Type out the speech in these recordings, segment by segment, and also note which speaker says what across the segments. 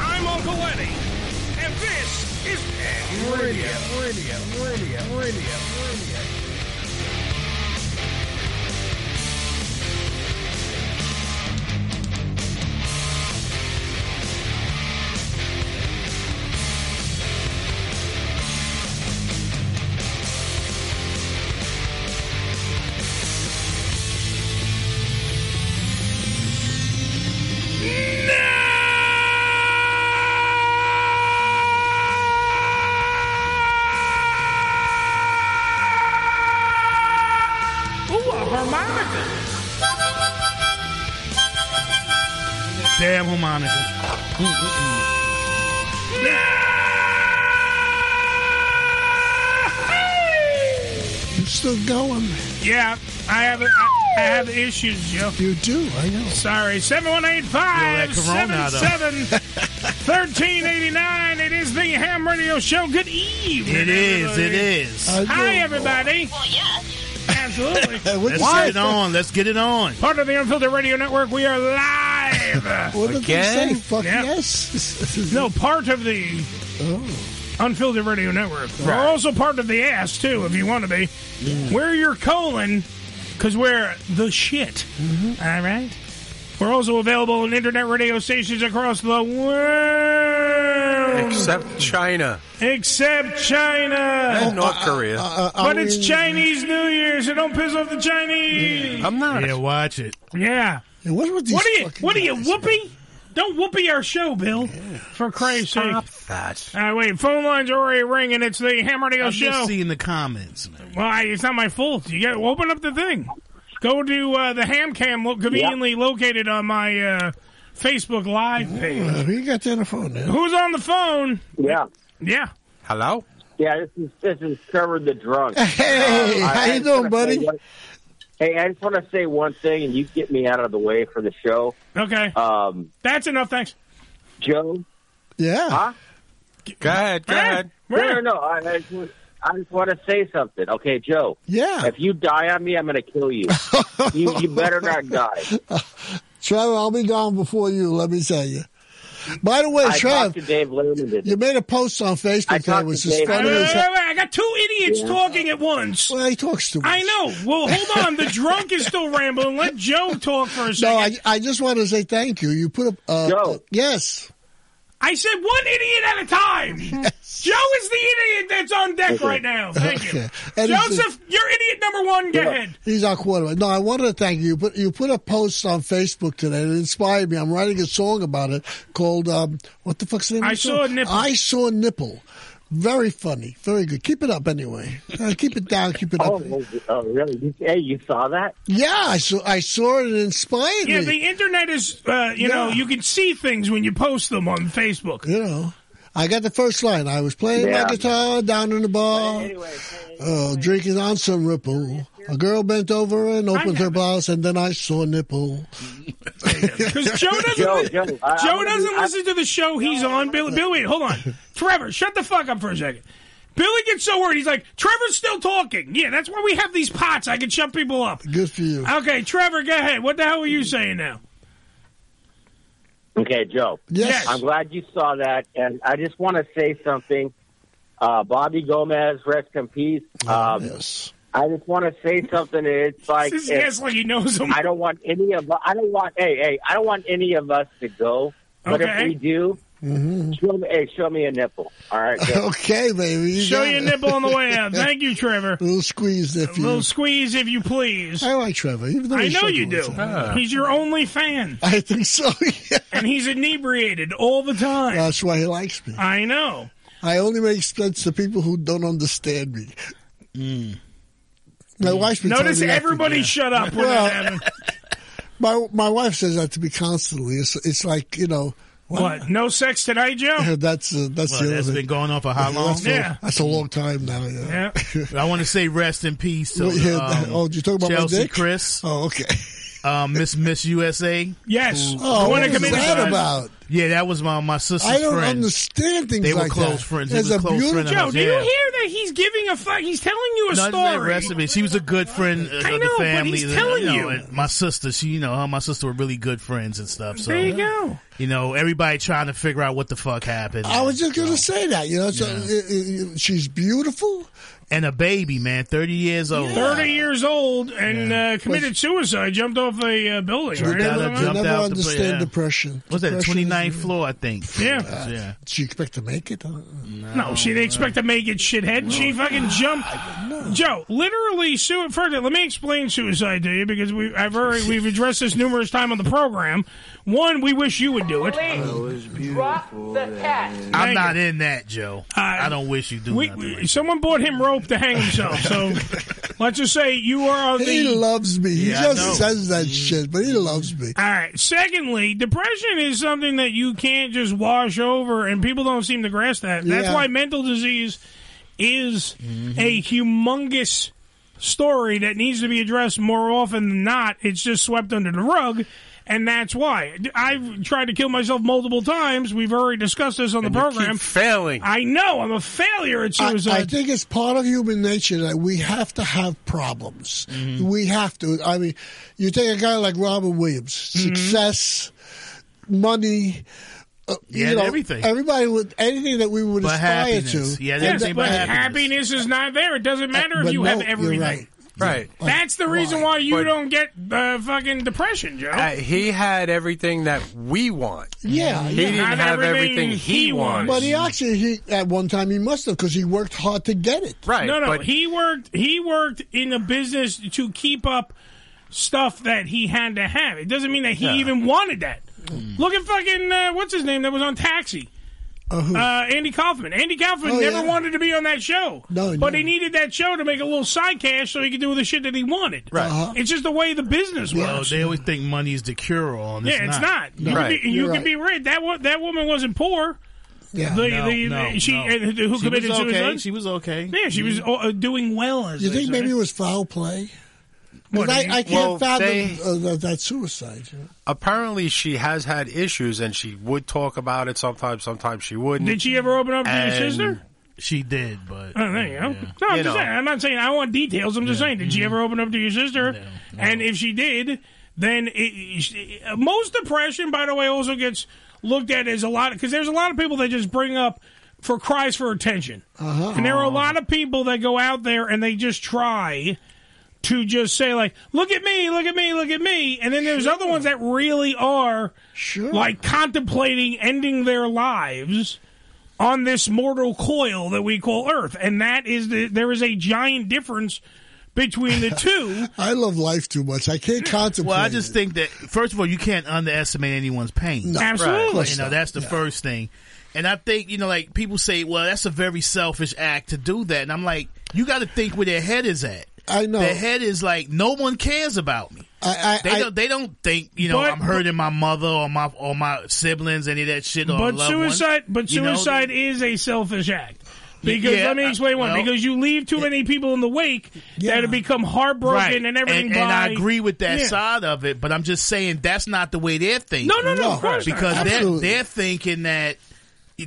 Speaker 1: I'm Uncle Eddie, and this is Ed Radio. Radio, radio, radio, radio. Ooh, a harmonica. Damn harmonica.
Speaker 2: You're still going.
Speaker 1: Yeah, I have I, I have issues, Joe.
Speaker 2: You do, I know.
Speaker 1: Sorry. 7185
Speaker 3: corona, though.
Speaker 1: 77 1389. It is the Ham Radio Show. Good evening.
Speaker 3: It is, it
Speaker 1: everybody.
Speaker 3: is.
Speaker 2: I
Speaker 1: Hi,
Speaker 2: do.
Speaker 1: everybody.
Speaker 4: Well, yes.
Speaker 1: Absolutely.
Speaker 2: What's
Speaker 3: Let's
Speaker 2: that?
Speaker 3: get it on. Let's get it on.
Speaker 1: Part of the Unfiltered Radio Network. We are live.
Speaker 2: What did they say?
Speaker 3: Again?
Speaker 2: Fuck
Speaker 1: Yeah.
Speaker 2: yes. Oh.
Speaker 1: no, part of the Unfiltered Radio Network. We're also part of the ass, too, if you want to be. We're your colon, because we're the shit.
Speaker 2: Mm-hmm.
Speaker 1: All right? We're also available on internet radio stations across the world.
Speaker 5: Except China
Speaker 1: Except China.
Speaker 5: and North Korea.
Speaker 2: Uh, are
Speaker 1: But it's
Speaker 2: we-
Speaker 1: Chinese New Year, so don't piss off the Chinese.
Speaker 5: I'm not.
Speaker 3: Yeah, watch it.
Speaker 1: Yeah.
Speaker 2: What, were these
Speaker 1: What are you?
Speaker 2: fucking
Speaker 1: What are you?
Speaker 2: guys?
Speaker 1: Whoopee? Don't whoopee our show, Bill. For Christ's sake.
Speaker 5: Stop that.
Speaker 1: All right, wait. Phone lines are already ringing. It's the Ham Radio
Speaker 3: I'm
Speaker 1: Show.
Speaker 3: just seeing the comments.
Speaker 1: Well, I, it's not my fault. You got to open up the thing. Go to uh, the Ham Cam, lo- conveniently located on my uh, Facebook Live page.
Speaker 2: Uh, who you got there on the phone now?
Speaker 1: Who's on the phone?
Speaker 6: Yeah,
Speaker 1: Yeah.
Speaker 5: Hello?
Speaker 6: yeah. This is this is Trevor the drunk.
Speaker 2: Hey,
Speaker 6: Uh, I-
Speaker 2: how
Speaker 6: I
Speaker 2: you
Speaker 6: just
Speaker 2: doing,
Speaker 6: wanna say
Speaker 2: buddy?
Speaker 6: one- hey, I just want to say one thing, and you get me out of the way for the show.
Speaker 1: Okay.
Speaker 6: Um,
Speaker 1: That's enough. Thanks.
Speaker 6: Joe,
Speaker 2: Yeah.
Speaker 6: Huh?
Speaker 5: Go ahead, go ahead.
Speaker 6: no, no,
Speaker 1: Where?
Speaker 6: no. I, I just, want- I just want to say something. Okay, Joe,
Speaker 2: Yeah.
Speaker 6: if you die on me, I'm going to kill you. you. You better not die.
Speaker 2: Trevor, I'll be gone before you, let me tell you. By the way,
Speaker 6: I talked to
Speaker 2: Trev,
Speaker 6: Dave Lerman today.
Speaker 2: you made a post on
Speaker 6: I
Speaker 2: Facebook that
Speaker 6: talked
Speaker 2: was
Speaker 6: to
Speaker 2: as
Speaker 6: Dave.
Speaker 1: Wait,
Speaker 2: funny
Speaker 1: wait,
Speaker 2: as
Speaker 1: wait, wait. I got two idiots talking at once.
Speaker 2: Well, he talks too much.
Speaker 1: I know. Well, hold on. The drunk is still rambling. Let Joe talk for a
Speaker 2: No,
Speaker 1: second.
Speaker 2: I, I just want to say thank you. You put up. Uh,
Speaker 6: Joe.
Speaker 2: uh, yes.
Speaker 1: I said one idiot at a time. Joe is the idiot that's on deck right now. Thank you.
Speaker 2: Okay. And it's-
Speaker 1: Joseph, you're idiot number one. Go ahead.
Speaker 2: He's our quarterback. No, I wanted to thank you. You put, you put a post on Facebook today that inspired me. I'm writing a song about it called um, what the fuck's the name?
Speaker 1: I
Speaker 2: of the
Speaker 1: Saw
Speaker 2: song?
Speaker 1: a Nipple.
Speaker 2: I saw a nipple. Very funny. Very good. Keep it up anyway. Uh, keep it down. Keep it
Speaker 6: Oh,
Speaker 2: up.
Speaker 6: well, oh, really? You- Hey, you saw that?
Speaker 2: Yeah, I saw. I saw it. and It inspired
Speaker 1: Yeah,
Speaker 2: me.
Speaker 1: the internet is, uh, you know,
Speaker 2: Yeah.
Speaker 1: you can see things when you post them on Facebook.
Speaker 2: you know, I got the first line. I was playing
Speaker 6: Yeah.
Speaker 2: my guitar down in the bar.
Speaker 6: Anyway,
Speaker 2: Uh, drinking on some ripple. A girl bent over and opened her blouse, and then I saw a nipple.
Speaker 6: Mm-hmm.
Speaker 1: Because Joe doesn't,
Speaker 6: Joe,
Speaker 1: li-
Speaker 6: Joe, I- I
Speaker 1: Joe
Speaker 6: wanna
Speaker 1: doesn't
Speaker 6: do- I-
Speaker 1: listen to the show he's on. Billy, Bill, wait, hold on. Trevor, shut the fuck up for a second. Billy gets so worried. He's like, Trevor's still talking. Yeah, that's why we have these pots. I can shut people up.
Speaker 2: Good for you.
Speaker 1: Okay, Trevor, go ahead. What the hell were you saying now?
Speaker 6: Okay, Joe.
Speaker 2: Yes.
Speaker 6: I'm glad you saw that, and I just want to say something. Uh, Bobby Gomez, rest in peace. Um,
Speaker 2: Oh, yes.
Speaker 6: I just want to say something. It's like
Speaker 1: This
Speaker 6: it's-
Speaker 1: ass like he knows him.
Speaker 6: I don't want any of I don't want hey hey I don't want any of us to go. But
Speaker 1: Okay.
Speaker 6: if we do, show me hey show me a nipple. All right, Joe.
Speaker 2: Mm-hmm. Okay, baby. You
Speaker 1: Show
Speaker 2: got
Speaker 1: your
Speaker 2: it.
Speaker 1: nipple on the way out. Thank you, Trevor.
Speaker 2: Little squeeze,
Speaker 1: A
Speaker 2: nephew.
Speaker 1: little squeeze if you please.
Speaker 2: I like Trevor. Even though
Speaker 1: I
Speaker 2: he's
Speaker 1: know
Speaker 2: sugar
Speaker 1: you do.
Speaker 2: once in a while.
Speaker 1: He's your only fan,
Speaker 2: I think so. Yeah.
Speaker 1: and he's inebriated all the time.
Speaker 2: That's why he likes me.
Speaker 1: I know.
Speaker 2: I only make sense to people who don't understand me.
Speaker 3: Hmm.
Speaker 2: My wife's been
Speaker 1: Notice
Speaker 2: telling me that for
Speaker 1: everybody
Speaker 2: years.
Speaker 1: shut up. When
Speaker 2: Well,
Speaker 1: that happened.
Speaker 2: My my wife says that to me constantly. It's it's like you know
Speaker 1: What? No sex tonight, Joe?
Speaker 2: that's uh, that's
Speaker 3: Well,
Speaker 2: the other
Speaker 3: that's
Speaker 2: thing.
Speaker 3: been going on for how long?
Speaker 2: That's a-
Speaker 1: Yeah.
Speaker 2: that's a long time now. Yeah.
Speaker 1: Yeah.
Speaker 3: I want to say rest in peace to
Speaker 2: Well, yeah,
Speaker 3: um,
Speaker 2: oh, did you talk about my
Speaker 3: Chelsea
Speaker 2: dick?
Speaker 3: Chris,
Speaker 2: Oh, okay.
Speaker 3: um, Miss Miss USA.
Speaker 1: Yes.
Speaker 2: Oh,
Speaker 1: the one
Speaker 2: what
Speaker 1: that
Speaker 2: is
Speaker 1: committed
Speaker 2: that
Speaker 1: suicide.
Speaker 2: about?
Speaker 3: Yeah, that was my my sister's
Speaker 2: I don't
Speaker 3: friend.
Speaker 2: understand things
Speaker 3: They were
Speaker 2: like
Speaker 3: close
Speaker 2: that.
Speaker 3: friends. He
Speaker 2: There's
Speaker 3: was a
Speaker 2: a
Speaker 3: close
Speaker 2: beautiful
Speaker 3: friend of
Speaker 1: Joe, do you
Speaker 3: Yeah.
Speaker 1: hear that? He's giving a fuck. He's telling you a
Speaker 3: No, that
Speaker 1: story.
Speaker 3: rest in peace. She was a good friend of
Speaker 1: I know,
Speaker 3: the
Speaker 1: but
Speaker 3: family.
Speaker 1: he's
Speaker 3: and,
Speaker 1: telling
Speaker 3: know,
Speaker 1: you.
Speaker 3: and my sister, she, you know, her and my sister were really good friends and stuff. So
Speaker 1: There you go.
Speaker 3: you know, everybody trying to figure out what the fuck happened.
Speaker 2: I was just gonna say that. You know, so, uh, uh, she's beautiful.
Speaker 3: and a baby, man, thirty years old.
Speaker 1: 30 years old and uh, committed suicide, jumped off a uh, building.
Speaker 2: You
Speaker 1: right?
Speaker 3: gotta
Speaker 2: never, you
Speaker 3: jumped
Speaker 2: never
Speaker 3: out the-
Speaker 2: understand
Speaker 3: yeah.
Speaker 2: depression.
Speaker 3: What's that?
Speaker 2: Depression is-
Speaker 3: 29th floor, I think.
Speaker 1: Yeah.
Speaker 3: Yeah.
Speaker 2: Did she expect to make it? Uh,
Speaker 1: No, she didn't expect to make it shithead. She fucking jumped. Joe, literally, sui- first, let me explain suicide to you because we, I've already we've addressed this numerous times on the program. One, we wish you would do it.
Speaker 7: Please drop the cat.
Speaker 3: I'm
Speaker 1: Hang
Speaker 3: not in that, Joe. I,
Speaker 1: I-
Speaker 3: don't wish you do
Speaker 1: We,
Speaker 3: nothing.
Speaker 1: we-
Speaker 3: like that.
Speaker 1: someone bought him rope to hang himself. So let's just say you are of
Speaker 2: he
Speaker 1: the.
Speaker 2: loves me. He
Speaker 3: Yeah, I know.
Speaker 2: just says that shit, but he loves me.
Speaker 1: All right. Secondly, depression is something that you can't just wash over, and people don't seem to grasp that. That's
Speaker 2: Yeah.
Speaker 1: why mental disease is a humongous story that needs to be addressed more often than not. It's just swept under the rug. And that's why I've tried to kill myself multiple times. We've already discussed this on the
Speaker 5: You
Speaker 1: program.
Speaker 5: keep failing.
Speaker 1: I know I'm a failure at
Speaker 2: I,
Speaker 1: suicide.
Speaker 2: I think it's part of human nature that we have to have problems. We have to. I mean, you take a guy like Robin Williams, success, money. Uh,
Speaker 3: He had
Speaker 2: you know,
Speaker 3: everything.
Speaker 2: Everybody with anything that we would
Speaker 3: But
Speaker 2: aspire
Speaker 3: happiness.
Speaker 2: to.
Speaker 3: He had
Speaker 2: And
Speaker 3: everything
Speaker 1: but
Speaker 3: but
Speaker 1: happiness.
Speaker 3: happiness.
Speaker 1: is not there. It doesn't matter if
Speaker 2: Uh, But
Speaker 1: you
Speaker 2: no,
Speaker 1: have
Speaker 2: you're
Speaker 1: everything.
Speaker 2: right.
Speaker 5: right.
Speaker 1: That's the reason why you
Speaker 5: But-
Speaker 1: don't get uh, fucking depression, Joe.
Speaker 5: Uh, he had everything that we want.
Speaker 2: Yeah,
Speaker 5: He
Speaker 2: yeah.
Speaker 5: didn't
Speaker 1: Not
Speaker 5: have
Speaker 1: everything
Speaker 5: everything he,
Speaker 1: he
Speaker 5: wants.
Speaker 2: But he actually, he at one time he must have because he worked hard to get it.
Speaker 5: right.
Speaker 1: no, no,
Speaker 5: but
Speaker 1: he worked. He worked in a business to keep up stuff that he had to have. It doesn't mean that he even wanted that. Look at fucking uh, what's his name that was on Taxi.
Speaker 2: Uh, who-
Speaker 1: Uh, Andy Kaufman. Andy Kaufman
Speaker 2: Oh,
Speaker 1: never
Speaker 2: yeah.
Speaker 1: wanted to be on that show,
Speaker 2: No,
Speaker 1: but
Speaker 2: no.
Speaker 1: he needed that show to make a little side cash so he could do the shit that he wanted.
Speaker 5: Right.
Speaker 2: Uh-huh.
Speaker 1: It's just the way the business works.
Speaker 3: Well, they always think money is the cure all. And
Speaker 1: Yeah, it's not. You
Speaker 5: Right.
Speaker 1: can be, you
Speaker 2: You're
Speaker 1: can
Speaker 2: right.
Speaker 1: be rich. That wo- that woman wasn't poor.
Speaker 2: yeah.
Speaker 1: The,
Speaker 3: No,
Speaker 1: the,
Speaker 3: no,
Speaker 1: she
Speaker 3: no.
Speaker 1: uh, who
Speaker 3: She
Speaker 1: committed
Speaker 3: was okay.
Speaker 1: suicide.
Speaker 3: She was okay.
Speaker 1: yeah, she was uh, doing well. As
Speaker 2: Mm-hmm. you
Speaker 1: they
Speaker 2: think
Speaker 1: say.
Speaker 2: maybe it was foul play?
Speaker 1: What,
Speaker 2: Because I,
Speaker 1: you-
Speaker 2: I can't
Speaker 5: well,
Speaker 2: fathom
Speaker 5: they-
Speaker 2: uh, that, that suicide. you know.
Speaker 5: apparently she has had issues, and she would talk about it sometimes. Sometimes she wouldn't.
Speaker 1: Did she ever open up to
Speaker 5: And-
Speaker 1: your sister?
Speaker 3: She did, but
Speaker 1: Oh, there you go.
Speaker 3: Yeah.
Speaker 1: No, I'm
Speaker 5: You
Speaker 1: just
Speaker 5: know.
Speaker 1: saying. I'm not saying I want details. I'm just saying, did she ever open up to your sister? And if she did, then it, it- uh, most depression, by the way, also gets looked at as a lot because there's a lot of people that just bring up for cries for attention, and there are a lot of people that go out there and they just try. To just say like, look at me, look at me, look at me, and then there's other ones that really are
Speaker 2: Sure.
Speaker 1: like contemplating ending their lives on this mortal coil that we call Earth, and that is the, there is a giant difference between the two.
Speaker 2: I love life too much. I can't contemplate.
Speaker 3: Well, I just
Speaker 2: it.
Speaker 3: think that Mm-hmm. first of all, you can't underestimate anyone's pain.
Speaker 1: Absolutely,
Speaker 3: You know, that's the first thing. And I think, you know, like people say, well, that's a very selfish act to do that. And I'm like, you got to think where their head is at.
Speaker 2: I know.
Speaker 3: Their head is like, no one cares about me.
Speaker 2: I,
Speaker 3: They
Speaker 2: I, I,
Speaker 3: don't. They don't think you know.
Speaker 1: But-
Speaker 3: I'm hurting my mother or my or my siblings, any of that shit. Or
Speaker 1: but
Speaker 3: loved
Speaker 1: suicide,
Speaker 3: ones.
Speaker 1: but
Speaker 3: You know,
Speaker 1: suicide is a selfish act. Because
Speaker 3: Yeah,
Speaker 1: let me explain why.
Speaker 3: well-
Speaker 1: because you leave too many people in the wake that have become heartbroken
Speaker 3: right.
Speaker 1: and everything.
Speaker 3: And, and I
Speaker 1: by-
Speaker 3: agree with that
Speaker 1: Yeah.
Speaker 3: side of it, but I'm just saying that's not the way they're thinking.
Speaker 1: No, no, no,
Speaker 2: No,
Speaker 1: of course not.
Speaker 3: because they're,
Speaker 2: Absolutely.
Speaker 3: they're thinking that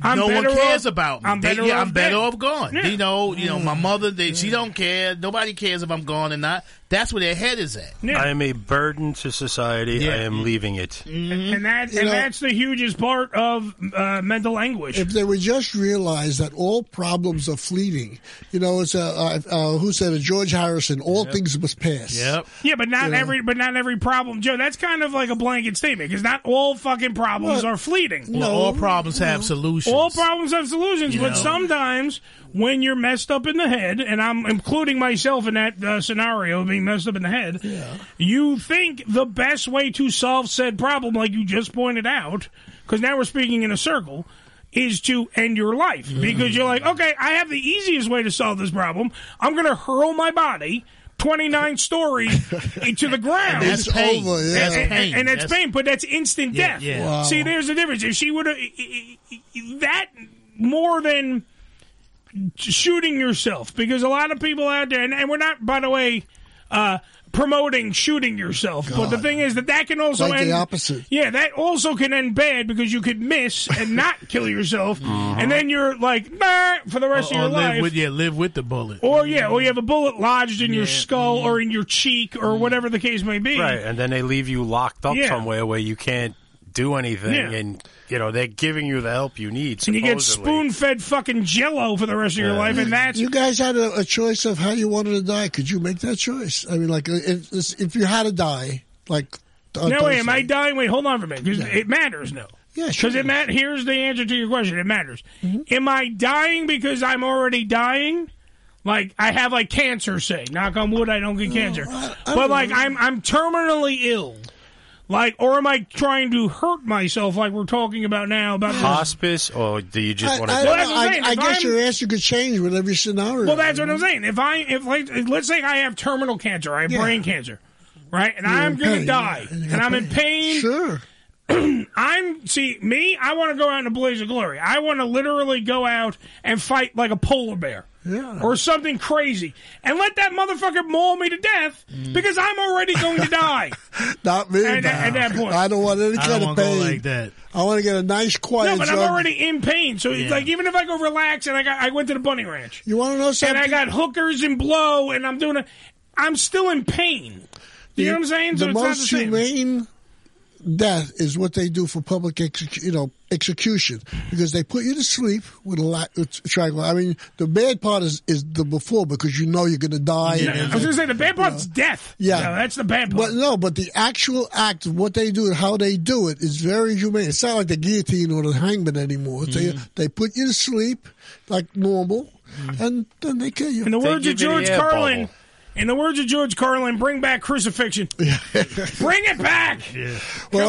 Speaker 1: I'm
Speaker 3: no one
Speaker 1: better
Speaker 3: cares
Speaker 1: off-
Speaker 3: about me.
Speaker 1: I'm
Speaker 3: They-
Speaker 1: better
Speaker 3: yeah,
Speaker 1: off
Speaker 3: I'm better
Speaker 1: dead.
Speaker 3: off gone.
Speaker 1: Yeah.
Speaker 3: You know, you know,
Speaker 2: Mm.
Speaker 3: my mother, they, she don't care. Nobody cares if I'm gone or not. That's where their head is at.
Speaker 1: Yeah.
Speaker 5: I am a burden to society. I am leaving it.
Speaker 3: mm-hmm.
Speaker 1: and that and
Speaker 2: know-
Speaker 1: that's the hugest part of uh, mental anguish.
Speaker 2: if they would just realize that all problems are fleeting, you know, it's a, uh uh who said it? George Harrison. All things must pass.
Speaker 1: Yeah, but not
Speaker 2: Yeah.
Speaker 1: every but not every problem, Joe. That's kind of like a blanket statement because not all fucking problems
Speaker 2: Well-
Speaker 1: are fleeting.
Speaker 3: Well, all problems have solutions.
Speaker 1: All problems have solutions, but
Speaker 3: know.
Speaker 1: sometimes when you're messed up in the head, and I'm including myself in that uh, scenario, being messed up in the head, you think the best way to solve said problem, like you just pointed out, because now we're speaking in a circle. Is to end your life
Speaker 2: Mm-hmm.
Speaker 1: because you're like, okay, I have the easiest way to solve this problem. I'm going to hurl my body 29 story into the ground.
Speaker 2: That's It's pain. over, yeah.
Speaker 1: And-
Speaker 2: That's
Speaker 1: and,
Speaker 3: pain.
Speaker 1: and that's,
Speaker 3: That's-
Speaker 1: pain, but that's instant
Speaker 3: Yeah,
Speaker 1: death.
Speaker 3: yeah.
Speaker 2: Wow.
Speaker 1: See, there's a difference. If she would have that more than shooting yourself, because a lot of people out there, and, and we're not, by the way, uh, promoting shooting yourself. But the thing is that that can also
Speaker 2: Like the
Speaker 1: end
Speaker 2: opposite.
Speaker 1: Yeah, that also can end bad because you could miss and not kill yourself, Mm-hmm. and then you're like nah, for the rest
Speaker 3: Or,
Speaker 1: of your
Speaker 3: or
Speaker 1: life.
Speaker 3: live with yeah, live with the bullet.
Speaker 1: or yeah, or you have a bullet lodged in your
Speaker 3: Yeah. Mm.
Speaker 1: skull or in your cheek or whatever the case may be.
Speaker 5: Right, and then they leave you locked up
Speaker 1: Yeah.
Speaker 5: somewhere where you can't do anything,
Speaker 1: Yeah.
Speaker 5: and you know they're giving you the help you need.
Speaker 1: And
Speaker 5: Supposedly.
Speaker 1: you get spoon fed fucking jello for the rest of your life, and that's
Speaker 2: You guys had a, a choice of how you wanted to die. Could you make that choice? I mean, like uh, if, if you had to die, like on
Speaker 1: No, wait,
Speaker 2: Thursday-
Speaker 1: am I dying? Wait, hold on for a minute. 'cause It matters, no.
Speaker 2: Yeah, sure. Mm-hmm.
Speaker 1: Because it mat- here's the answer to your question. It matters. Am I dying because I'm already dying? Like I have like cancer, say. Knock on wood, I don't get cancer.
Speaker 2: I
Speaker 1: but
Speaker 2: don't
Speaker 1: like
Speaker 2: know.
Speaker 1: I'm I'm terminally ill. Like, or am I trying to hurt myself? Like we're talking about now about. this-
Speaker 5: hospice, or do you
Speaker 2: I,
Speaker 5: just want
Speaker 2: I,
Speaker 1: Well,
Speaker 5: to?
Speaker 2: don't
Speaker 1: that's
Speaker 2: know.
Speaker 1: what I'm
Speaker 2: I,
Speaker 1: saying.
Speaker 2: I
Speaker 1: If
Speaker 2: guess
Speaker 1: I'm-
Speaker 2: your answer could change with every scenario.
Speaker 1: Well, that's what I'm saying. If I if like let's say I have terminal cancer, I have
Speaker 2: Yeah.
Speaker 1: brain cancer, right, and
Speaker 2: You're
Speaker 1: I'm
Speaker 2: in
Speaker 1: gonna
Speaker 2: pain.
Speaker 1: die,
Speaker 2: You're in
Speaker 1: and I'm in pain.
Speaker 2: Sure.
Speaker 1: I'm see me. I want to go out in a blaze of glory. I want to literally go out and fight like a polar bear,
Speaker 2: Yeah.
Speaker 1: or something crazy, and let that motherfucker maul me to death
Speaker 2: Mm.
Speaker 1: because I'm already going to die.
Speaker 2: Not me.
Speaker 1: At that- at
Speaker 2: now.
Speaker 1: that point.
Speaker 2: I don't want any
Speaker 3: I
Speaker 2: kind
Speaker 3: don't
Speaker 2: of
Speaker 3: want to go
Speaker 2: pain.
Speaker 3: like that.
Speaker 2: I want to get a nice quiet.
Speaker 1: no, but I'm
Speaker 2: drug.
Speaker 1: already in pain. So it's
Speaker 3: Yeah.
Speaker 1: like even if I go relax and I got I went to the bunny ranch
Speaker 2: You want to know
Speaker 1: and
Speaker 2: something?
Speaker 1: I got hookers and blow and I'm doing it, I'm still in pain. You know what I'm saying?
Speaker 2: The
Speaker 1: so it's not
Speaker 2: most
Speaker 1: the same.
Speaker 2: humane death is what they do for public execu- you know, execution because they put you to sleep with a lot uh, with triangle. I mean, the bad part is, is the before because you know you're going to die. and
Speaker 1: I was gonna say the bad part's death.
Speaker 2: Yeah.
Speaker 1: No, that's the bad part.
Speaker 2: But no, but the actual act of what they do and how they do it is very humane. It's not like the guillotine or the hangman anymore.
Speaker 1: Mm-hmm.
Speaker 2: They they put you to sleep like normal, and then they kill you.
Speaker 1: In the words of
Speaker 5: give you the
Speaker 1: George
Speaker 5: air
Speaker 1: Carlin,
Speaker 5: bubble.
Speaker 1: in the words of George Carlin, bring back crucifixion. bring it back.
Speaker 2: well,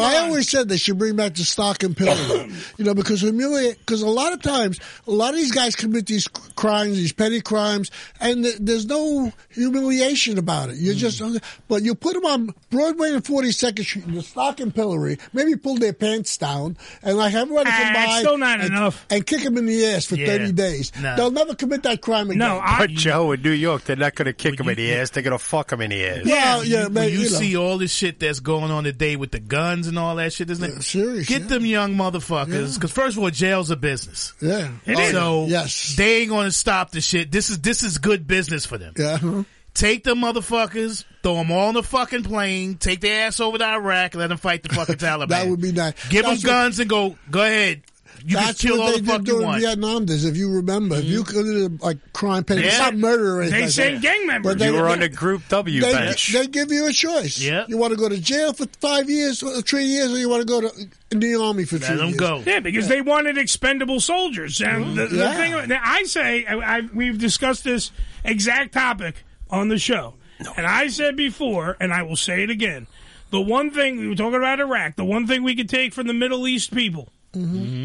Speaker 1: come
Speaker 2: I
Speaker 1: on.
Speaker 2: always said they should bring back the stock and pillory, you know, because humiliate. Because a lot of times, a lot of these guys commit these c- crimes, these petty crimes, and th- there's no humiliation about it.
Speaker 1: Mm.
Speaker 2: You're just, but you put them on Broadway and 42nd Street, in the stock and pillory, maybe pull their pants down, and like everybody
Speaker 1: Ah,
Speaker 2: can
Speaker 1: it's
Speaker 2: buy,
Speaker 1: still not
Speaker 2: and,
Speaker 1: enough.
Speaker 2: and kick them in the ass for
Speaker 3: Yeah.
Speaker 2: 30 days.
Speaker 3: No.
Speaker 2: They'll never commit that crime again.
Speaker 1: No, I,
Speaker 5: But Joe in New York, they're not going to kick him in the ass. They're going to fuck him in the ass.
Speaker 2: Well, yeah,
Speaker 3: you,
Speaker 2: man,
Speaker 3: you,
Speaker 2: you know.
Speaker 3: see all this shit that's going on today with the guns and all that shit, isn't it?
Speaker 2: Yeah, serious,
Speaker 3: Get
Speaker 2: yeah.
Speaker 3: them young motherfuckers, because first of all, jail's a business.
Speaker 2: yeah,
Speaker 1: It is.
Speaker 3: So
Speaker 2: Yes.
Speaker 3: they ain't gonna stop the shit. This is this is good business for them.
Speaker 2: yeah. huh?
Speaker 3: Take them motherfuckers, throw them all on the fucking plane, take their ass over to Iraq, and let them fight the fucking Taliban.
Speaker 2: That would be nice.
Speaker 3: Give them
Speaker 2: That's what-
Speaker 3: guns and go. Go ahead. You can
Speaker 2: That's
Speaker 3: kill
Speaker 2: what
Speaker 3: all
Speaker 2: they
Speaker 3: the fuck
Speaker 2: did
Speaker 3: you
Speaker 2: during
Speaker 3: want.
Speaker 2: Vietnam days, if you remember. If you committed like crime, petty, it's
Speaker 3: Yeah.
Speaker 2: not murder or anything.
Speaker 1: they
Speaker 2: like
Speaker 1: send
Speaker 2: that.
Speaker 1: gang members.
Speaker 2: But they-
Speaker 5: You were on the Group W
Speaker 2: They,
Speaker 5: bench.
Speaker 2: they give you a choice.
Speaker 3: Yeah.
Speaker 2: You want to go to jail for five years or three years, or you want to go to in the army for three
Speaker 3: Let them
Speaker 2: years.
Speaker 3: go.
Speaker 1: yeah, because they wanted expendable soldiers. And the, the
Speaker 2: Yeah.
Speaker 1: thing now, I say, I, I, we've discussed this exact topic on the show, and I said before, and I will say it again: the one thing we were talking about Iraq, the one thing we could take from the Middle East people,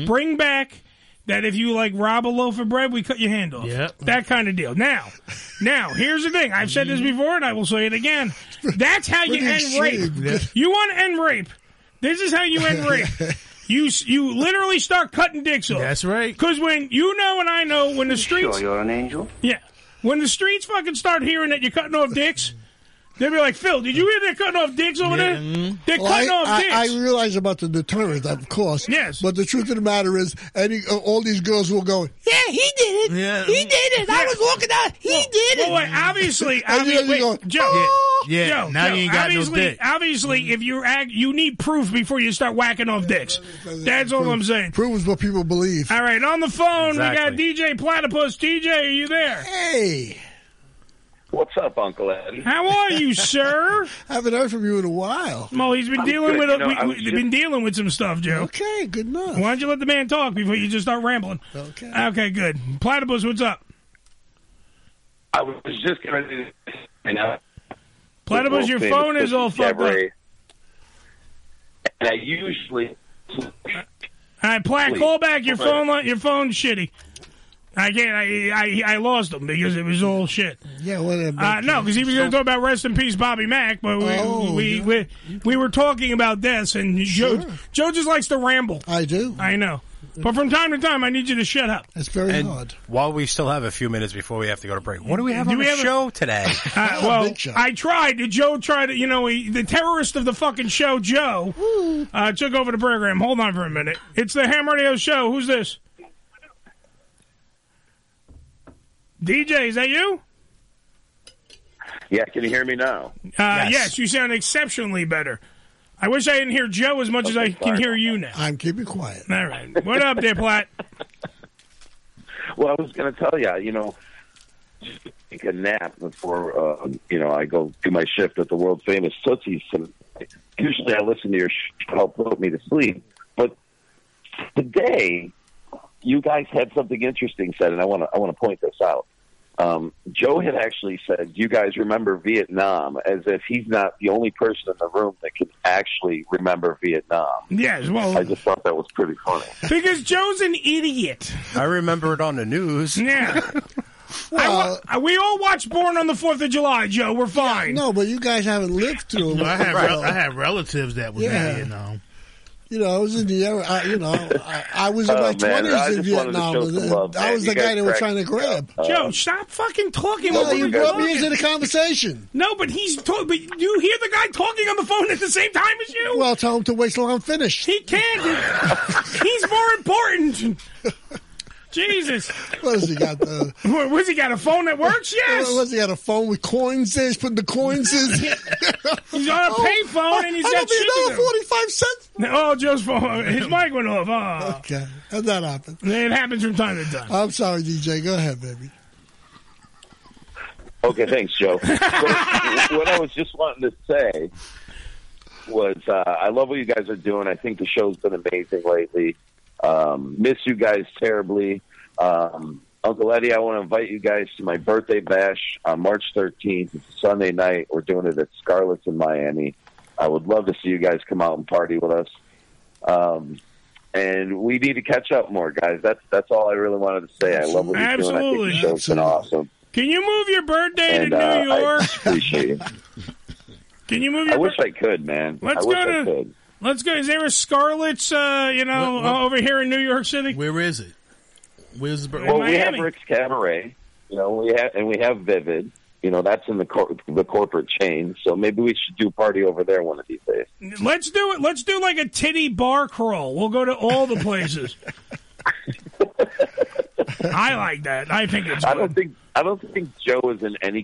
Speaker 1: bring back that if you like rob a loaf of bread, we cut your hand off.
Speaker 3: Yep.
Speaker 1: That kind of deal. Now, now here's the thing. I've said this before, and I will say it again. That's how you
Speaker 2: Pretty
Speaker 1: end rape.
Speaker 2: extreme. Yeah.
Speaker 1: You want to end rape? This is how you end rape. You s- you literally start cutting dicks off.
Speaker 3: That's right.
Speaker 1: Because when you know and I know when the
Speaker 7: Sure,
Speaker 1: streets
Speaker 7: you're an angel.
Speaker 1: yeah when the streets fucking start hearing that you're cutting off dicks. They'll be like, Phil, did you hear they're cutting off dicks over there? They're
Speaker 2: Mm-hmm. Well, I,
Speaker 1: cutting off
Speaker 2: I-
Speaker 1: dicks.
Speaker 2: I realize about the deterrent, of course.
Speaker 1: Yes.
Speaker 2: But the truth of the matter is, any uh, all these girls will go. Yeah, he did it.
Speaker 3: Yeah.
Speaker 2: He did it. I was walking out. He did it.
Speaker 1: Well, Oh, wait, obviously,
Speaker 2: And you
Speaker 1: obviously,
Speaker 2: know, you
Speaker 1: wait,
Speaker 2: go,
Speaker 1: Joe,
Speaker 3: Yeah, yeah,
Speaker 1: Joe,
Speaker 3: now
Speaker 1: Joe,
Speaker 3: you ain't got no
Speaker 1: obviously,
Speaker 3: dick.
Speaker 1: Obviously, if you're act, you need proof before you start whacking off dicks. That's all I'm saying.
Speaker 2: Proves what people believe.
Speaker 1: All right, on the phone
Speaker 5: Exactly.
Speaker 1: we got DJ Platypus. DJ, are you there?
Speaker 2: Hey,
Speaker 8: What's up, Uncle Ed?
Speaker 1: How are you, sir?
Speaker 2: haven't heard from you in a while.
Speaker 1: Well, he's been dealing
Speaker 8: good,
Speaker 1: with
Speaker 8: you
Speaker 1: a,
Speaker 8: know,
Speaker 1: we,
Speaker 8: I was
Speaker 1: we've been dealing with some stuff, Joe.
Speaker 2: Okay, good enough.
Speaker 1: Why don't you let the man talk before you just start rambling?
Speaker 2: Okay.
Speaker 1: Okay, good. Platypus, what's up?
Speaker 8: I was just getting ready to. And, uh,
Speaker 1: Platypus, your phone is all fucked up.
Speaker 8: And I usually.
Speaker 1: All right, Plat,
Speaker 8: Please.
Speaker 1: call back. Your
Speaker 8: Please.
Speaker 1: phone, li- your phone's shitty. I can't. I, I I lost him because it was all shit.
Speaker 2: Yeah, what a
Speaker 1: Uh, no, because he was going to talk about rest in peace, Bobby Mack. But we
Speaker 2: Oh,
Speaker 1: we,
Speaker 2: yeah.
Speaker 1: we we were talking about this, and Joe
Speaker 2: Sure.
Speaker 1: Joe just likes to ramble.
Speaker 2: I do.
Speaker 1: I know, but from time to time, I need you to shut up. Uh,
Speaker 2: It's very
Speaker 5: And
Speaker 2: hard.
Speaker 5: while we still have a few minutes before we have to go to break, what do we have
Speaker 1: Do
Speaker 5: on
Speaker 1: we
Speaker 5: the
Speaker 1: have a-
Speaker 5: show today?
Speaker 1: Uh, well,
Speaker 2: big shot.
Speaker 1: I tried. Joe tried to, you know, he, the terrorist of the fucking show, Joe, uh, took over the program. Hold on for a minute. It's the Ham Radio Show. Who's this? DJ, is that you?
Speaker 8: Yeah, can you hear me now?
Speaker 1: Uh, yes.
Speaker 5: Yes.
Speaker 1: you sound exceptionally better. I wish I didn't hear Joe as much as I can hear you now.
Speaker 2: I'm keeping quiet.
Speaker 1: All right. What up there, Platt?
Speaker 8: Well, I was going to tell you, you know, just take a nap before, uh, you know, I go do my shift at the world famous Tootsie's. tonight. Usually I listen to your show to help put me to sleep. But today, you guys had something interesting said, and I want to I want to point this out. Um, Joe had actually said, "You guys remember Vietnam?" As if he's not the only person in the room that can actually remember Vietnam.
Speaker 1: Yes,
Speaker 8: I
Speaker 1: well,
Speaker 8: just thought that was pretty funny.
Speaker 1: because Joe's an idiot.
Speaker 5: I remember it on the news.
Speaker 1: Yeah. I wa- we all watched Born on the Fourth of July, Joe. We're fine.
Speaker 2: No, but you guys haven't lived through.
Speaker 3: No, I have
Speaker 2: Right.
Speaker 3: rel- I have relatives that was
Speaker 2: Yeah.
Speaker 3: in Vietnam.
Speaker 2: You know, I was in the era. I, you know, I, I was in
Speaker 8: Oh,
Speaker 2: my
Speaker 8: man, I
Speaker 2: twenties in
Speaker 8: just wanted to
Speaker 2: Vietnam.
Speaker 8: show some love,
Speaker 2: I
Speaker 8: man.
Speaker 2: was
Speaker 8: You
Speaker 2: the guy
Speaker 8: guys
Speaker 2: they were
Speaker 8: cracked Uh,
Speaker 2: trying to grab.
Speaker 1: Joe, stop fucking talking.
Speaker 2: No,
Speaker 1: while
Speaker 2: you
Speaker 1: you're
Speaker 2: brought me
Speaker 1: talking.
Speaker 2: into the conversation.
Speaker 1: No, but he's talking. But you hear the guy talking on the phone at the same time as you.
Speaker 2: Well, tell him to wait till I'm finished.
Speaker 1: he can't. he's more important. Jesus,
Speaker 2: What has he got? The,
Speaker 1: What, what's he got? A phone that works?
Speaker 2: what
Speaker 1: Yes.
Speaker 2: has he got? A phone with coins in? He's putting the coins in. Oh,
Speaker 1: He's on a payphone and he's
Speaker 2: That'll
Speaker 1: got
Speaker 2: be
Speaker 1: shit to
Speaker 2: another
Speaker 1: do.
Speaker 2: forty-five cents.
Speaker 1: Oh, Joe's phone. His mic went off. Oh.
Speaker 2: Okay, how'd that happen?
Speaker 1: It happens from time to time.
Speaker 2: I'm sorry, DJ. Go ahead, baby.
Speaker 8: Okay, thanks, Joe. So, what I was just wanting to say was uh, I love what you guys are doing. I think the show's been amazing lately. Um, miss you guys terribly. Um, Uncle Eddie, I want to invite you guys to my birthday bash on March 13th. It's a Sunday night. We're doing it at Scarlett's in Miami. I would love to see you guys come out and party with us. Um, and we need to catch up more, guys. That's that's all I really wanted to say. I love what you're doing. I
Speaker 1: Absolutely.
Speaker 8: think the show's been awesome.
Speaker 1: Can you move your birthday
Speaker 8: And
Speaker 1: to
Speaker 8: uh,
Speaker 1: New York?
Speaker 8: I appreciate it.
Speaker 1: Can you move your?
Speaker 8: I wish
Speaker 1: bir-
Speaker 8: I could, man.
Speaker 1: Let's
Speaker 8: I wish
Speaker 1: go
Speaker 8: I
Speaker 1: to-
Speaker 8: could.
Speaker 1: Let's go. Is there a Scarlet's? Uh, you know,
Speaker 3: What- what-
Speaker 1: uh, over here in New York City.
Speaker 3: Where is it? Where's the
Speaker 8: Well, we have
Speaker 1: Miami.
Speaker 8: Rick's Cabaret, you know, we have, and we have Vivid. You know, that's in the cor- the corporate chain. So maybe we should do a party over there one of these days.
Speaker 1: Let's do it. Let's do like a titty bar crawl. We'll go to all the places. I like that. I think it's
Speaker 8: I
Speaker 1: good.
Speaker 8: don't think I don't think Joe is in any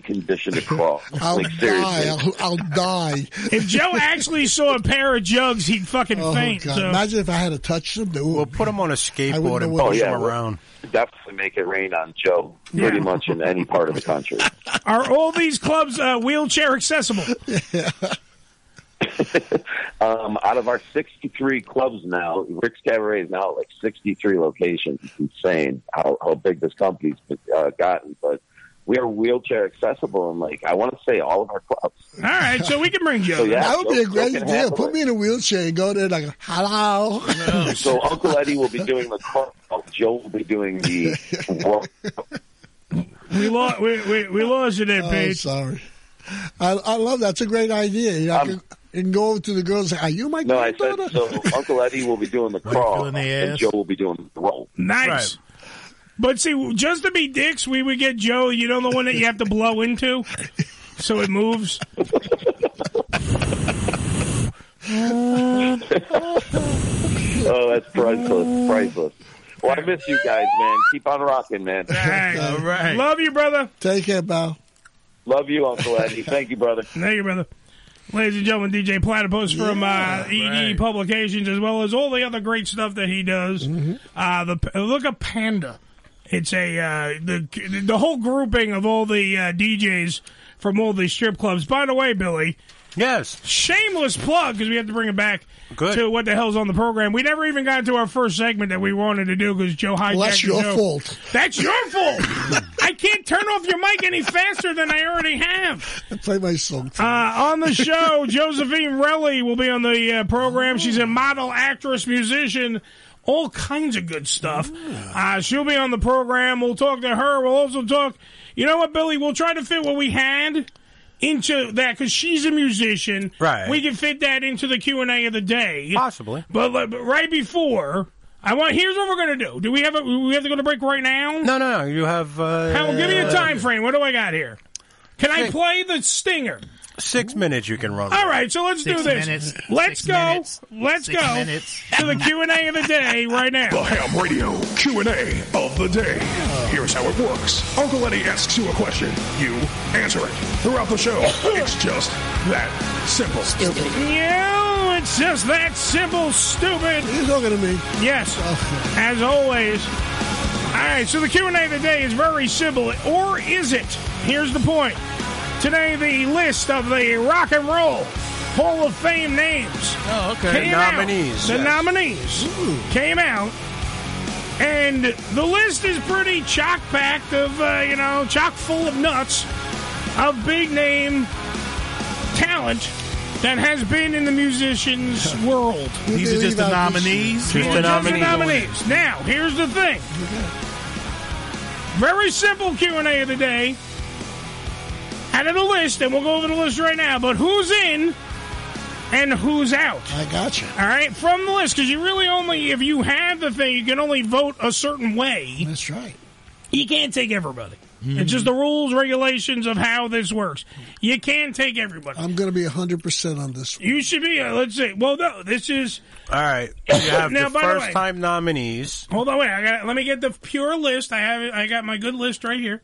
Speaker 8: condition to crawl.
Speaker 2: I'll
Speaker 8: like
Speaker 2: die.
Speaker 8: seriously.
Speaker 2: I'll, I'll die.
Speaker 1: if Joe actually saw a pair of jugs, he'd fucking
Speaker 2: Oh
Speaker 1: faint.
Speaker 2: God!
Speaker 1: so-
Speaker 2: Imagine if I had to touch them. They
Speaker 5: We'll
Speaker 2: would.
Speaker 5: put him on a
Speaker 2: I wouldn't
Speaker 5: skateboard
Speaker 2: know
Speaker 5: and
Speaker 2: what-
Speaker 5: push
Speaker 8: Oh, yeah,
Speaker 5: him
Speaker 8: well-
Speaker 5: around.
Speaker 8: Definitely make it rain on Joe. Pretty
Speaker 1: Yeah.
Speaker 8: much in any part of the country.
Speaker 1: Are all these clubs uh, wheelchair accessible?
Speaker 8: Um, out of our 63 clubs now, Rick's Cabaret is now at like 63 locations. It's insane how, how big this company's uh, gotten. But we are wheelchair accessible in like, I want to say all of our clubs.
Speaker 1: All right, so we can bring Joe.
Speaker 8: So, yeah.
Speaker 2: That would be
Speaker 8: Joe-
Speaker 2: a
Speaker 8: Joe
Speaker 2: great
Speaker 8: can
Speaker 2: deal.
Speaker 8: handle
Speaker 2: Put
Speaker 8: it.
Speaker 2: me in a wheelchair and go there like, hello.
Speaker 8: So Uncle Eddie will be doing the call. Joe will be doing the work.
Speaker 1: We, lo- we, we, we lost you there,
Speaker 2: Oh,
Speaker 1: Pete.
Speaker 2: sorry. I, I love that. That's a great idea. You, know, I
Speaker 8: Um,
Speaker 2: can, you can go over to the girls and say, Are you my
Speaker 8: No, I said
Speaker 2: granddaughter?
Speaker 8: so. Uncle Eddie will be doing the crawl,
Speaker 3: feeling the
Speaker 8: and
Speaker 3: ass?
Speaker 8: Joe will be doing the roll.
Speaker 1: Nice.
Speaker 5: Right.
Speaker 1: But see, just to be dicks, we would get Joe. You know the one that you have to blow into, so it moves.
Speaker 8: Oh, that's priceless, priceless. Well, I miss you guys, man. Keep on rocking, man.
Speaker 1: All right.
Speaker 2: All
Speaker 3: right.
Speaker 1: Love you, brother.
Speaker 2: Take care, pal.
Speaker 8: Love you, Uncle Eddie. Thank you, brother.
Speaker 1: Thank you, brother. Ladies and gentlemen, DJ Platypus from uh, ED
Speaker 3: right.
Speaker 1: Publications, as well as all the other great stuff that he does.
Speaker 5: Mm-hmm.
Speaker 1: Uh, the look at Panda. It's a uh, the the whole grouping of all the uh, DJs from all these strip clubs. By the way, Billy,
Speaker 5: Yes.
Speaker 1: shameless plug because we have to bring it back
Speaker 5: Good.
Speaker 1: to what the hell's on the program. We never even got to our first segment that we wanted to do because Joe hijacked
Speaker 2: Well, that's
Speaker 1: the
Speaker 2: your
Speaker 1: show.
Speaker 2: fault.
Speaker 1: That's your fault. I can't turn off your mic any faster than I already have.
Speaker 2: I play my song.
Speaker 1: Uh, on the
Speaker 2: Oh.
Speaker 1: show, Josephine Relly will be on the uh, program. She's a model, actress, musician, all kinds of good stuff. Uh, she'll be on the program. We'll talk to her. We'll also talk. You know what, Billy? We'll try to fit what we had into that because she's a musician.
Speaker 5: Right.
Speaker 1: We can fit that into the Q and A of the day.
Speaker 5: Possibly.
Speaker 1: But, like, but right before, I want. Here's what we're gonna do. Do we have a? We have to go to break right now.
Speaker 5: No, no, no. You have uh,
Speaker 1: Hal, give me a time frame. What do I got here? Can I play the stinger?
Speaker 5: six minutes. You can run.
Speaker 1: All right, so let's do
Speaker 3: Six
Speaker 1: this.
Speaker 3: minutes.
Speaker 1: Let's
Speaker 3: Six
Speaker 1: go.
Speaker 3: minutes.
Speaker 1: Let's
Speaker 3: Six
Speaker 1: go
Speaker 3: minutes.
Speaker 1: to the Q and A of the day right now.
Speaker 9: The Ham Radio Q&A of the day. Here's how it works. Uncle Eddie asks you a question. You answer it. Throughout the show, it's just that simple.
Speaker 1: Yeah, it's just that simple, stupid.
Speaker 2: You're talking to me. Oh.
Speaker 1: Yes, as always. All right, so the Q&A today is very simple, or is it? Here's the point. Today, the list of the Rock and Roll Hall of Fame names
Speaker 3: Oh, okay.
Speaker 1: came
Speaker 5: nominees,
Speaker 1: Out. The
Speaker 5: yes.
Speaker 1: nominees came out, and the list is pretty chock packed of uh, you know chock full of nuts of big name talent that has been in the musicians world.
Speaker 3: These are just the nominees.
Speaker 5: Just the
Speaker 1: These are
Speaker 5: nominees.
Speaker 1: nominees. Now, here's the thing. Very simple Q and A of the day. Out of the list, and we'll go over the list right now. But who's in and who's out?
Speaker 2: I got you.
Speaker 1: All right, from the list, because you really only, if you have the thing, you can only vote a certain way.
Speaker 2: That's right. Mm-hmm.
Speaker 1: You can't take everybody. It's just the rules, regulations of how this works. You can't take everybody.
Speaker 2: I'm going to be 100% on this one.
Speaker 1: You should be, uh, let's see. Well, no, this is,
Speaker 5: All right. You have
Speaker 1: Now,
Speaker 5: the
Speaker 1: by the way-
Speaker 5: first time nominees.
Speaker 1: hold on, wait, I got, let me get the pure list. I have it, I got my good list right here.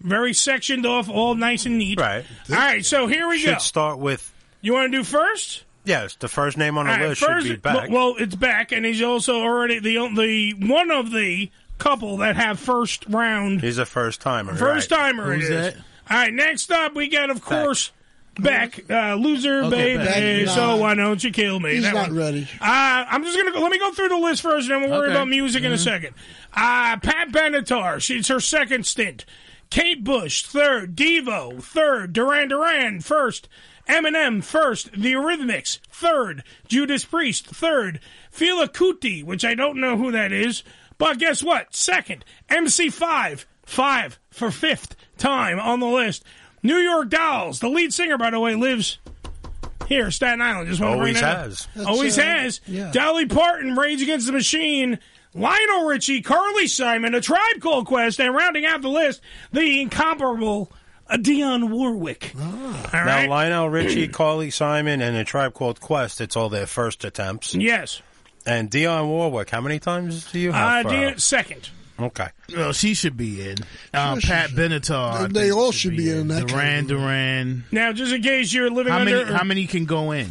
Speaker 1: Very sectioned off, all nice and neat.
Speaker 5: Right.
Speaker 1: All right, so here we go.
Speaker 5: Should start with
Speaker 1: You want to do first?
Speaker 5: yes. The first name on the
Speaker 1: All right,
Speaker 5: list
Speaker 1: first,
Speaker 5: should be back.
Speaker 1: Well, well, it's back, and he's also already the, the one of the couple that have first round
Speaker 5: He's a first timer.
Speaker 1: First
Speaker 5: right.
Speaker 1: timer it
Speaker 3: Who's
Speaker 1: is.
Speaker 3: that?
Speaker 1: All right, next up we got, of course, Beck, uh, loser,
Speaker 3: Okay,
Speaker 1: babe.
Speaker 3: Beck.
Speaker 1: eh,
Speaker 2: Nah.
Speaker 1: so why don't you kill me?
Speaker 2: He's
Speaker 1: That
Speaker 2: not
Speaker 1: one.
Speaker 2: ready.
Speaker 1: Uh, I'm just gonna go, let me go through the list first, and then we'll worry
Speaker 3: Okay.
Speaker 1: about music in a second. Uh, Pat Benatar, she- it's her second stint. Kate Bush, third. Devo, third. Duran Duran, first. Eminem, first. The Eurythmics, third. Judas Priest, third. Fila Kuti, which I don't know who that is, but guess what? Second. MC5, five for fifth time on the list. New York Dolls, the lead singer, by the way, lives here, Staten Island. Just want to bring
Speaker 5: Always
Speaker 1: that up.
Speaker 5: has.
Speaker 1: Always
Speaker 2: uh,
Speaker 1: has.
Speaker 2: yeah.
Speaker 1: Dolly Parton, Rage Against the Machine, Lionel Richie, Carly Simon, A Tribe Called Quest, and rounding out the list, the incomparable uh, Dionne Warwick.
Speaker 3: Ah.
Speaker 1: All
Speaker 5: Now
Speaker 1: right.
Speaker 5: Lionel Richie, Carly Simon, and a tribe called Quest. It's all their first attempts.
Speaker 1: yes.
Speaker 5: And Dion Warwick. How many times do you
Speaker 1: Uh,
Speaker 5: have? for
Speaker 1: Dion,
Speaker 5: her?
Speaker 1: second.
Speaker 5: okay.
Speaker 3: Well, she should be in. Uh,
Speaker 2: Sure,
Speaker 3: Pat
Speaker 2: she
Speaker 3: Benatar. I
Speaker 2: They
Speaker 3: think,
Speaker 2: all should be in that
Speaker 3: Duran Duran.
Speaker 1: Now, just in case you're living
Speaker 3: How many?
Speaker 1: under,
Speaker 3: How many can go in?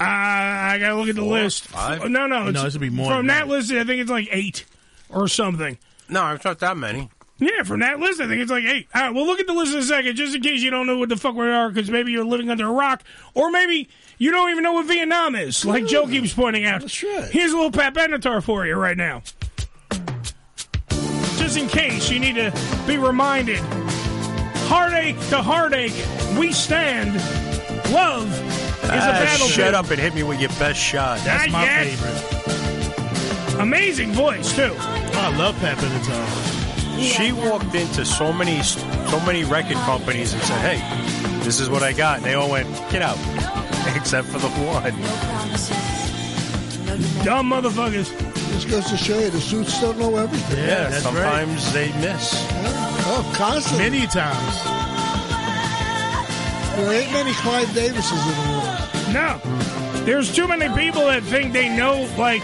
Speaker 1: Uh, I gotta look at the list.
Speaker 5: five?
Speaker 1: No, no, it's-
Speaker 3: it should be more
Speaker 1: From that
Speaker 3: than that.
Speaker 1: list, I think it's like eight or something.
Speaker 5: No, it's not that many.
Speaker 1: Yeah, from that list, I think it's like eight. All right, well, look at the list in a second, just in case you don't know what the fuck we are, because maybe you're living under a rock, or maybe you don't even know what Vietnam is, like Joe keeps pointing out.
Speaker 2: That's right.
Speaker 1: Here's a little Pat Benatar for you right now. Just in case you need to be reminded. Heartache to heartache, we stand. Love is a
Speaker 5: Ah,
Speaker 1: battlefield.
Speaker 5: shut up and hit me with your best shot.
Speaker 1: Not
Speaker 3: That's my
Speaker 1: yet.
Speaker 3: favorite.
Speaker 1: Amazing voice, too.
Speaker 3: I love Pat Benatar.
Speaker 5: She walked into so many so many record companies and said, "Hey, this is what I got." And they all went, "Get out," except for the one.
Speaker 1: Dumb motherfuckers.
Speaker 2: This goes to show you the suits don't know everything.
Speaker 3: Yeah,
Speaker 5: Yeah,
Speaker 3: that's right.
Speaker 5: sometimes they miss.
Speaker 2: Oh, constantly.
Speaker 3: Many times.
Speaker 2: There ain't many Clive Davises in the world.
Speaker 1: No. There's too many people that think they know, like,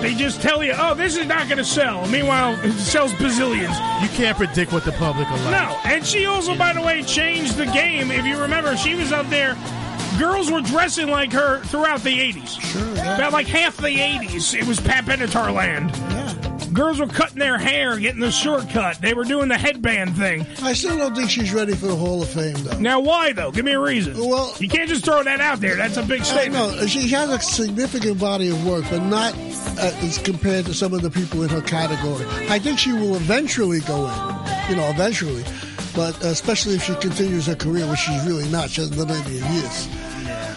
Speaker 1: they just tell you, oh, this is not going to sell. Meanwhile, it sells bazillions.
Speaker 3: You can't predict what the public will like.
Speaker 1: No. And she also, by the way, changed the game. If you remember, she was up there. Girls were dressing like her throughout the 80s.
Speaker 2: Sure, yeah.
Speaker 1: About like half the 80s, it was Pat Benatar land.
Speaker 2: Yeah.
Speaker 1: Girls were cutting their hair, getting the shortcut. They were doing the headband thing.
Speaker 2: I still don't think she's ready for the Hall of Fame, though.
Speaker 1: Now, why, though? Give me a reason.
Speaker 2: Well-
Speaker 1: you can't just throw that out there. That's a big
Speaker 2: I
Speaker 1: statement.
Speaker 2: know she has a significant body of work, but not uh, as compared to some of the people in her category. I think she will eventually go in, you know, eventually, but uh, especially if she continues her career, which she's really not. She hasn't done it in years.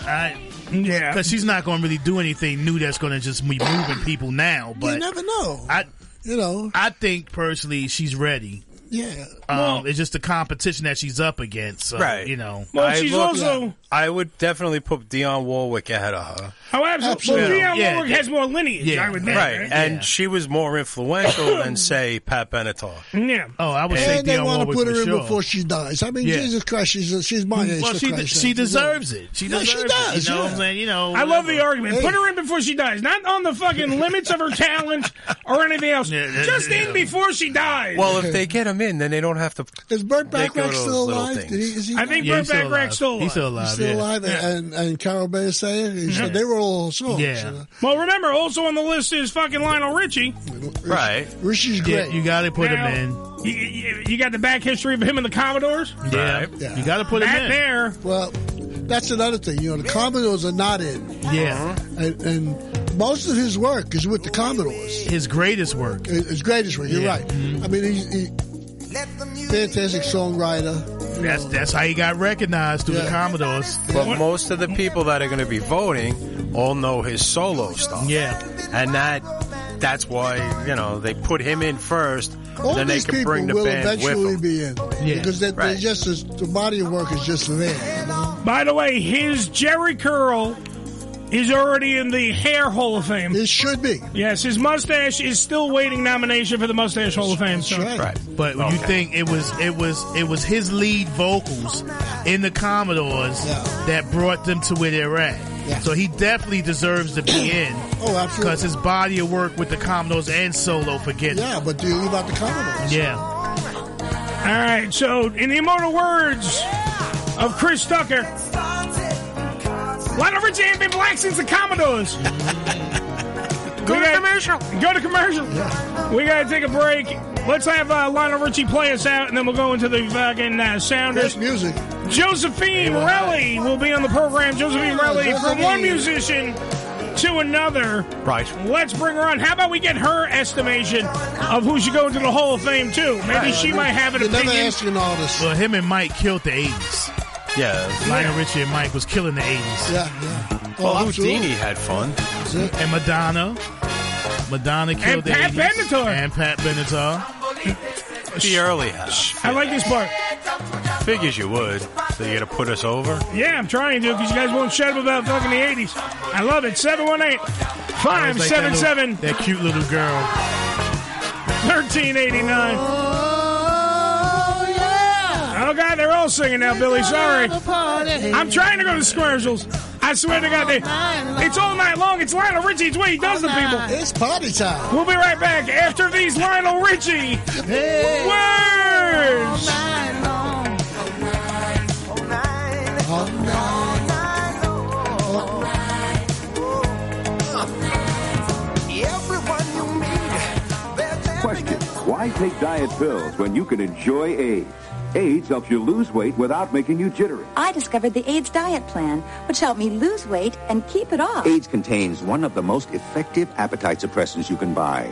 Speaker 3: I,
Speaker 1: Yeah,
Speaker 3: because she's not going to really do anything new that's going to just be moving people now. But
Speaker 2: you never know.
Speaker 3: I,
Speaker 2: you know,
Speaker 3: I think personally she's ready.
Speaker 2: Yeah,
Speaker 3: Um, it's just the competition that she's up against. So,
Speaker 5: right.
Speaker 3: You know.
Speaker 1: Well, she's also-
Speaker 5: I would definitely put Dionne Warwick ahead of her.
Speaker 1: Oh, absolutely.
Speaker 5: Absolutely.
Speaker 1: Well, Dionne
Speaker 5: Yeah.
Speaker 1: Warwick has more lineage, I would think.
Speaker 5: right. And she was more influential than, say, Pat Benatar.
Speaker 1: Yeah.
Speaker 3: Oh, I
Speaker 5: would
Speaker 2: and
Speaker 5: say
Speaker 2: they
Speaker 5: Dionne
Speaker 2: want to
Speaker 5: Warwick
Speaker 2: put her
Speaker 5: for
Speaker 2: in
Speaker 5: sure.
Speaker 2: before she dies. I mean,
Speaker 5: Yeah.
Speaker 2: Jesus Christ, she's she's my age.
Speaker 3: Well,
Speaker 2: for
Speaker 3: she
Speaker 2: Christ's
Speaker 3: she
Speaker 2: sake. You know.
Speaker 3: deserves it. She
Speaker 2: Yeah,
Speaker 3: deserves
Speaker 2: she
Speaker 3: it.
Speaker 2: does,
Speaker 3: You know what
Speaker 2: yeah.
Speaker 3: I'm saying? You
Speaker 5: Oh,
Speaker 3: know.
Speaker 1: I love the
Speaker 3: whatever.
Speaker 1: argument. Put her in before she dies, not on the fucking limits of her talent or anything else.
Speaker 5: yeah,
Speaker 1: Just
Speaker 5: yeah.
Speaker 1: in before she dies.
Speaker 5: Well, if they get him in, then they don't have to.
Speaker 2: Is Burt
Speaker 5: They go to
Speaker 2: Bacharach
Speaker 5: those
Speaker 2: still
Speaker 5: little
Speaker 2: alive?
Speaker 5: things.
Speaker 2: Did he, is he
Speaker 1: I think
Speaker 3: Yeah,
Speaker 1: Burt
Speaker 3: he's still
Speaker 1: Bacharach's
Speaker 3: alive.
Speaker 1: still alive.
Speaker 3: He's still alive.
Speaker 2: still
Speaker 3: yeah.
Speaker 2: alive? And and Carol Bayer
Speaker 1: Yeah.
Speaker 2: they were all songs.
Speaker 3: Yeah.
Speaker 2: You know?
Speaker 1: Well, remember, also on the list is fucking Lionel Richie.
Speaker 5: Right.
Speaker 2: Rishi's
Speaker 3: Yeah,
Speaker 2: great.
Speaker 3: you got to put
Speaker 1: Now,
Speaker 3: him
Speaker 1: You, you- you got the back history of him and the Commodores.
Speaker 3: in. Yeah.
Speaker 5: Right.
Speaker 2: Yeah.
Speaker 3: You got to put him
Speaker 1: That
Speaker 3: in.
Speaker 1: there,
Speaker 2: well, that's another thing. You know, the Commodores are not in, Uh-huh.
Speaker 3: Yeah.
Speaker 2: and, and most of his work is with the Commodores.
Speaker 3: His greatest work.
Speaker 2: His his greatest work. You're
Speaker 3: Yeah. Mm-hmm.
Speaker 2: right. I mean, he's he, fantastic songwriter.
Speaker 3: That's that's how he got recognized through the
Speaker 2: Yeah.
Speaker 3: Commodores.
Speaker 5: But most of the people that are going to be voting all know his solo stuff.
Speaker 3: Yeah.
Speaker 5: And that that's why, you know, they put him in first,
Speaker 2: All
Speaker 5: then they
Speaker 2: these
Speaker 5: can
Speaker 2: people
Speaker 5: bring the
Speaker 2: will
Speaker 5: band with
Speaker 2: eventually
Speaker 5: them.
Speaker 2: be in
Speaker 3: Yeah.
Speaker 2: because they,
Speaker 5: Right.
Speaker 2: they just the body of work is just there. you know?
Speaker 1: by the way, his Jerry Curl is already in the Hair Hall of Fame.
Speaker 2: It should be.
Speaker 1: Yes, his mustache is still waiting nomination for the Mustache Hall of Fame. So.
Speaker 2: That's
Speaker 5: Right.
Speaker 3: But when you think it was it was it was his lead vocals in the Commodores
Speaker 2: Yeah.
Speaker 3: that brought them to where they're at.
Speaker 2: Yeah.
Speaker 3: So he definitely deserves to be in
Speaker 2: Oh, absolutely.
Speaker 3: because his body of work with the Commodores and solo for getting
Speaker 2: Yeah, but do you leave out the Commodores?
Speaker 3: yeah.
Speaker 1: All right, so in the immortal words of Chris Tucker, Lionel Richie ain't been black since the Commodores. go to commercial. Go to commercial. We gotta take a break. Let's have uh, Lionel Richie play us out, and then we'll go into the fucking uh, Sounders.
Speaker 2: Great music.
Speaker 1: Josephine Relly will be on the program. Josephine Relly, from one musician to another.
Speaker 5: Right.
Speaker 1: Let's bring her on. How about we get her estimation of who should go into the Hall of Fame too? Maybe she might have an
Speaker 2: You're never
Speaker 1: opinion.
Speaker 2: asking all this.
Speaker 3: Well, him and Mike killed the eighties.
Speaker 5: Yeah.
Speaker 3: Lionel Richie and Mike was killing the eighties.
Speaker 2: Yeah, yeah. Oh,
Speaker 5: Well,
Speaker 2: absolutely.
Speaker 5: Houdini had fun.
Speaker 2: That's it.
Speaker 3: And Madonna. Madonna killed the
Speaker 1: Pat
Speaker 3: 80s.
Speaker 1: Benatar.
Speaker 3: And Pat Benatar.
Speaker 5: The early half.
Speaker 1: I like this part.
Speaker 5: Figures you would. So you're going to put us over?
Speaker 1: Yeah, I'm trying to because you guys won't shut up about fucking the 80s. I love it. 718
Speaker 3: I always like that little-
Speaker 1: 577
Speaker 3: That cute little girl.
Speaker 1: 1389. Oh, God, they're all singing now, Billy. Sorry. I'm trying to go to commercials. I swear to God, they, it's all night long. It's Lionel Richie. It's what he does to people.
Speaker 2: It's party time.
Speaker 1: We'll be right back after these Lionel Richie words.
Speaker 10: Question Why take diet pills when you can enjoy AIDS? AIDS helps you lose weight without making you jittery.
Speaker 11: I discovered the AIDS diet plan, which helped me lose weight and keep it off.
Speaker 10: AIDS contains one of the most effective appetite suppressants you can buy,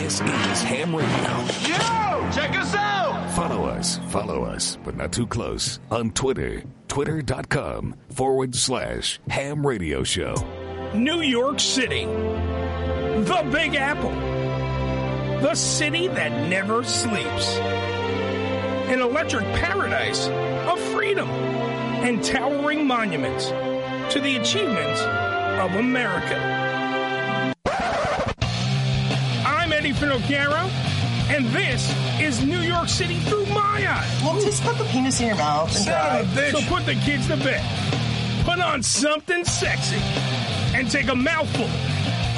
Speaker 12: This is Ham Radio.
Speaker 7: Yo! Check us out!
Speaker 12: Follow us, follow us, but not too close on Twitter. Twitter.com forward slash Ham Radio Show.
Speaker 1: New York City. The Big Apple. The city that never sleeps. An electric paradise of freedom and towering monuments to the achievements of America. I'm Eddie Finocchiaro, and this is New York City through my eyes. Well, just put the penis in your mouth.
Speaker 7: and
Speaker 1: Son of a bitch. So put the kids to bed. Put on something sexy and take a mouthful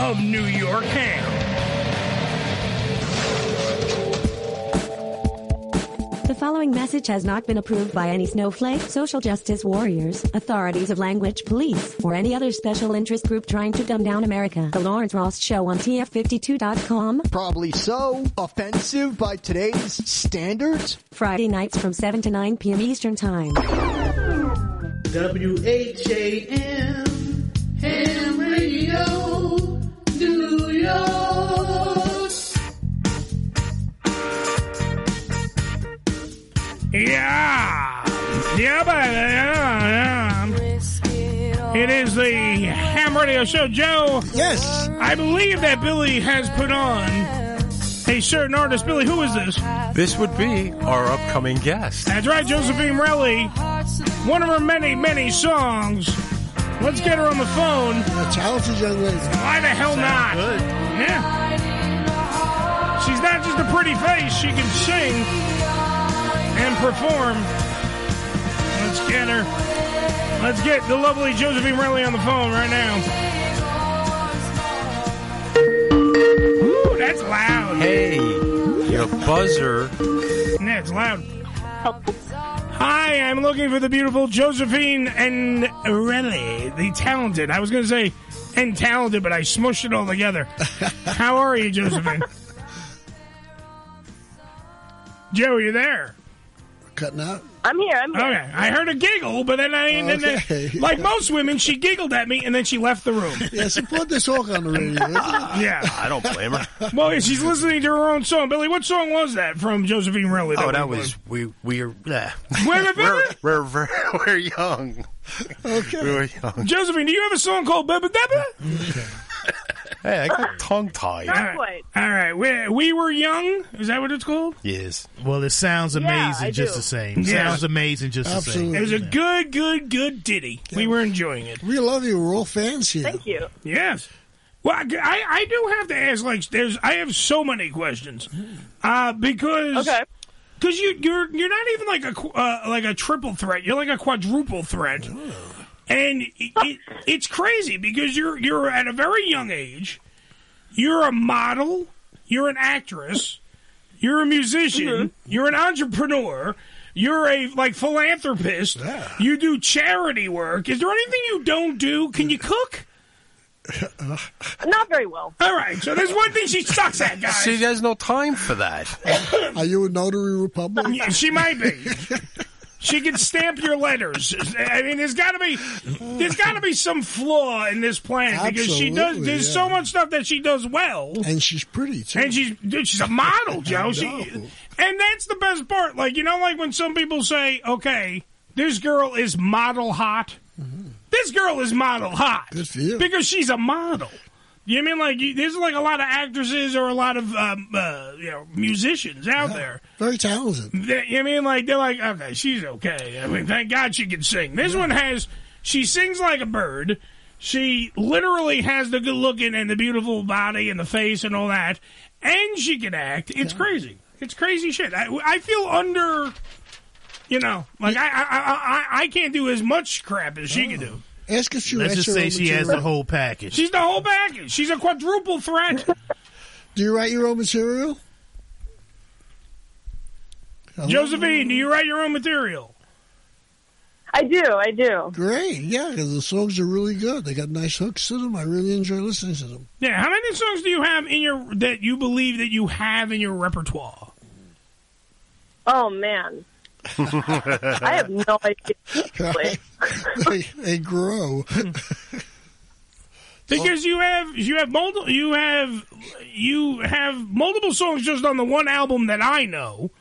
Speaker 1: of New York ham.
Speaker 13: The following message has not been approved by any snowflake, social justice warriors, authorities of language police, or any other special interest group trying to dumb down America. The Lawrence Ross Show on TF52.com.
Speaker 14: Probably so. Offensive by today's standards.
Speaker 13: Friday nights from 7 to 9 p.m. Eastern Time.
Speaker 7: W H A M. Ham Radio. New York.
Speaker 1: Yeah. Yeah, baby. Yeah, yeah. It is the Ham Radio Show. Joe. Yes. I believe that Billy has put on a certain artist. Billy, who is this?
Speaker 5: This would be our upcoming guest.
Speaker 1: That's right, Josephine Relly. One of her many, many songs. Let's get her on the phone. A talented young lady. Why the hell not? Yeah. She's not just a pretty face. She can sing and perform. Let's get her. Let's get the lovely Josephine Relly on the phone right now. Ooh, that's loud.
Speaker 5: Hey, your buzzer.
Speaker 1: Yeah, it's loud. Hi, I'm looking for the beautiful Josephine and Rennie, the talented. I was going to say and talented, but I smushed it all together. How are you, Josephine? Joe, you there? Cutting out.
Speaker 15: I'm here. I'm here.
Speaker 1: Okay, I heard a giggle, but then I and then-
Speaker 2: Okay.
Speaker 1: like most women, she giggled at me and then she left the room.
Speaker 2: Yeah, support this hawk on the radio.
Speaker 1: yeah.
Speaker 5: I don't blame her.
Speaker 1: Well, yeah, she's listening to her own song. Billy, what song was that from Josephine Relly?
Speaker 5: Oh, that
Speaker 1: we-
Speaker 5: was we we are yeah.
Speaker 1: Wait a
Speaker 5: we're, we're we're we're young. Okay. We were young.
Speaker 1: Josephine, do you have a song called Beba Deba?
Speaker 5: Hey, I got tongue tied.
Speaker 1: All right. All right. We, we were young. Is that what it's called?
Speaker 5: Yes.
Speaker 3: Well, it sounds
Speaker 1: Yeah,
Speaker 3: amazing
Speaker 1: I
Speaker 3: just
Speaker 1: do.
Speaker 3: the same.
Speaker 1: Yeah.
Speaker 3: Sounds amazing just
Speaker 1: It
Speaker 3: the
Speaker 1: was a
Speaker 3: same.
Speaker 1: good, good, good ditty. We were enjoying it.
Speaker 2: We love you. We're all fans here.
Speaker 15: Thank you.
Speaker 1: Yes. Well, I, I I do have to ask. Like, there's I have so many questions, uh, because okay. Because you you're you're not even like a qu- uh, like a triple threat. You're like a quadruple threat,
Speaker 2: Oh.
Speaker 1: and it, it, it's crazy because you're you're at a very young age. You're a model. You're an actress. You're a musician. You're an entrepreneur. You're a like philanthropist. You do charity work. Is there anything you don't do? Can you cook?
Speaker 15: Not very well.
Speaker 1: All right, so there's one thing she sucks at, guys.
Speaker 5: See, there's no time for that.
Speaker 2: Are you a notary republic?
Speaker 1: She might be. She can stamp your letters. I mean, there's got to be there's got to be some flaw in this plan because she does.
Speaker 2: Absolutely,
Speaker 1: There's
Speaker 2: yeah.
Speaker 1: so much stuff that she does well,
Speaker 2: and she's pretty too.
Speaker 1: And she's dude, she's a model, Joe.
Speaker 2: I
Speaker 1: She,
Speaker 2: know.
Speaker 1: and that's the best part. Like you know, like when some people say, "Okay, this girl is model hot."
Speaker 2: Mm-hmm.
Speaker 1: This girl is model hot. Good for you. Because she's a model. You know what I mean like you, there's like a lot of actresses or a lot of um, uh, you know musicians out there.
Speaker 2: Very talented.
Speaker 1: They, you know what I mean like they're like okay she's okay. I mean thank God she can sing. This one has she sings like a bird. She literally has the good looking and the beautiful body and the face and all that, and she can act. It's crazy. It's crazy shit. I, I feel under. You know, like I, I, I, I- I can't do as much crap as she can do.
Speaker 2: Ask if she
Speaker 3: Let's
Speaker 2: writes
Speaker 3: just
Speaker 2: her
Speaker 3: say
Speaker 2: own
Speaker 3: she has
Speaker 2: material.
Speaker 3: the whole package.
Speaker 1: She's the whole package. She's a quadruple threat.
Speaker 2: Do you write your own material?
Speaker 1: Josephine, do you write your own material?
Speaker 2: I do, I do. Great, yeah, 'cause the songs are really good. They got nice hooks in them. I really enjoy listening to them.
Speaker 1: Yeah. How many songs do you have in your that you believe that you have in your repertoire?
Speaker 15: Oh man, I have no idea.
Speaker 2: they, they grow.
Speaker 1: Because you have you have multiple you have you have multiple songs just on the one album that I know.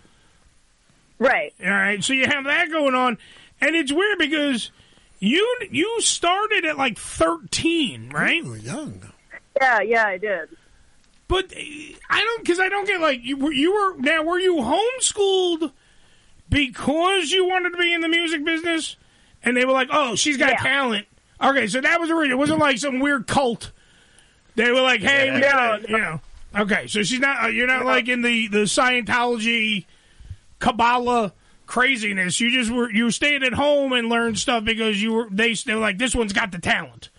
Speaker 15: Right.
Speaker 1: All right. So you have that going on, and it's weird because you you started at like thirteen, right?
Speaker 2: young.
Speaker 15: Yeah, yeah, I did.
Speaker 1: But eh, I don't because I don't get like you were you were now were you homeschooled because you wanted to be in the music business, and they were like, oh, she's got talent. Okay, so that was the reason. It wasn't like some weird cult. They were like, hey, we
Speaker 7: No,
Speaker 1: gotta, you know. Okay, so she's not. uh, You're not like in the the Scientology, Kabbalah craziness. You just were you stayed at home and learned stuff because you were they they were like this one's got the talent.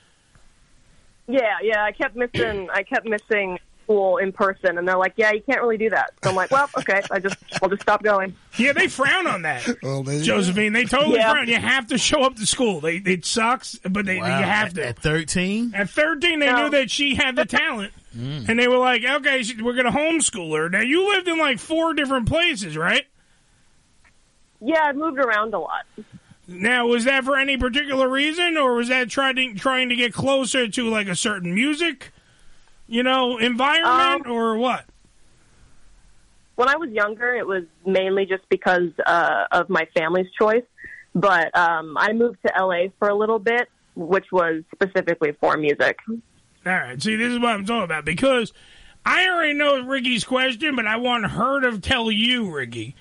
Speaker 15: Yeah, yeah. I kept missing. I kept missing school in person, and they're like, "Yeah, you can't really do that." So I'm like, "Well, okay. I just, I'll just stop going."
Speaker 1: Yeah, they frown on that.
Speaker 2: Well, there you go.
Speaker 1: Josephine, they totally
Speaker 15: Yeah.
Speaker 1: frown. You have to show up to school. They it sucks, but they
Speaker 3: Wow.
Speaker 1: you have to. At thirteen, at thirteen, they knew that she had the talent,
Speaker 2: Mm-hmm.
Speaker 1: and they were like, "Okay, she, we're going to homeschool her." Now you lived in like four different places, right?
Speaker 15: Yeah, I moved around a lot.
Speaker 1: Now, was that for any particular reason, or was that trying to, trying to get closer to like a certain music, you know,
Speaker 15: Um,
Speaker 1: environment, or what?
Speaker 15: When I was younger, it was mainly just because uh, of my family's choice. But um, I moved to LA for a little bit, which was specifically for music.
Speaker 1: All right. See, this is what I'm talking about because I already know Ricky's question, but I want her to tell you, Ricky,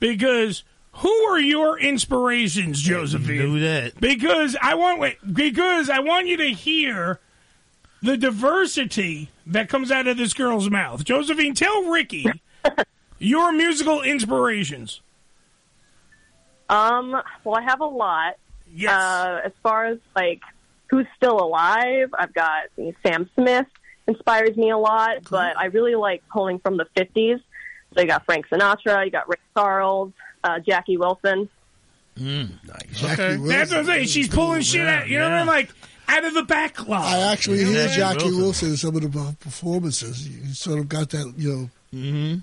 Speaker 1: because who are your inspirations, Josephine? Do that because I want wait, because I want you to hear the diversity that comes out of this girl's mouth. Josephine, tell Ricky your musical inspirations.
Speaker 15: Um, well, I have a lot. Yes. Uh, as far as like who's still alive, I've got Sam Smith inspires me a lot, but I really like pulling from the '50s. So you got Frank Sinatra, you got Rick Charles, uh, Jackie Wilson.
Speaker 1: Hmm, nice. That's what I'm saying. She's pulling shit out. You know what I mean? Like out of the backlog.
Speaker 2: I actually
Speaker 1: You know
Speaker 2: hear
Speaker 1: what I mean?
Speaker 2: Jackie Wilson. in some of the uh, performances. You sort of got that, you know,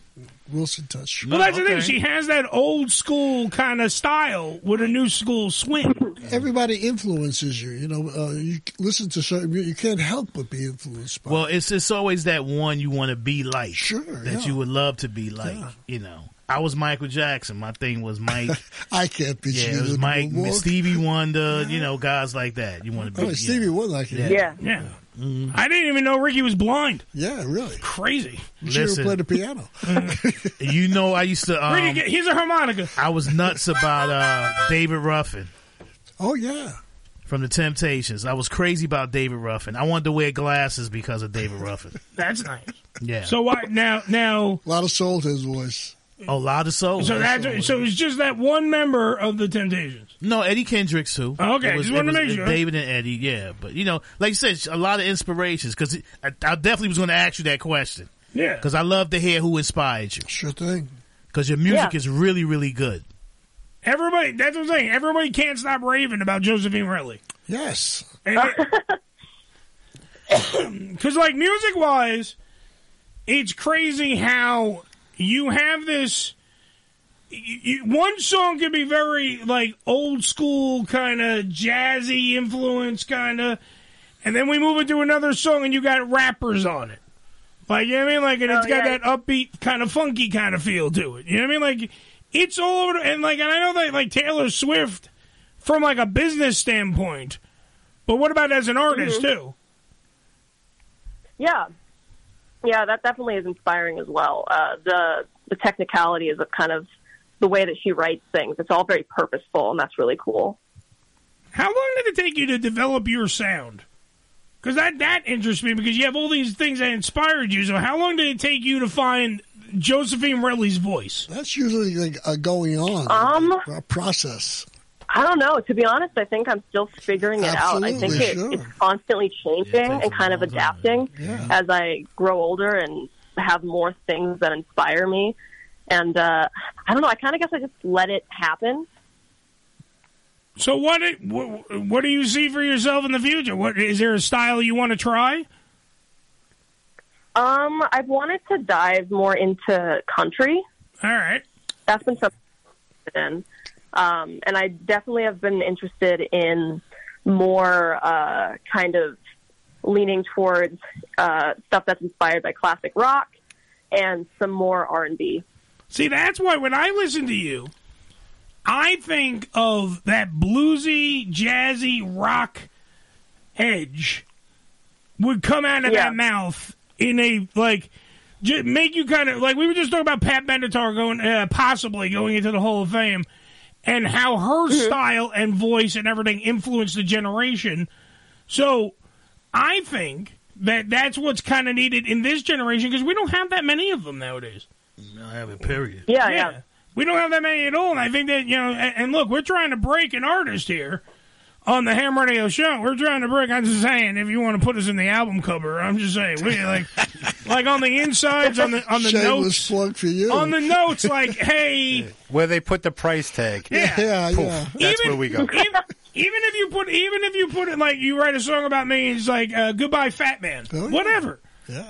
Speaker 2: Wilson touch.
Speaker 1: Mm-hmm. Well, that's the thing. She has that old school kind of style with a new school swing.
Speaker 2: Everybody influences you. You know, uh, you listen to certain music, you can't help but be influenced by.
Speaker 3: Well, it's it's always that one you want to be like, that
Speaker 2: yeah.
Speaker 3: you would love to be like. You know, I was Michael Jackson. My thing was Mike.
Speaker 2: I can't be.
Speaker 3: yeah, it was Mike, Stevie Wonder. You know, guys like that. You want to be Mm-hmm.
Speaker 2: Oh, Stevie Wonder, I can-
Speaker 1: Yeah. Yeah. I didn't even know Ricky was blind.
Speaker 2: Yeah, really.
Speaker 1: Crazy.
Speaker 3: Listen.
Speaker 2: play the piano.
Speaker 3: You know, I used to. Um,
Speaker 1: Ricky, get- here's a harmonica.
Speaker 3: I was nuts about uh, David Ruffin.
Speaker 2: Oh yeah.
Speaker 3: From the Temptations, I was crazy about David Ruffin. I wanted to wear glasses because of David Ruffin.
Speaker 1: That's nice.
Speaker 3: Yeah.
Speaker 1: So why now? Now
Speaker 2: a lot of soul to his voice.
Speaker 3: Oh, lot of soul.
Speaker 1: So that's so it's just that one member of the Temptations.
Speaker 3: No, Eddie Kendricks too.
Speaker 1: Oh, Okay,
Speaker 3: It was-
Speaker 1: just wanted
Speaker 3: it
Speaker 1: to
Speaker 3: was
Speaker 1: make sure.
Speaker 3: David and Eddie, yeah. But you know, like you said, a lot of inspirations because I, I definitely was going to ask you that question.
Speaker 1: Yeah.
Speaker 3: because I love to hear who inspired you.
Speaker 2: Sure thing.
Speaker 3: Because your music is really, really good.
Speaker 1: Everybody, that's what I'm saying. Everybody can't stop raving about Josephine Ridley.
Speaker 2: Yes.
Speaker 1: Because, like, music wise, it's crazy how you have this you, you- one song can be very like old school kind of jazzy influence kind of, and then we move into another song and you got rappers on it. Like you know what I mean? Like and it's
Speaker 7: Oh,
Speaker 1: got
Speaker 7: yeah.
Speaker 1: that upbeat kind of funky kind of feel to it. You know what I mean? Like it's all over the- and like and I know that like Taylor Swift from like a business standpoint, but what about as an artist
Speaker 7: Mm-hmm.
Speaker 1: too?
Speaker 15: Yeah, yeah, that definitely is inspiring as well. Uh, the the technicality is a kind of the way that she writes things. It's all very purposeful, and that's really cool.
Speaker 1: How long did it take you to develop your sound? Because that that interests me because you have all these things that inspired you. So how long did it take you to find Josephine Relly's voice?
Speaker 2: That's usually like a going on
Speaker 15: Um,
Speaker 2: a process.
Speaker 15: I don't know. To be honest, I think I'm still figuring it out. I think
Speaker 2: Absolutely,
Speaker 15: it,
Speaker 2: sure.
Speaker 15: it's constantly changing and kind of adapting as I grow older and have more things that inspire me. And uh, I don't know. I kind of guess I just let it happen.
Speaker 1: So what, it- what what do you see for yourself in the future? What is there a style you want to try?
Speaker 15: Um, I've wanted to dive more into country.
Speaker 1: All right.
Speaker 15: That's been something I've been in. Um, and I definitely have been interested in more uh, kind of leaning towards uh, stuff that's inspired by classic rock and some more R&B.
Speaker 1: See, that's why when I listen to you, I think of that bluesy, jazzy rock edge would come out of
Speaker 7: Yeah.
Speaker 1: that mouth in a like ju- make you kind of like we were just talking about Pat Benatar going uh, possibly going into the Hall of Fame and how her style and voice and everything influenced the generation. So I think that that's what's kind of needed in this generation because we don't have that many of them nowadays.
Speaker 3: I have a period.
Speaker 1: Yeah, yeah, We don't have that many at all, and I think that you know. And, and look, we're trying to break an artist here on the Ham Radio Show. We're trying to break. I'm just saying, if you want to put us in the album cover, I'm just saying, we like, like on the insides, on the on the
Speaker 2: Shameless
Speaker 1: notes,
Speaker 2: plug for you.
Speaker 1: on the notes, like, hey,
Speaker 5: Where they put the price tag.
Speaker 1: Yeah. Yeah,
Speaker 5: Poof.
Speaker 1: yeah.
Speaker 5: That's where we go.
Speaker 1: even, even if you put, even if you put it like you write a song about me, it's like uh, goodbye, Fat Man,
Speaker 2: Oh,
Speaker 1: whatever.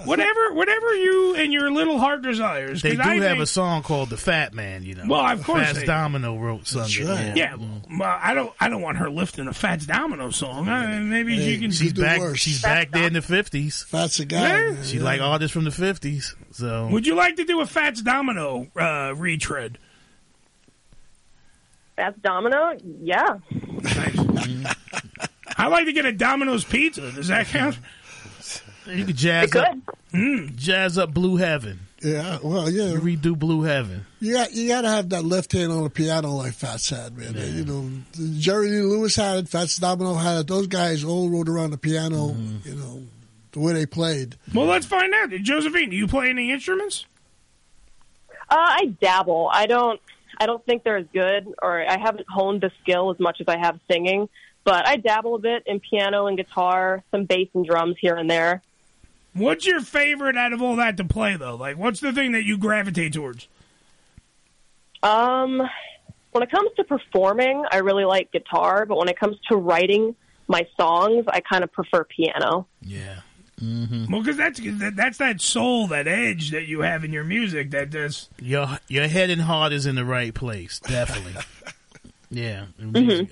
Speaker 1: Whatever, whatever you and your little heart desires.
Speaker 3: They
Speaker 1: 'cause
Speaker 3: do
Speaker 1: I
Speaker 3: have
Speaker 1: think-
Speaker 3: a song called "The Fat Man," you know.
Speaker 1: Well, of course
Speaker 3: Fats
Speaker 1: they do.
Speaker 3: Domino wrote sung it.
Speaker 1: Yeah,
Speaker 3: Mm.
Speaker 1: well, I don't. I don't want her lifting a Fats Domino song. I mean, maybe she can.
Speaker 3: She's back. She's back there in the fifties.
Speaker 2: That's a
Speaker 1: guy. Yeah.
Speaker 3: She like artists from the fifties. So
Speaker 1: Would you like to do a Fats Domino uh, retread?
Speaker 15: That's Domino. Yeah.
Speaker 1: I like to get a Domino's pizza. Does that count? Hmm.
Speaker 3: You could jazz up, jazz up Blue Heaven.
Speaker 2: Yeah, well, yeah.
Speaker 3: redo Blue Heaven.
Speaker 2: You got you got to have that left hand on the piano like Fats had, man. You know, Jerry Lee Lewis had it, Fats Domino had it. Those guys all rode around the piano.
Speaker 3: Mm-hmm.
Speaker 2: You know, the way they played.
Speaker 1: Well, let's find out. Josephine, do you play any instruments?
Speaker 15: Uh, I dabble. I don't. I don't think they're as good, or I haven't honed the skill as much as I have singing. But I dabble a bit in piano and guitar, some bass and drums here and there.
Speaker 1: What's your favorite out of all that to play though? Like, what's the thing that you gravitate towards?
Speaker 15: Um, when it comes to performing, I really like guitar, but when it comes to writing my songs, I kind of prefer piano.
Speaker 2: Mm-hmm.
Speaker 1: Well, because that's that, that's that soul, that edge that you have in your music. That does.
Speaker 3: Your your head and heart is in the right place, definitely. yeah,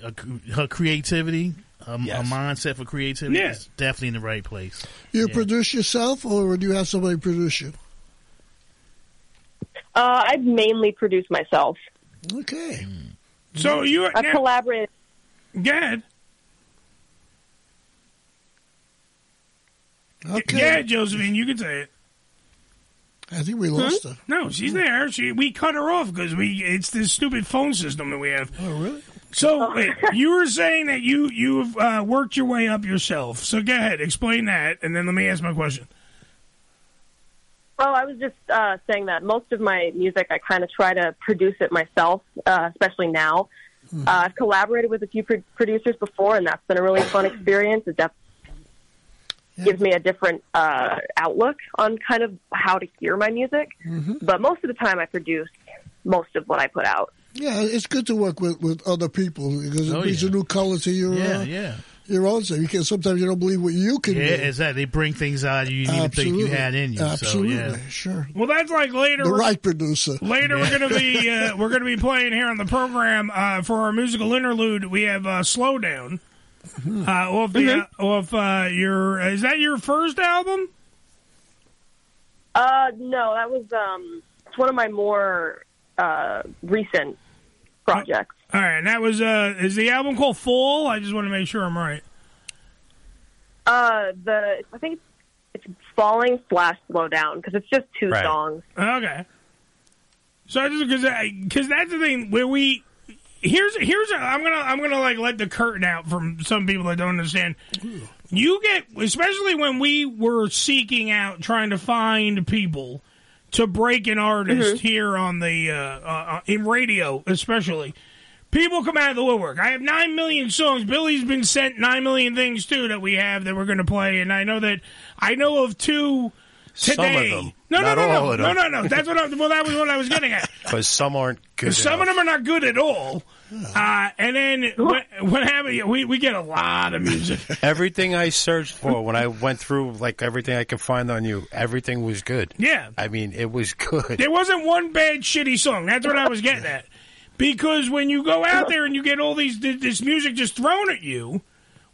Speaker 3: her, her creativity, um, her, her mindset for creativity
Speaker 2: Yeah.
Speaker 3: is definitely in the right place.
Speaker 2: You produce yourself, or do you have somebody produce you?
Speaker 15: Uh, I mainly produce myself.
Speaker 2: Okay.
Speaker 1: So you
Speaker 15: I collaborate.
Speaker 1: Good.
Speaker 2: Okay.
Speaker 1: Yeah, Josephine, you can say it.
Speaker 2: I think we
Speaker 1: Hmm?
Speaker 2: lost her. Hmm.
Speaker 1: No, she's there. She we cut her off because we it's this stupid phone system that we have.
Speaker 2: Oh, really?
Speaker 1: So wait, you were saying that you you've uh, worked your way up yourself. So go ahead, explain that, and then let me ask my question.
Speaker 15: Oh, I was just uh, saying that most of my music, I kind of try to produce it myself, uh, especially now. Uh, I've collaborated with a few pro- producers before, and that's been a really fun experience. It definitely gives me a different uh, outlook on kind of how to hear my music. But most of the time, I produce most of what I put out.
Speaker 2: Yeah, it's good to work with, with other people because it
Speaker 15: Oh,
Speaker 2: brings a new color to your
Speaker 15: Yeah,
Speaker 2: uh,
Speaker 15: yeah.
Speaker 2: your own self. You can sometimes you don't believe what you can
Speaker 3: Yeah,
Speaker 2: do.
Speaker 3: exactly. They bring things out you didn't even think you
Speaker 2: Absolutely.
Speaker 3: had in you.
Speaker 2: Absolutely,
Speaker 3: So, yeah.
Speaker 2: sure.
Speaker 1: Well, that's like later.
Speaker 2: The
Speaker 1: we're-
Speaker 2: right producer.
Speaker 1: Later, we're gonna be uh, we're gonna be playing here on the program uh, for our musical interlude. We have uh, slowdown. Uh, or if, the, uh, or if uh, your is that your first album?
Speaker 15: Uh, no, that was um, it's one of my more uh, recent projects.
Speaker 1: All right, and that was uh, is the album called Full? I just want to make sure I'm right.
Speaker 15: Uh, the I think it's falling slash slow down because it's just two
Speaker 1: Right.
Speaker 15: songs.
Speaker 1: Okay. So I just because because that's the thing where we here's here's a, I'm gonna I'm gonna like let the curtain out from some people that don't understand. You get especially when we were seeking out trying to find people to break an artist here on the uh, uh, uh, in
Speaker 3: Mm-hmm.
Speaker 1: radio especially. People come out of the woodwork. I have nine million songs. Billy's been sent nine million things too that we have that we're going to play, and I know that I know of two today.
Speaker 5: Some of them.
Speaker 1: No,
Speaker 5: Not
Speaker 1: no, no,
Speaker 5: all
Speaker 1: no,
Speaker 5: of
Speaker 1: no,
Speaker 5: them.
Speaker 1: no, no. That's what. I, well, that was what I was getting at.
Speaker 5: Because some aren't good.
Speaker 1: Some of them are not good at all. Uh, and then what, what happened? We we get a lot of music.
Speaker 5: Everything I searched for when I went through like everything I could find on you, everything was good.
Speaker 1: Yeah.
Speaker 5: I mean, it was good.
Speaker 1: There wasn't one bad shitty song. That's what I was getting at. Because when you go out there and you get all these th- this music just thrown at you,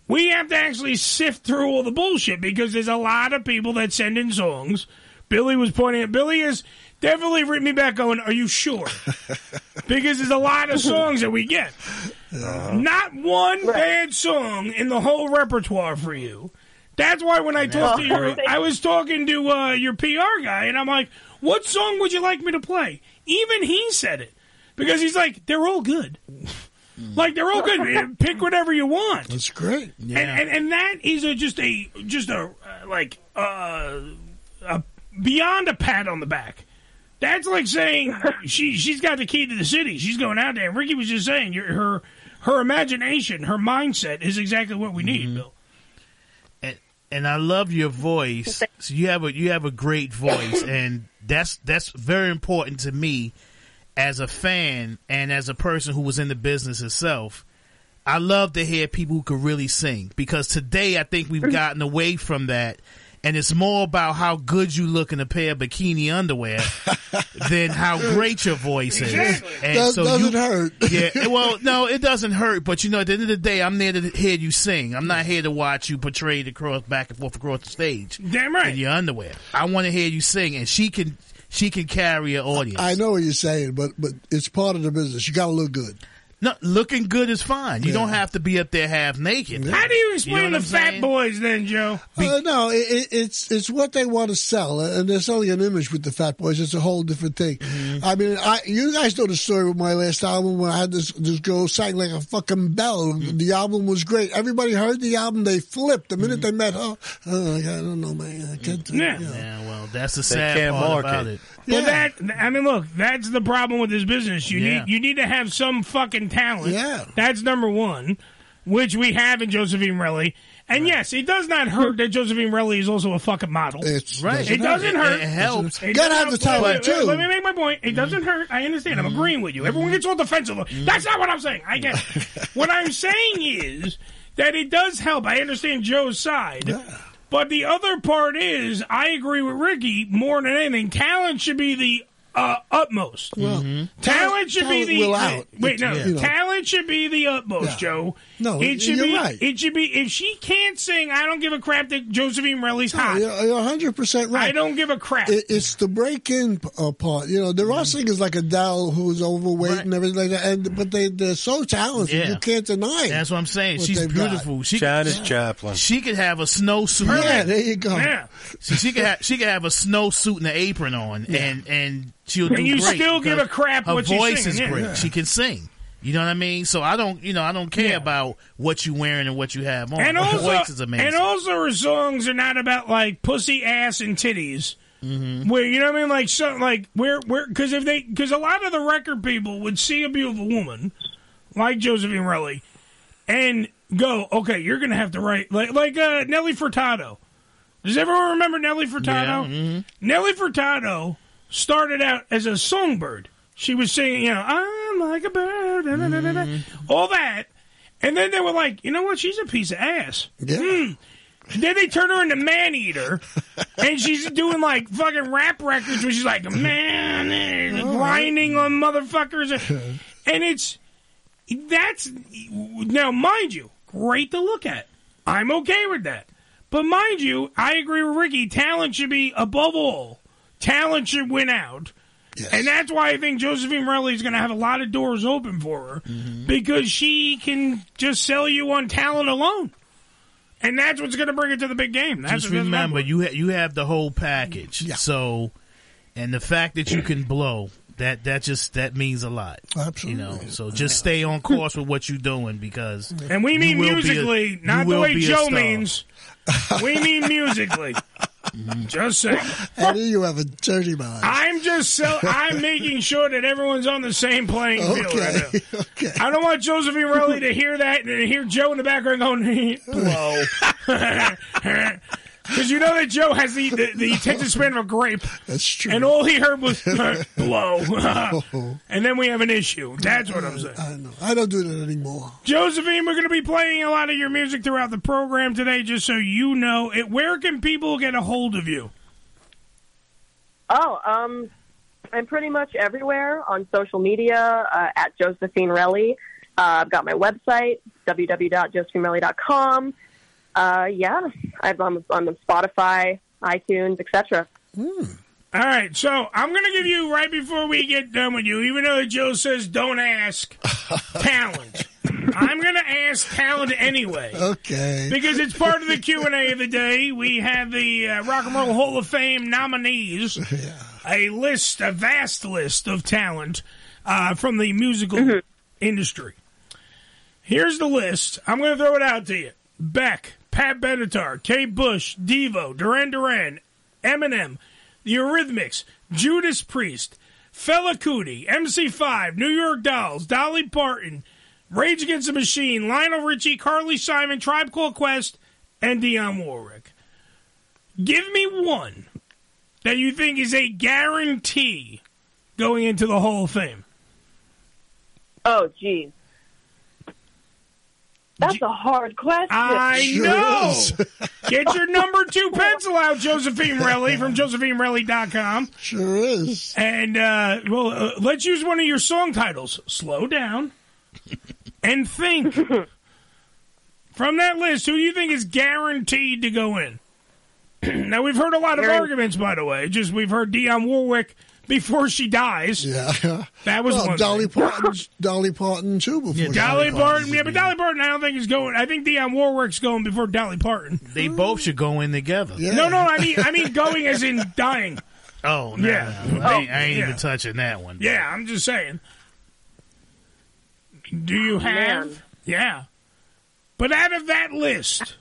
Speaker 1: we have to actually sift through all the bullshit because there's a lot of people that send in songs. Billy was pointing at Billy is definitely written me back going, "Are you sure?" because there's a lot of songs that we get.
Speaker 16: Uh-huh.
Speaker 1: Not one bad song in the whole repertoire for you. That's why when I talked to your, I was talking to uh, your PR guy, and I'm like, "What song would you like me to play?" Even he said it because he's like, "They're all good." Like they're all good. Pick whatever you want. That's
Speaker 2: great.
Speaker 1: And, and and that is a, just a just a uh, like uh, a beyond a pat on the back. That's like saying she she's got the key to the city. She's going out there. And Ricky was just saying your, her her imagination, her mindset is exactly what we need, Bill.
Speaker 3: and I love your voice. So you have a you have a great voice, and that's that's very important to me as a fan and as a person who was in the business itself. I love to hear people who can really sing because today I think we've gotten away from that, and it's more about how good you look in a pair of bikini underwear than how great your voice is.
Speaker 2: Exactly. That doesn't hurt.
Speaker 3: Yeah, eh, well, no, it doesn't hurt, but you know, at the end of the day, I'm there to hear you sing. I'm not here to watch you portrayed across back and forth across the stage.
Speaker 1: Damn right.
Speaker 3: In your underwear. I want to hear you sing, and she can she can carry an audience.
Speaker 2: I know what you're saying, but but it's part of the business. You got to look good.
Speaker 3: No, looking good is fine. You don't have to be up there half naked.
Speaker 1: How do you explain
Speaker 3: know what
Speaker 1: the
Speaker 3: I'm
Speaker 1: fat
Speaker 3: saying?
Speaker 1: boys then, Joe?
Speaker 2: Uh, no, it, it, it's it's what they want to sell, uh, and they're selling an image with the Fat Boys. It's a whole different thing.
Speaker 1: Mm-hmm.
Speaker 2: I mean, I you guys know the story with my last album when I had this this girl sang like a fucking bell.
Speaker 1: Mm-hmm.
Speaker 2: The album was great. Everybody heard the album. They flipped the minute they met her. Oh, I don't know, man. I can't.
Speaker 1: Mm-hmm. Yeah.
Speaker 3: Yeah, well, that's the
Speaker 2: They
Speaker 3: sad
Speaker 2: can't
Speaker 3: part
Speaker 2: market.
Speaker 3: about it.
Speaker 1: Well, that I mean, look, that's the problem with this business. You
Speaker 3: Yeah.
Speaker 1: need you need to have some fucking talent.
Speaker 2: Yeah.
Speaker 1: that's number one, which we have in Josephine Relly. And yes, it does not hurt that Josephine Relly is also a fucking model.
Speaker 2: It's
Speaker 3: Right.
Speaker 1: It doesn't hurt.
Speaker 3: It- it helps.
Speaker 1: It
Speaker 3: Gotta
Speaker 1: doesn't
Speaker 3: have the
Speaker 1: help. Wait,
Speaker 3: talent,
Speaker 1: wait, wait,
Speaker 3: too.
Speaker 1: Let me make my point.
Speaker 2: Mm-hmm.
Speaker 1: It doesn't hurt. I understand. I'm agreeing with you. Everyone gets all defensive. That's not what I'm saying. I get. it.
Speaker 2: Mm-hmm.
Speaker 1: what I'm saying is that it does help. I understand Joe's side. But the other part is, I agree with Ricky more than anything. Talent should be the uh, utmost.
Speaker 2: Well,
Speaker 1: talent should be
Speaker 2: talent
Speaker 1: the
Speaker 2: will out.
Speaker 1: wait no.
Speaker 2: Yeah. You know.
Speaker 1: Talent should be the utmost, Joe.
Speaker 2: No,
Speaker 1: it should
Speaker 2: you're
Speaker 1: be.
Speaker 2: right.
Speaker 1: It should be. If she can't sing, I don't give a crap that Josephine Relly's hot.
Speaker 2: You're you're 100% right.
Speaker 1: I don't give a crap.
Speaker 2: It, it's the break in uh, part. You know, there are singers like Adele who's overweight and everything like that, and but they they're so talented
Speaker 3: Yeah.
Speaker 2: you can't deny. it.
Speaker 3: That's what I'm saying.
Speaker 2: What
Speaker 3: She's
Speaker 2: they've got.
Speaker 3: beautiful. She
Speaker 5: Janis Joplin.
Speaker 3: She could have a snowsuit.
Speaker 2: Yeah, there you go.
Speaker 3: Yeah. She, she could have she could have a snowsuit and an apron on, and and she'll
Speaker 1: And
Speaker 3: do
Speaker 1: you
Speaker 3: great
Speaker 1: still give a
Speaker 3: because
Speaker 1: crap
Speaker 3: Her
Speaker 1: what she's
Speaker 3: voice
Speaker 1: singing,
Speaker 3: is
Speaker 1: yeah.
Speaker 3: great.
Speaker 1: Yeah.
Speaker 3: She can sing. You know what I mean? So I don't, you know, I don't care about what you wearing and what you have on.
Speaker 1: and
Speaker 3: her
Speaker 1: also,
Speaker 3: voice is amazing.
Speaker 1: and also, her songs are not about like pussy ass and titties.
Speaker 3: Mm-hmm.
Speaker 1: Where you know what I mean, like something like where where because if they because a lot of the record people would see a beautiful woman like Josephine Relly and go, okay, you're gonna have to write like like uh, Nelly Furtado. Does everyone remember Nelly Furtado?
Speaker 3: mm-hmm.
Speaker 1: Nelly Furtado started out as a songbird. She was singing, you know, I'm like a bird, da, da, da, da, da, all that. And then they were like, you know what? She's a piece of ass. Yeah. Then they turn her into Man Eater, and she's doing like fucking rap records where she's like, man, eh, grinding on motherfuckers. And it's, that's, now mind you, great to look at. I'm okay with that. But mind you, I agree with Ricky, talent should be above all, talent should win out. And that's why I think Josephine Relly is going to have a lot of doors open for her because she can just sell you on talent alone. And that's what's going to bring it to the big game. That's
Speaker 3: Just
Speaker 1: what- that's my
Speaker 3: remember, you ha- you have the whole package. So, and the fact that you can blow that that just that means a lot. Absolutely. You know, so just stay on course with what you're doing because
Speaker 1: And we
Speaker 3: you
Speaker 1: mean
Speaker 3: will be a-
Speaker 1: musically,
Speaker 3: you
Speaker 1: not the
Speaker 3: will
Speaker 1: way
Speaker 3: be a
Speaker 1: Joe
Speaker 3: star.
Speaker 1: means. We mean musically. just saying.
Speaker 2: I knew you have a dirty mind.
Speaker 1: I'm just so I'm making sure that everyone's on the same playing field right now. I don't want Josephine Relly to hear that and to hear Joe in the background going, "Blow," because you know that Joe has the the, the attention span of a grape. That's true. And all he heard was "blow," and then we have an issue. That's what I'm saying.
Speaker 2: I know. I don't do that anymore.
Speaker 1: Josephine, we're going to be playing a lot of your music throughout the program today, just so you know. It, where can people get a hold of you?
Speaker 15: Oh, um, I'm pretty much everywhere on social media uh, at Josephine Relly. Uh, I've got my website www.josephinerelly.com. Uh, yeah, I've, I'm on Spotify, iTunes, etc.
Speaker 1: All right, so I'm going to give you right before we get done with you, even though Joe says don't ask talent. I'm going to ask talent anyway.
Speaker 2: Okay.
Speaker 1: Because it's part of the Q and A of the day. We have the uh, Rock and Roll Hall of Fame nominees, a list, a vast list of talent uh, from the musical industry. Here's the list. I'm going to throw it out to you: Beck, Pat Benatar, Kate Bush, Devo, Duran Duran, Eminem, The Eurythmics, Judas Priest, Fela Kuti, MC5, New York Dolls, Dolly Parton. Rage Against the Machine, Lionel Richie, Carly Simon, Tribe Called Quest, and Dionne Warwick. Give me one that you think is a guarantee going into the Hall of Fame.
Speaker 15: Oh, geez. That's a hard question.
Speaker 1: I know. Get your number two pencil out, Josephine Relly from josephinerelly.com.
Speaker 2: Sure is.
Speaker 1: And, uh, well, uh, let's use one of your song titles. Slow down and think. from that list, who do you think is guaranteed to go in? now, we've heard a lot of arguments, by the way. Just we've heard Dionne Warwick before she dies.
Speaker 2: Yeah.
Speaker 1: That was
Speaker 2: well,
Speaker 1: one
Speaker 2: Dolly
Speaker 1: thing.
Speaker 2: Parton. Dolly Parton too. Before
Speaker 1: Yeah, Dolly Parton. Yeah, but Dolly Parton, I don't think is going. I think Dionne Warwick's going before Dolly Parton.
Speaker 3: They both should go in together.
Speaker 1: No, no, I mean, I mean, going as in dying.
Speaker 3: Oh no,
Speaker 1: Yeah.
Speaker 3: no, no. I ain't,
Speaker 1: Oh,
Speaker 3: I ain't
Speaker 1: yeah.
Speaker 3: even touching that one.
Speaker 1: Yeah, I'm just saying. Do you have? Yeah. But out of that list,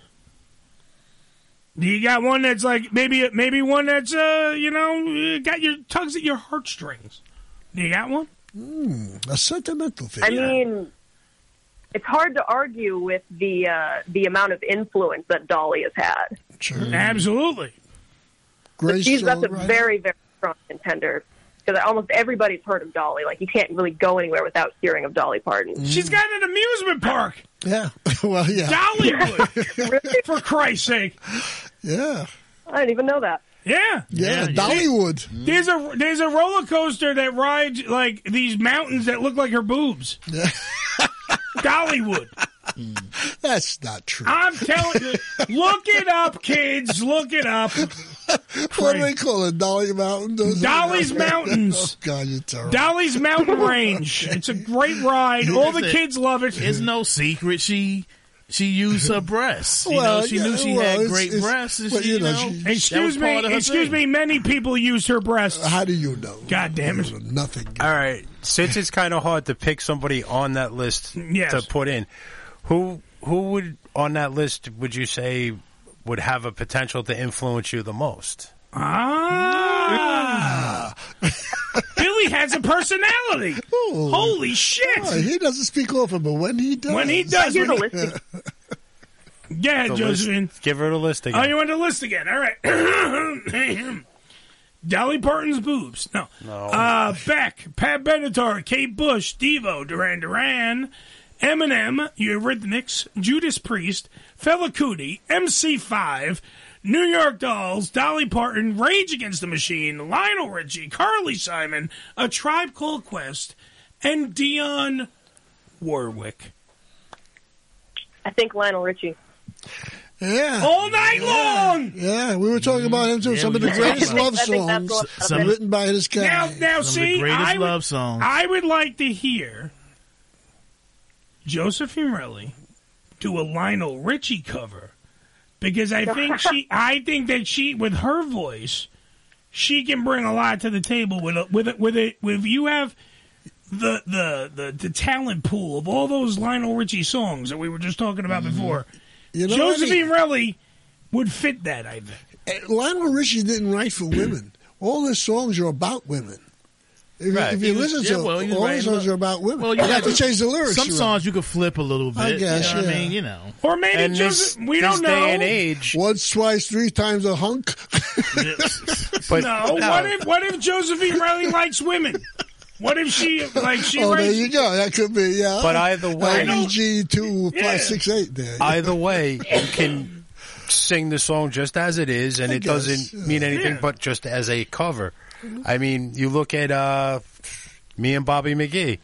Speaker 1: do you got one that's like maybe maybe one that's uh you know uh, got your tugs at your heartstrings? Do you got one?
Speaker 2: Mm, a sentimental thing.
Speaker 15: I mean, it's hard to argue with the uh, the amount of influence that Dolly has had.
Speaker 1: Absolutely.
Speaker 15: But she's that's a very very strong contender because almost everybody's heard of Dolly. Like you can't really go anywhere without hearing of Dolly Parton.
Speaker 1: She's got an amusement park.
Speaker 2: Yeah. well, yeah.
Speaker 1: Dollywood. For Christ's sake.
Speaker 2: Yeah.
Speaker 15: I didn't even know that.
Speaker 1: Yeah.
Speaker 2: Yeah, Dollywood.
Speaker 1: There's a there's a roller coaster that rides like these mountains that look like her boobs. Dollywood.
Speaker 2: That's not true.
Speaker 1: I'm telling you, look it up, kids. Look it up.
Speaker 2: What do they call it? Dolly Mountain? Those-
Speaker 1: Dolly's
Speaker 2: Oh,
Speaker 1: Mountains.
Speaker 2: God, you're terrible.
Speaker 1: Dolly's Mountain Range. It's a great ride. All the
Speaker 3: Listen,
Speaker 1: kids love it.
Speaker 3: It's no secret she she used her breasts. You
Speaker 1: Well,
Speaker 3: know, she
Speaker 1: yeah,
Speaker 3: knew she
Speaker 1: well,
Speaker 3: had
Speaker 1: it's-
Speaker 3: great
Speaker 1: it's-
Speaker 3: breasts. And
Speaker 1: well,
Speaker 3: she,
Speaker 1: you
Speaker 3: you
Speaker 1: know,
Speaker 3: know,
Speaker 1: she-
Speaker 3: that was
Speaker 1: excuse me,
Speaker 3: part of her
Speaker 1: excuse
Speaker 3: thing.
Speaker 1: me. Many people used her breasts.
Speaker 2: How do you know?
Speaker 1: God damn it!
Speaker 2: Nothing.
Speaker 5: All right, since it's kind of hard to pick somebody on that list
Speaker 1: Yes.
Speaker 5: to put in, who who would on that list would you say would have a potential to influence you the most?
Speaker 1: Uh, Ah. Billy has a personality. Holy shit!
Speaker 2: Oh, he doesn't speak often, but when he does,
Speaker 1: When he does, I hear when the he- listing. Yeah,
Speaker 5: The
Speaker 1: Josephine.
Speaker 5: list- give her the list again.
Speaker 1: Oh, you want the list again? All right. Dolly Parton's boobs. No.
Speaker 5: no.
Speaker 1: Uh, Beck, Pat Benatar, Kate Bush, Devo, Duran Duran, Eminem, Eurythmics, Judas Priest, Fella Kuti, MC5, New York Dolls, Dolly Parton, Rage Against the Machine, Lionel Richie, Carly Simon, A Tribe Called Quest, and Dion Warwick.
Speaker 15: I think Lionel Richie.
Speaker 2: Yeah.
Speaker 1: All night long.
Speaker 2: Yeah, we were talking about him too.
Speaker 1: Yeah,
Speaker 2: some of
Speaker 1: we
Speaker 2: the
Speaker 1: were
Speaker 2: greatest
Speaker 1: talking about-
Speaker 2: love
Speaker 1: I think that's
Speaker 2: songs
Speaker 1: what- Some-
Speaker 2: written by this guy.
Speaker 1: Now, now see, I would, I would like to hear Josephine Relly do a Lionel Richie cover because I think she, I think that she, with her voice, she can bring a lot to the table. With a, with a, with it, if you have the, the the the talent pool of all those Lionel Richie songs that we were just talking about before,
Speaker 2: Mm-hmm. know what I
Speaker 1: Josephine Relly would fit that. I think.
Speaker 2: Eh, Lionel Richie didn't write for women. All his songs are about women. If,
Speaker 3: Right.
Speaker 2: if you
Speaker 3: He was-
Speaker 2: listen
Speaker 3: yeah,
Speaker 2: to
Speaker 3: well, he
Speaker 2: them,
Speaker 3: was
Speaker 2: all his
Speaker 3: writing
Speaker 2: songs
Speaker 3: about-
Speaker 2: are about women.
Speaker 3: Well,
Speaker 2: Well,
Speaker 3: you
Speaker 2: you
Speaker 3: got
Speaker 2: have to change the lyrics.
Speaker 3: Some
Speaker 2: around.
Speaker 3: songs you could flip a little bit.
Speaker 2: I guess,
Speaker 3: you know what
Speaker 2: yeah.
Speaker 3: I mean, you know.
Speaker 1: And this-
Speaker 3: we don't this day know. and
Speaker 2: age. Once, twice, three times a hunk.
Speaker 1: But- No, what if- what if Josephine Riley likes women? What if she like she
Speaker 2: Oh, there
Speaker 1: writes-
Speaker 2: you go. That could be yeah.
Speaker 5: But either way-
Speaker 2: LG two five six eight. There.
Speaker 5: Either way, you can sing the song just as it is, and
Speaker 2: I
Speaker 5: it
Speaker 2: guess,
Speaker 5: doesn't mean
Speaker 2: yeah.
Speaker 5: anything
Speaker 2: Yeah. Mm-hmm.
Speaker 5: but just as a cover. I mean, you look at uh, me and Bobby McGee.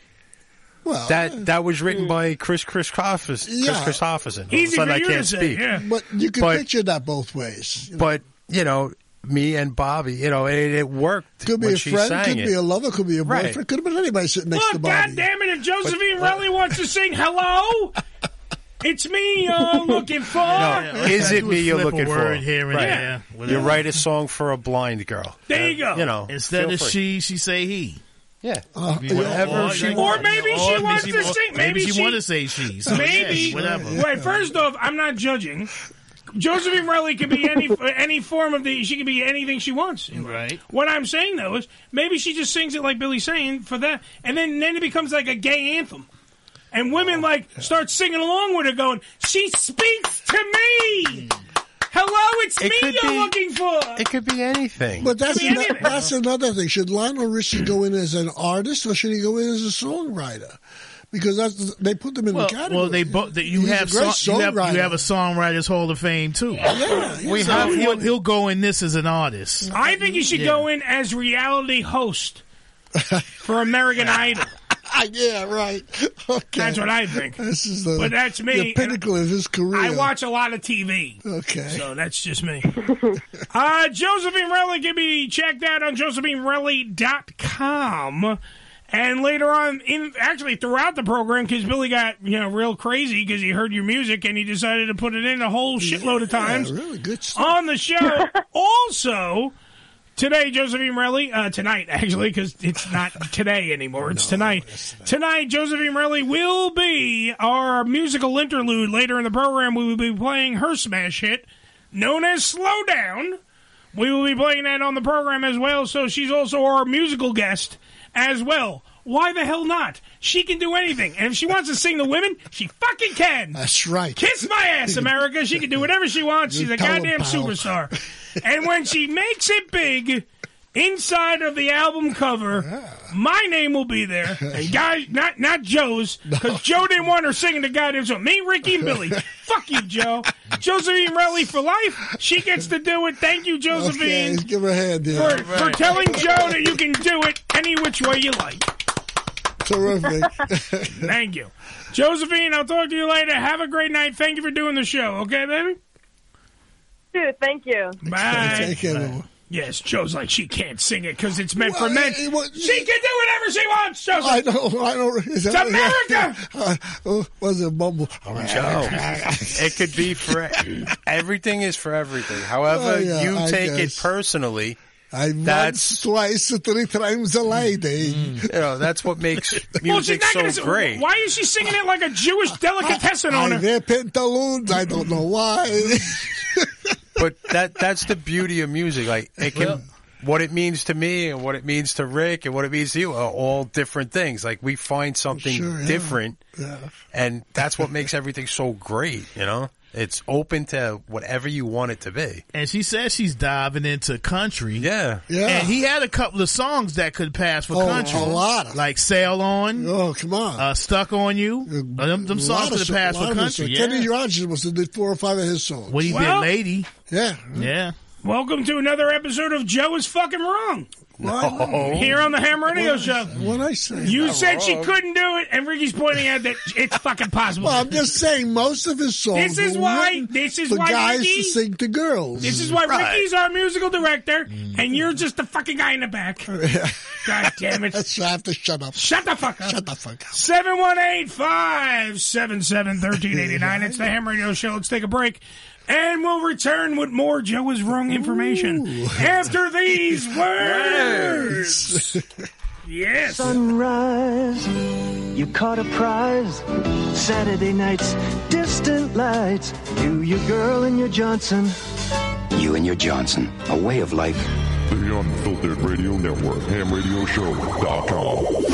Speaker 2: Well, uh,
Speaker 5: that that was written by Chris Chris Christopherson. Chris Christopherson. All of a sudden I can't speak.
Speaker 2: But you can
Speaker 5: But-
Speaker 2: picture that both ways.
Speaker 5: But you know, me and Bobby, you know, it, it worked.
Speaker 2: Could be
Speaker 5: when
Speaker 2: a
Speaker 5: she
Speaker 2: friend,
Speaker 5: sang
Speaker 2: could
Speaker 5: it.
Speaker 2: be a lover, could be a
Speaker 5: Right.
Speaker 2: boyfriend, could have been anybody sitting next to
Speaker 1: Look,
Speaker 2: Bobby.
Speaker 1: God damn it, if Josephine Relly wants to sing hello, it's me you're looking for.
Speaker 5: No, is it me you're looking for? right.
Speaker 1: Yeah.
Speaker 5: You write a song for a blind girl.
Speaker 1: There you go.
Speaker 5: You know,
Speaker 3: uh, Instead
Speaker 5: feel
Speaker 3: of
Speaker 5: free.
Speaker 3: she, she say he.
Speaker 5: Yeah.
Speaker 1: Or- or maybe she wants to sing. Maybe,
Speaker 3: she,
Speaker 1: she
Speaker 3: want to say she. So
Speaker 1: maybe
Speaker 3: yeah, whatever.
Speaker 1: Wait, first off, I'm not judging. Josephine Relly could be any any form of the. She could be anything she wants.
Speaker 3: Right.
Speaker 1: What I'm saying though is maybe she just sings it like Billy's saying for that, and then then it becomes like a gay anthem, and
Speaker 2: Oh,
Speaker 1: women like start singing along with her, going, "She speaks to me." Hello, it's
Speaker 5: It
Speaker 1: me
Speaker 5: could
Speaker 1: you're
Speaker 5: be-
Speaker 1: looking for.
Speaker 5: It could be anything.
Speaker 2: But that's
Speaker 1: I mean,
Speaker 2: ano-
Speaker 1: anyway.
Speaker 2: that's another thing. Should Lionel Richie go in as an artist or should he go in as a songwriter? Because that's they put them in
Speaker 3: Well,
Speaker 2: the category.
Speaker 3: well, they both that you
Speaker 2: He's a
Speaker 3: have,
Speaker 2: great
Speaker 3: song- you have you
Speaker 2: songwriter.
Speaker 3: have a songwriters Hall of Fame too.
Speaker 2: Yeah,
Speaker 3: we
Speaker 1: so
Speaker 3: have.
Speaker 1: he-
Speaker 3: He'll, he'll go in this as an artist.
Speaker 1: I think you should
Speaker 3: Yeah.
Speaker 1: go in as reality host for American Idol.
Speaker 2: Ah, yeah, right. Okay.
Speaker 1: That's what I think.
Speaker 2: This is the,
Speaker 1: But that's me.
Speaker 2: the pinnacle of his career.
Speaker 1: I watch a lot of TV.
Speaker 2: Okay.
Speaker 1: So that's just me. uh, Josephine Relly can be checked out on josephinerelly.com. And later on, in actually throughout the program, because Billy got you know real crazy because he heard your music and he decided to put it in a whole shitload of times
Speaker 2: really good
Speaker 1: on the show. also, today, Josephine Relly, uh, tonight actually, because it's not today anymore, it's tonight. Tonight, Josephine Relly will be our musical interlude. Later in the program, we will be playing her smash hit known as Slow Down. We will be playing that on the program as well, so she's also our musical guest as well. Why the hell not? She can do anything. And if she wants to sing to women, she fucking can.
Speaker 2: That's right.
Speaker 1: Kiss my ass, America. She can do whatever she wants. She's a
Speaker 2: tell 'em,
Speaker 1: goddamn
Speaker 2: pal.
Speaker 1: superstar. And when she makes it big, inside of the album cover, my name will be there. And guys, not not Joe's, because Joe didn't want her singing the goddamn song. Me, Ricky, and Billy. Fuck you, Joe. Josephine Relly for life. She gets to do it. Thank you,
Speaker 2: Okay,
Speaker 1: Josephine,
Speaker 2: let's give her a hand
Speaker 1: for,
Speaker 2: there.
Speaker 1: for telling Joe that you can do it any which way you like.
Speaker 2: Terrific.
Speaker 1: Thank you. Josephine, I'll talk to you later. Have a great night. Thank you for doing the show. Okay, baby?
Speaker 15: Dude, thank you.
Speaker 1: Bye.
Speaker 2: Thank you, everyone.
Speaker 1: Yes, Joe's like, she can't sing it because it's meant
Speaker 2: Well,
Speaker 1: for men.
Speaker 2: it- it was-
Speaker 1: she can do whatever she wants, Joseph.
Speaker 2: I don't. I don't. Is
Speaker 1: It's America!
Speaker 2: Uh, oh, was it mumble?
Speaker 5: Joe. it could be for e-, everything is for everything. However,
Speaker 2: Oh, yeah,
Speaker 5: you
Speaker 2: I
Speaker 5: take
Speaker 2: guess.
Speaker 5: it personally.
Speaker 2: I
Speaker 5: that's Mm,
Speaker 2: twice, three times a lady.
Speaker 5: you know that's what makes
Speaker 1: Well, she's
Speaker 5: music
Speaker 1: not
Speaker 5: so
Speaker 1: gonna sing-
Speaker 5: great.
Speaker 1: Why is she singing it like a Jewish delicatessen on
Speaker 2: I
Speaker 1: her?
Speaker 2: wear pantaloons. I don't know why.
Speaker 5: But that that's the beauty of music. Like it can. what it means to me and what it means to Rick and what it means to you are all different things. Like we find something
Speaker 2: Sure, yeah.
Speaker 5: different,
Speaker 2: Yeah.
Speaker 5: and that's what makes everything so great. You know, It's open to whatever you want it to be.
Speaker 3: and she says she's diving into country.
Speaker 5: Yeah,
Speaker 3: yeah. And he had a couple of songs that could pass for
Speaker 5: Oh,
Speaker 3: country,
Speaker 5: a lot
Speaker 3: like "Sail On."
Speaker 2: Oh, come on!
Speaker 3: Uh, "Stuck on You." Uh, them them
Speaker 2: A
Speaker 3: songs
Speaker 2: lot of
Speaker 3: could
Speaker 2: so-
Speaker 3: have passed
Speaker 2: a lot
Speaker 3: for
Speaker 2: of his
Speaker 3: country.
Speaker 2: songs.
Speaker 3: Yeah.
Speaker 2: Kenny Rogers must have did four or five of his songs.
Speaker 3: What he
Speaker 1: Well-
Speaker 3: did, lady?
Speaker 2: Yeah.
Speaker 3: Yeah.
Speaker 1: Welcome to another episode of Joe is fucking wrong. Oh.
Speaker 2: No.
Speaker 1: Here on the Ham Radio
Speaker 2: What I
Speaker 1: Show.
Speaker 2: What I say?
Speaker 1: You
Speaker 2: Not
Speaker 1: said she
Speaker 2: wrong.
Speaker 1: couldn't do it, and Ricky's pointing out that it's fucking possible.
Speaker 2: Well, I'm just saying, most of his songs.
Speaker 1: This is
Speaker 2: were
Speaker 1: why-
Speaker 2: written
Speaker 1: this is
Speaker 2: for
Speaker 1: why
Speaker 2: guys
Speaker 1: Ricky-
Speaker 2: to sing to girls. Mm.
Speaker 1: This is why Ricky's our musical director, and you're just the fucking guy in the back. God damn it.
Speaker 2: I have to shut up.
Speaker 1: Shut the fuck up.
Speaker 2: Shut the fuck up.
Speaker 1: 718 577 1389. It's the Ham Radio Show. Let's take a break. And we'll return with more Joe is Wrong information after these words. yes.
Speaker 16: Sunrise, you caught a prize. Saturday nights, distant lights. You, your girl, and your Johnson.
Speaker 17: You and your Johnson, a way of life.
Speaker 9: The Unfiltered Radio Network, hamradioshow.com.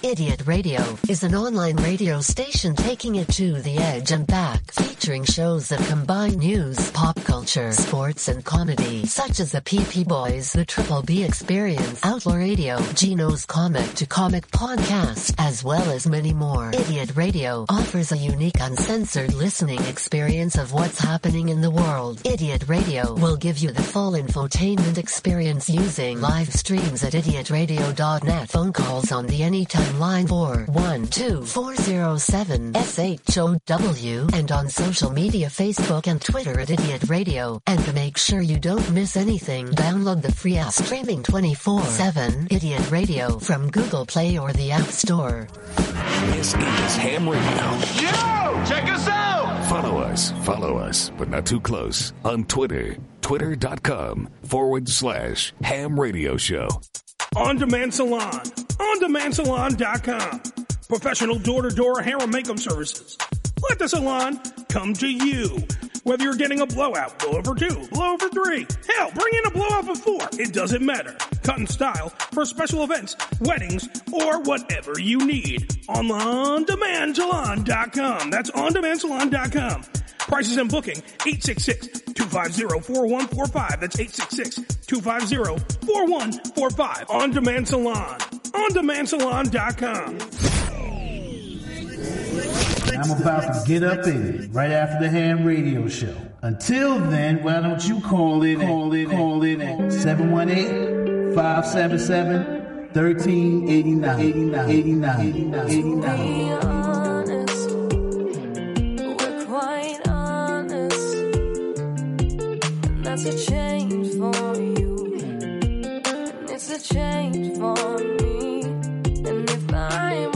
Speaker 18: Idiot Radio is an online radio station taking it to the edge and back, featuring shows that combine news, pop culture, sports, and comedy, such as the PP Boys, the Triple B Experience, Outlaw Radio, Gino's Comic to Comic Podcast, as well as many more. Idiot Radio offers a unique uncensored listening experience of what's happening in the world. Idiot Radio will give you the full infotainment experience using live streams at idiotradio.net. Phone calls on the anytime line 412-407-SHOW and on social media Facebook and Twitter at Idiot Radio. And to make sure you don't miss anything, download the free app streaming 24-7 Idiot Radio from Google Play or the App Store.
Speaker 12: This is Ham Radio.
Speaker 7: Yo! Check us out!
Speaker 12: Follow us, follow us, but not too close on Twitter. Twitter.com forward slash ham radio show.
Speaker 1: On Demand Salon. On DemandSalon.com. Professional door to door hair and makeup services. Let the salon come to you. Whether you're getting a blowout, blowover two, blowover three, hell, bring in a blowout of four. It doesn't matter. Cut and style for special events, weddings, or whatever you need. On OnDemandSalon.com. That's OnDemandSalon.com. Prices and booking 866-250-4145. That's 866-250-4145. On Demand Salon. OnDemandSalon.com.
Speaker 3: I'm about to get up in it right after the ham radio show. Until then, why don't you call in? Call in. Call in at 718-577-1389.
Speaker 7: honest. We're quite honest. And that's a change for you. And it's a change for me. And if I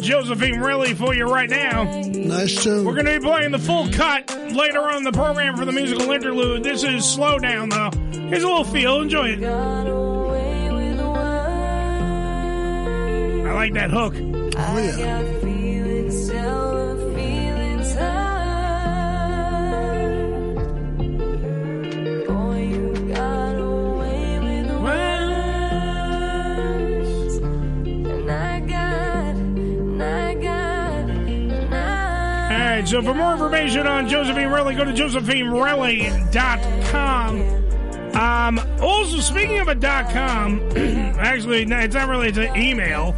Speaker 1: Josephine Riley for you right now.
Speaker 2: Nice tune.
Speaker 1: We're going to be playing the full cut later on in the program for the musical interlude. This is Slow Down, though. Here's a little feel. Enjoy it. I like that hook.
Speaker 7: I got feelings sour, feelings high. Boy, you got away with the words. And I got, and I got, and I
Speaker 1: All right, so for more information on Josephine Relly, go to josephinerelly.com. Um, also, speaking of a dot com, actually, no, it's not really, it's an email.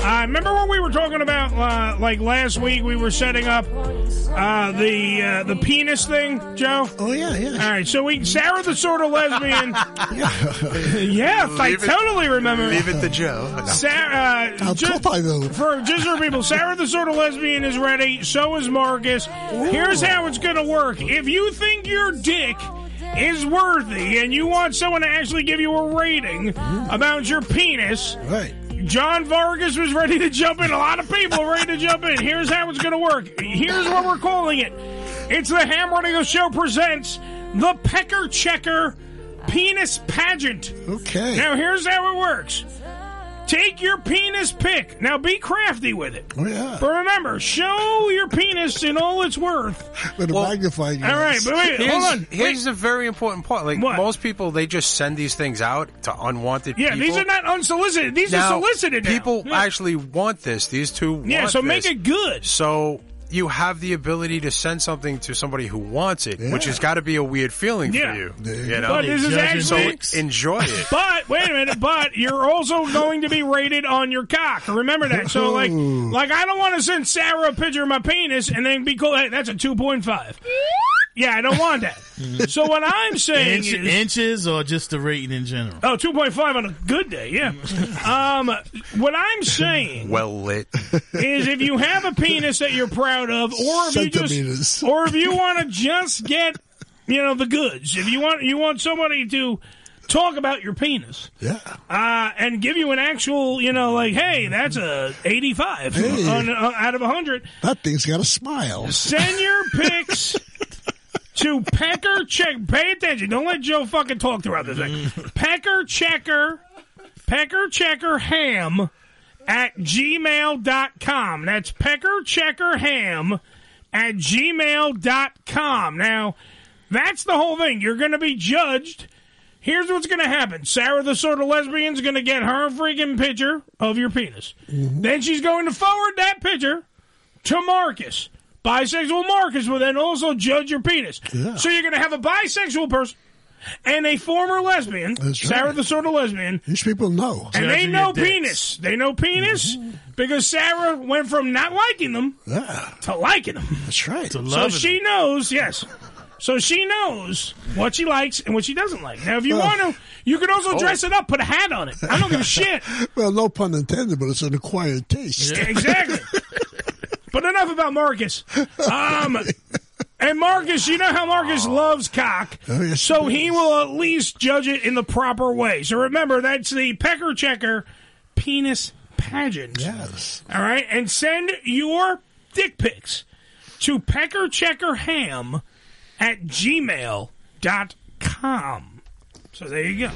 Speaker 1: Uh, remember what we were talking about, uh, like last week, we were setting up, uh, the, uh, the penis thing, Joe?
Speaker 2: Oh, yeah, yeah.
Speaker 1: All right, so we, Sarah the sort of lesbian. yes, I
Speaker 19: Leave it-
Speaker 1: totally remember.
Speaker 19: Leave it to Joe. No.
Speaker 1: Sarah, uh, just, for just for people, Sarah the sort of lesbian is ready. So is Marcus. Here's how it's going to work. If you think your dick is worthy and you want someone to actually give you a rating about your penis, Mm-hmm. right? John Vargas was ready to jump in. A lot of people were ready to jump in. Here's how it's going to work. Here's what we're calling it. It's the Ham Radio Show presents the Pecker Checker Penis Pageant.
Speaker 2: Okay.
Speaker 1: Now here's how it works. Take your penis pick. Now be crafty with it.
Speaker 2: Oh, yeah.
Speaker 1: But remember, show your penis in all its worth.
Speaker 2: With a magnifying glass.
Speaker 1: all right, but wait,
Speaker 5: here's,
Speaker 1: hold on.
Speaker 5: Here's a very important point. Like most people, they just send these things out to unwanted
Speaker 1: Yeah,
Speaker 5: people.
Speaker 1: these are not unsolicited. These
Speaker 5: now,
Speaker 1: are solicited. now.
Speaker 5: People actually want this. These two
Speaker 1: Yeah,
Speaker 5: want
Speaker 1: so make
Speaker 5: this.
Speaker 1: it good.
Speaker 5: So you have the ability to send something to somebody who wants it, which has got to be a weird feeling
Speaker 1: Yeah.
Speaker 5: for you.
Speaker 1: go.
Speaker 5: You know?
Speaker 1: But this is actually-
Speaker 5: So enjoy it.
Speaker 1: But wait a minute. But you're also going to be rated on your cock. Remember that. So like, like I don't want to send Sarah a picture of my penis and then be cool. Hey, that's a two point five. Yeah, I don't want that. so what I'm saying
Speaker 3: Inch-
Speaker 1: is,
Speaker 3: inches or just the rating in general?
Speaker 1: Oh, 2.5 on a good day, yeah. Um, what I'm saying
Speaker 5: well lit.
Speaker 1: is if you have a penis that you're proud of, or if you just, or if you want to just get, you know, the goods. If you want, you want somebody to talk about your penis, yeah, uh, and give you an actual, you know, like, hey, that's a 85
Speaker 2: Hey.
Speaker 1: on, uh, out of 100.
Speaker 2: That thing's got a smile.
Speaker 1: Send your picks to Pecker Check. Pay attention. Don't let Joe fucking talk throughout this thing. Pecker Checker, Pecker Checker Ham at gmail.com. That's Pecker Checker Ham at gmail.com. Now, that's the whole thing. You're going to be judged. Here's what's going to happen Sarah, the sort of lesbian's going to get her freaking picture of your penis. Then she's going to forward that picture to Marcus. Bisexual Marcus will then also judge your penis. So you're going to have a bisexual person and a former lesbian, Sarah the sort of lesbian.
Speaker 2: These people know.
Speaker 1: And they know penis. They know penis because Sarah went from not liking them to liking them.
Speaker 2: That's right.
Speaker 1: So she knows, yes. So she knows what she likes and what she doesn't like. Now, if you
Speaker 2: Well-
Speaker 1: want to, you can also
Speaker 2: Oh.
Speaker 1: dress it up, put a hat on it. I don't give a shit.
Speaker 2: well, no pun intended, but it's an acquired taste.
Speaker 1: Exactly. but enough about Marcus. Um, and Marcus, you know how Marcus loves cock, so he will at least judge it in the proper way. So remember, that's the pecker checker penis pageant. Yes. All right, and send your dick pics to peckercheckerham at gmail.com. So there you go.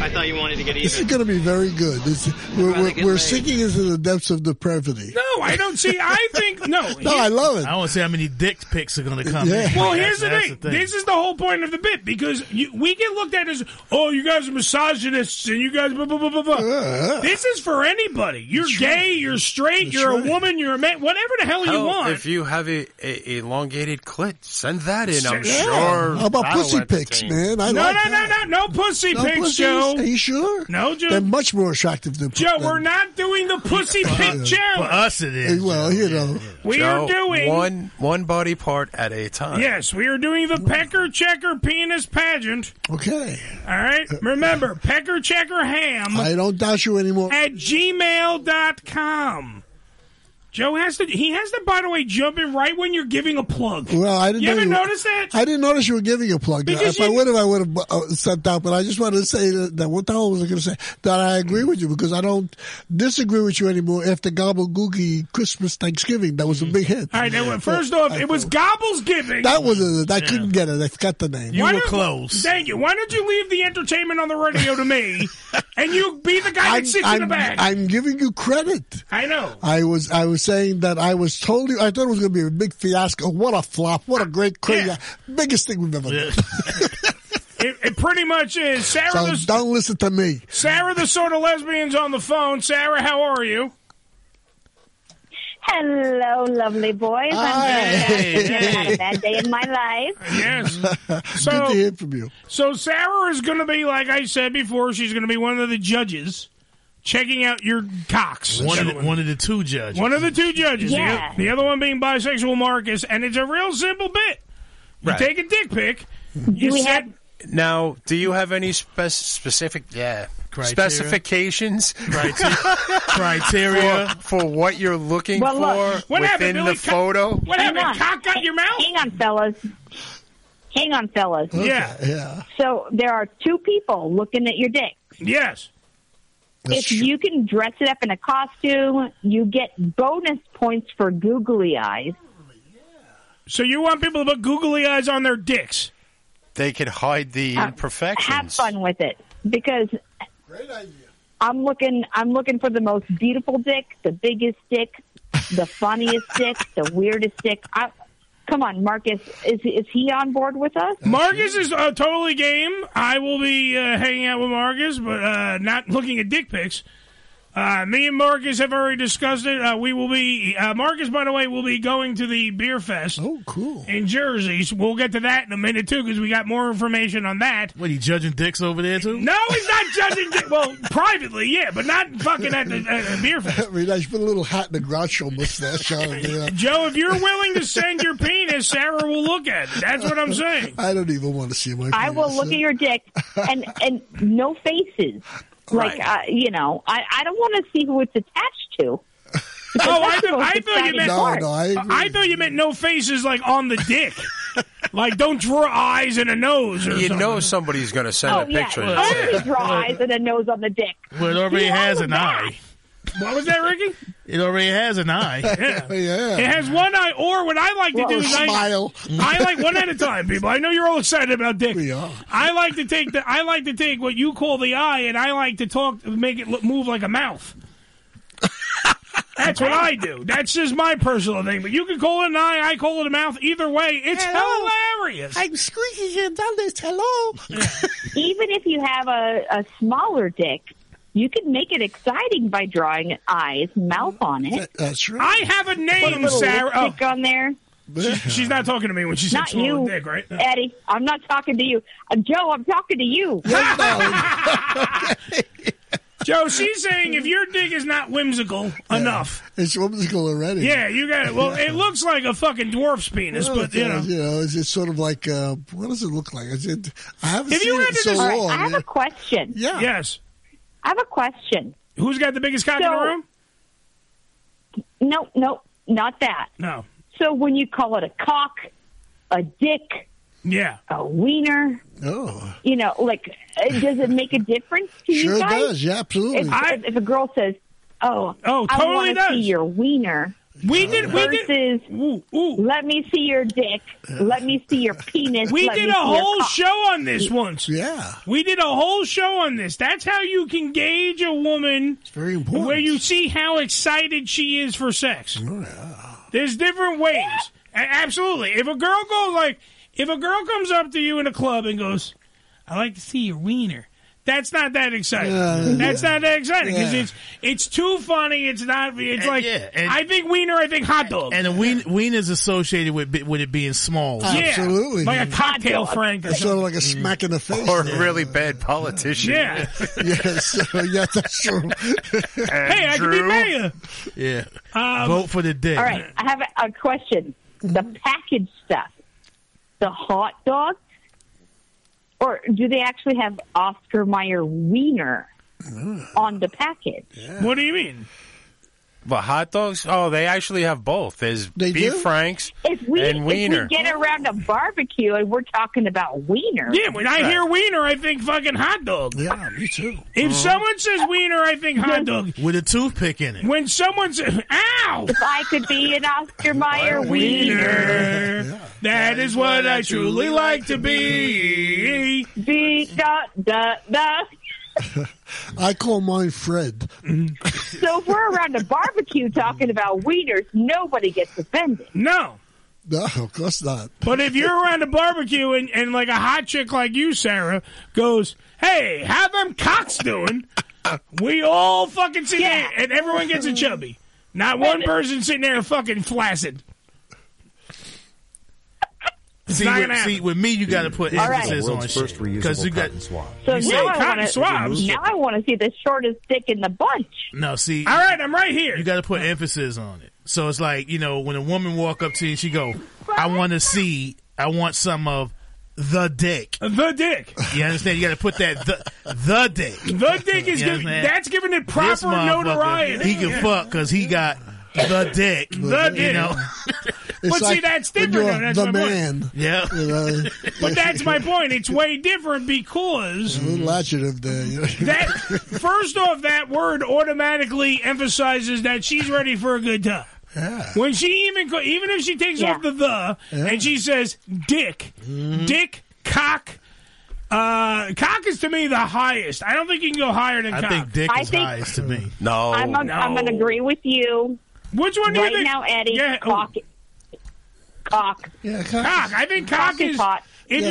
Speaker 20: I thought you wanted to get
Speaker 2: This is going to be very good. This, we're
Speaker 1: Rather
Speaker 2: we're,
Speaker 1: get
Speaker 2: we're
Speaker 1: laid.
Speaker 2: sinking into the depths of depravity.
Speaker 1: No, I don't see. I think no.
Speaker 2: No, I love it.
Speaker 3: I want to see how many dick pics are going to come.
Speaker 2: Yeah.
Speaker 3: in.
Speaker 1: Well,
Speaker 3: That's-
Speaker 1: here's the
Speaker 3: that's
Speaker 1: thing. This is the whole point of the bit because you, we get looked at as, oh, you guys are misogynists and you guys blah blah blah blah
Speaker 3: Uh,
Speaker 1: blah. this is for anybody. You're gay. You're straight. you're a woman. You're a man. Whatever the hell, you
Speaker 5: Hell,
Speaker 1: want.
Speaker 5: If you have a, a elongated clit, send that in. I'm
Speaker 1: Yeah.
Speaker 5: sure.
Speaker 1: How about
Speaker 5: that'll
Speaker 1: pussy
Speaker 5: entertain.
Speaker 2: pics, man? I
Speaker 1: no,
Speaker 2: like
Speaker 1: no, no, no, no, pussy
Speaker 2: No
Speaker 1: pics,
Speaker 2: pussies?
Speaker 1: Joe.
Speaker 2: Are you sure?
Speaker 1: No, Joe.
Speaker 2: They're much more attractive than
Speaker 1: Joe,
Speaker 2: than-
Speaker 1: we're not doing the pussy pic challenge.
Speaker 3: uh, it
Speaker 2: is. Well, you know,
Speaker 1: We are doing-
Speaker 5: one one body part at a
Speaker 2: Uh,
Speaker 5: time.
Speaker 1: Yes, we are doing the pecker checker penis pageant.
Speaker 2: Okay. Uh,
Speaker 1: All right. Remember, pecker checker ham.
Speaker 2: I don't doubt you anymore.
Speaker 1: at gmail.com. Joe has to. He has to. By the way, jump in right when you're giving a plug.
Speaker 2: Well, I didn't.
Speaker 1: You
Speaker 2: know
Speaker 1: ever notice that?
Speaker 2: I didn't notice you were giving a plug.
Speaker 1: Because
Speaker 2: if I
Speaker 1: you-
Speaker 2: would have, I would have uh, stepped out. But I just wanted to say that, that what the hell was I going to say? That I agree with you because I don't disagree with you anymore after Gobble Christmas Thanksgiving. That was a big hit.
Speaker 1: Mm. All right. Now, first off, it was Gobble's giving.
Speaker 2: That was a, I couldn't get it. I forgot the name.
Speaker 1: Why don't- Thank you. Why don't you leave the entertainment on the radio to me, and you be the guy that sits in the
Speaker 2: I'm,
Speaker 1: back?
Speaker 2: I'm giving you credit.
Speaker 1: I know.
Speaker 2: I was I was saying that I was totally I thought it was going to be a big fiasco. What a flop! What a great crazy biggest thing we've ever done.
Speaker 1: It, it pretty much is. Sarah,
Speaker 2: So
Speaker 1: the,
Speaker 2: don't listen to me.
Speaker 1: Sarah, the sort of lesbian's on the phone. Sarah, how are you?
Speaker 19: Hello, lovely boys. I'm
Speaker 1: Hey.
Speaker 19: very happy. I had a bad day in my life.
Speaker 1: Yes. So,
Speaker 2: Good to hear from you.
Speaker 1: So Sarah is going to be, like I said before, she's going to be one of the judges checking out your cocks.
Speaker 3: One of, the, one of the two judges.
Speaker 1: One of the two judges. The
Speaker 3: Yeah.
Speaker 1: oth- The, other one being bisexual Marcus, and it's a real simple bit. You
Speaker 5: Right.
Speaker 1: take a dick pic. You
Speaker 5: we
Speaker 1: set,
Speaker 5: Now, do you have any spec- specific yeah
Speaker 1: Criteria?
Speaker 5: specifications
Speaker 3: criteria
Speaker 5: for, for what you're looking
Speaker 19: Well,
Speaker 5: for
Speaker 19: look. What
Speaker 5: within
Speaker 19: happened,
Speaker 5: the
Speaker 19: Billy? Co-
Speaker 5: photo?
Speaker 19: hang on. Cock out your mouth? Hang on, fellas. Hang on, fellas.
Speaker 1: Yeah.
Speaker 2: Yeah.
Speaker 19: So there are two people looking at your dick.
Speaker 1: Yes.
Speaker 19: if you can dress it up in a costume, you get bonus points for googly eyes.
Speaker 1: So you want people to put googly eyes on their dicks?
Speaker 5: They could hide the
Speaker 19: Uh,
Speaker 5: imperfections.
Speaker 19: Have fun with it because I'm looking. I'm looking for the most beautiful dick, the biggest dick, the funniest dick, the weirdest dick. I, come on, Marcus. Is is he on board with us?
Speaker 1: Marcus is uh, totally game. I will be uh, hanging out with Marcus, but uh, not looking at dick pics. Uh, me and Marcus have already discussed it. Uh, we will be uh, Marcus. By the way, will be going to the beer fest. Oh,
Speaker 2: cool!
Speaker 1: In Jersey, So we'll get to that in a minute too, because we got more information on that.
Speaker 3: What, he judging dicks over there, too?
Speaker 1: No, he's not judging. dick- well, privately, yeah, but not fucking at the uh, beer fest.
Speaker 2: I mean, I should put a little hat and a Groucho mustache on. it, You know?
Speaker 1: Joe, uh, if you're willing to send your penis, Sarah will look at it. That's what I'm saying.
Speaker 2: I don't even want to see my.
Speaker 19: I will
Speaker 2: penis.
Speaker 19: look at your dick and and no faces. Like uh, you know, I I don't want to see who it's attached to.
Speaker 1: Oh, I,
Speaker 19: That's the
Speaker 1: th-
Speaker 19: most
Speaker 1: I thought you
Speaker 19: exciting
Speaker 1: meant.
Speaker 19: part.
Speaker 1: I thought you meant no faces like on the dick, like don't draw eyes and a nose. Or
Speaker 5: You
Speaker 1: something. Oh,
Speaker 5: know somebody's going to send a picture.
Speaker 19: Oh, Yeah. I already draw eyes and a nose on the dick.
Speaker 3: Well, it already has an eye.
Speaker 1: What was that, Ricky?
Speaker 3: It already has an eye.
Speaker 1: Yeah. It has one eye, or what I like to
Speaker 3: Well,
Speaker 1: do is I-
Speaker 3: smile.
Speaker 1: I, like one at a time, people. I know you're all excited about dick. We are. I like to take the I like to take what you call the eye, and I like to talk, make it look, move like a mouth. That's what I do. That's just my personal thing. But you can call it an eye, I call it a mouth. Either way, it's
Speaker 19: Hello.
Speaker 1: hilarious.
Speaker 19: I'm
Speaker 2: squeaking and down this. Hello.
Speaker 19: Even if you have a, a smaller dick, you can make it exciting by drawing eyes, mouth on it.
Speaker 2: That's right.
Speaker 1: I have a
Speaker 19: Put
Speaker 1: name,
Speaker 19: a little
Speaker 1: Sarah. Oh.
Speaker 19: lipstick on there.
Speaker 1: She- she's not talking to me when she said
Speaker 19: Not
Speaker 1: smaller
Speaker 19: you,
Speaker 1: dick, right?
Speaker 19: Eddie. I'm not talking to you, uh, Joe. I'm talking to you.
Speaker 1: Joe, she's saying if your dick is not whimsical enough,
Speaker 2: It's whimsical already.
Speaker 1: yeah, you got it. Well,
Speaker 2: Yeah.
Speaker 1: it looks like a fucking dwarf's penis,
Speaker 2: Well,
Speaker 1: but you know.
Speaker 2: it's, you know, it's, it's sort of like uh, what does it look like? Is it, I haven't
Speaker 19: If
Speaker 2: seen
Speaker 19: you
Speaker 2: it
Speaker 19: had
Speaker 2: in
Speaker 19: to
Speaker 2: so
Speaker 19: des- All right,
Speaker 2: long.
Speaker 19: I have a question.
Speaker 2: Yeah.
Speaker 1: Yes.
Speaker 19: I have a question.
Speaker 1: Who's got the biggest cock in the room?
Speaker 19: No, no, not that.
Speaker 1: No.
Speaker 19: So when you call it a cock, a dick,
Speaker 1: yeah,
Speaker 19: a wiener,
Speaker 2: oh,
Speaker 19: you know, like, uh, does it make a difference to
Speaker 2: Sure
Speaker 19: you guys?
Speaker 2: does. Yeah, absolutely.
Speaker 19: If,
Speaker 2: I-
Speaker 19: if a girl says, "Oh,
Speaker 1: oh,
Speaker 19: I
Speaker 1: totally
Speaker 19: wanna
Speaker 1: does.
Speaker 19: see your wiener,"
Speaker 1: we did,
Speaker 19: versus, we did. Let me see your dick. Let me see your penis.
Speaker 1: We
Speaker 19: let
Speaker 1: did
Speaker 19: me
Speaker 1: a
Speaker 19: see your
Speaker 1: whole
Speaker 19: cock."
Speaker 1: show on this once.
Speaker 2: Yeah.
Speaker 1: We did a whole show on this. That's how you can gauge a woman it's
Speaker 2: very
Speaker 1: important. where you see how excited she is for sex. There's different ways. A- Absolutely. If a girl goes like if a girl comes up to you in a club and goes, I like to see your wiener. That's not that exciting. That's not that exciting because
Speaker 3: Yeah.
Speaker 1: it's it's too funny. It's not. It's
Speaker 3: And-
Speaker 1: like
Speaker 3: yeah, and-
Speaker 1: I think wiener. I think hot dog.
Speaker 3: And the wien- wiener's associated with bi- with it being small.
Speaker 1: Yeah. Absolutely. Like a cocktail, Frank, or
Speaker 2: It's sort of like a smack in the face.
Speaker 5: Or a really bad politician.
Speaker 1: Yeah.
Speaker 2: yes, yes, that's true.
Speaker 1: hey, uh. I could be mayor.
Speaker 3: Yeah.
Speaker 1: Um,
Speaker 3: Vote for the dick.
Speaker 19: All right, I have a, a question. The package stuff, the hot dog, or do they actually have Oscar Mayer wiener on the package?
Speaker 1: What do you mean?
Speaker 5: But hot dogs? Oh, they actually have both. There's beef
Speaker 19: do?
Speaker 5: franks
Speaker 19: If we,
Speaker 5: and wiener.
Speaker 19: if we get around a barbecue and we're talking about wiener,
Speaker 1: Yeah, when I hear wiener, I think fucking hot dog.
Speaker 2: Yeah, me too.
Speaker 19: Uh-huh.
Speaker 1: If someone says wiener, I think hot dog.
Speaker 3: with a toothpick in it.
Speaker 1: When someone says, ow!
Speaker 19: if I could be an Oscar Mayer wiener,
Speaker 1: That is what I truly like to be.
Speaker 19: be da da da.
Speaker 2: I call mine Fred.
Speaker 19: So if we're around a barbecue talking about wieners, nobody gets offended.
Speaker 1: No.
Speaker 2: No, of course not.
Speaker 1: But if you're around a barbecue and, and like a hot chick like you, Sarah, goes, hey, how them cocks doing? We all fucking sit there and everyone gets a chubby. Not one person sitting there fucking flaccid.
Speaker 3: See,
Speaker 1: not
Speaker 3: with,
Speaker 1: gonna happen.
Speaker 3: see, with me, you got to put
Speaker 19: All right.
Speaker 3: emphasis
Speaker 19: The
Speaker 3: on
Speaker 19: world's
Speaker 3: shit because you got.
Speaker 19: So
Speaker 3: you say
Speaker 19: now, I
Speaker 3: cotton
Speaker 19: wanna,
Speaker 3: swabs.
Speaker 19: now I want to see the shortest dick in the bunch.
Speaker 3: No, see.
Speaker 1: All right, I'm right here.
Speaker 3: You got to put emphasis on it. So it's like you know when a woman walk up to you, she go, "I want to see, I want some of the dick,
Speaker 1: the dick."
Speaker 3: You understand? You got to put that the the dick.
Speaker 1: The dick is
Speaker 3: You know
Speaker 1: giving-
Speaker 3: what I'm saying?
Speaker 1: that's giving it proper
Speaker 3: This motherfucker,
Speaker 1: notoriety.
Speaker 3: He can fuck because he got the dick.
Speaker 1: The
Speaker 3: You
Speaker 1: dick.
Speaker 3: know?
Speaker 1: But see, that's different. Though. That's my point.
Speaker 3: Yeah.
Speaker 1: But that's my point. It's way different because
Speaker 2: A little adjective there. you know.
Speaker 1: that first off, that word automatically emphasizes that she's ready for a good time. When she even co- even if she takes off the the and she says dick,
Speaker 3: Mm-hmm.
Speaker 1: dick, cock, uh, cock is to me the highest. I don't think you can go higher than
Speaker 3: I
Speaker 1: cock.
Speaker 3: think dick
Speaker 19: I
Speaker 3: is
Speaker 19: think-
Speaker 3: highest to me.
Speaker 5: No,
Speaker 19: I'm a, I'm gonna agree with you.
Speaker 1: Which one
Speaker 19: right
Speaker 1: do you think-
Speaker 19: now, Eddie?
Speaker 1: Yeah, oh.
Speaker 19: Cock. Cock.
Speaker 2: Yeah,
Speaker 1: cock. I think cock,
Speaker 19: Cock and
Speaker 1: is.
Speaker 19: pot.
Speaker 1: If
Speaker 19: Yeah.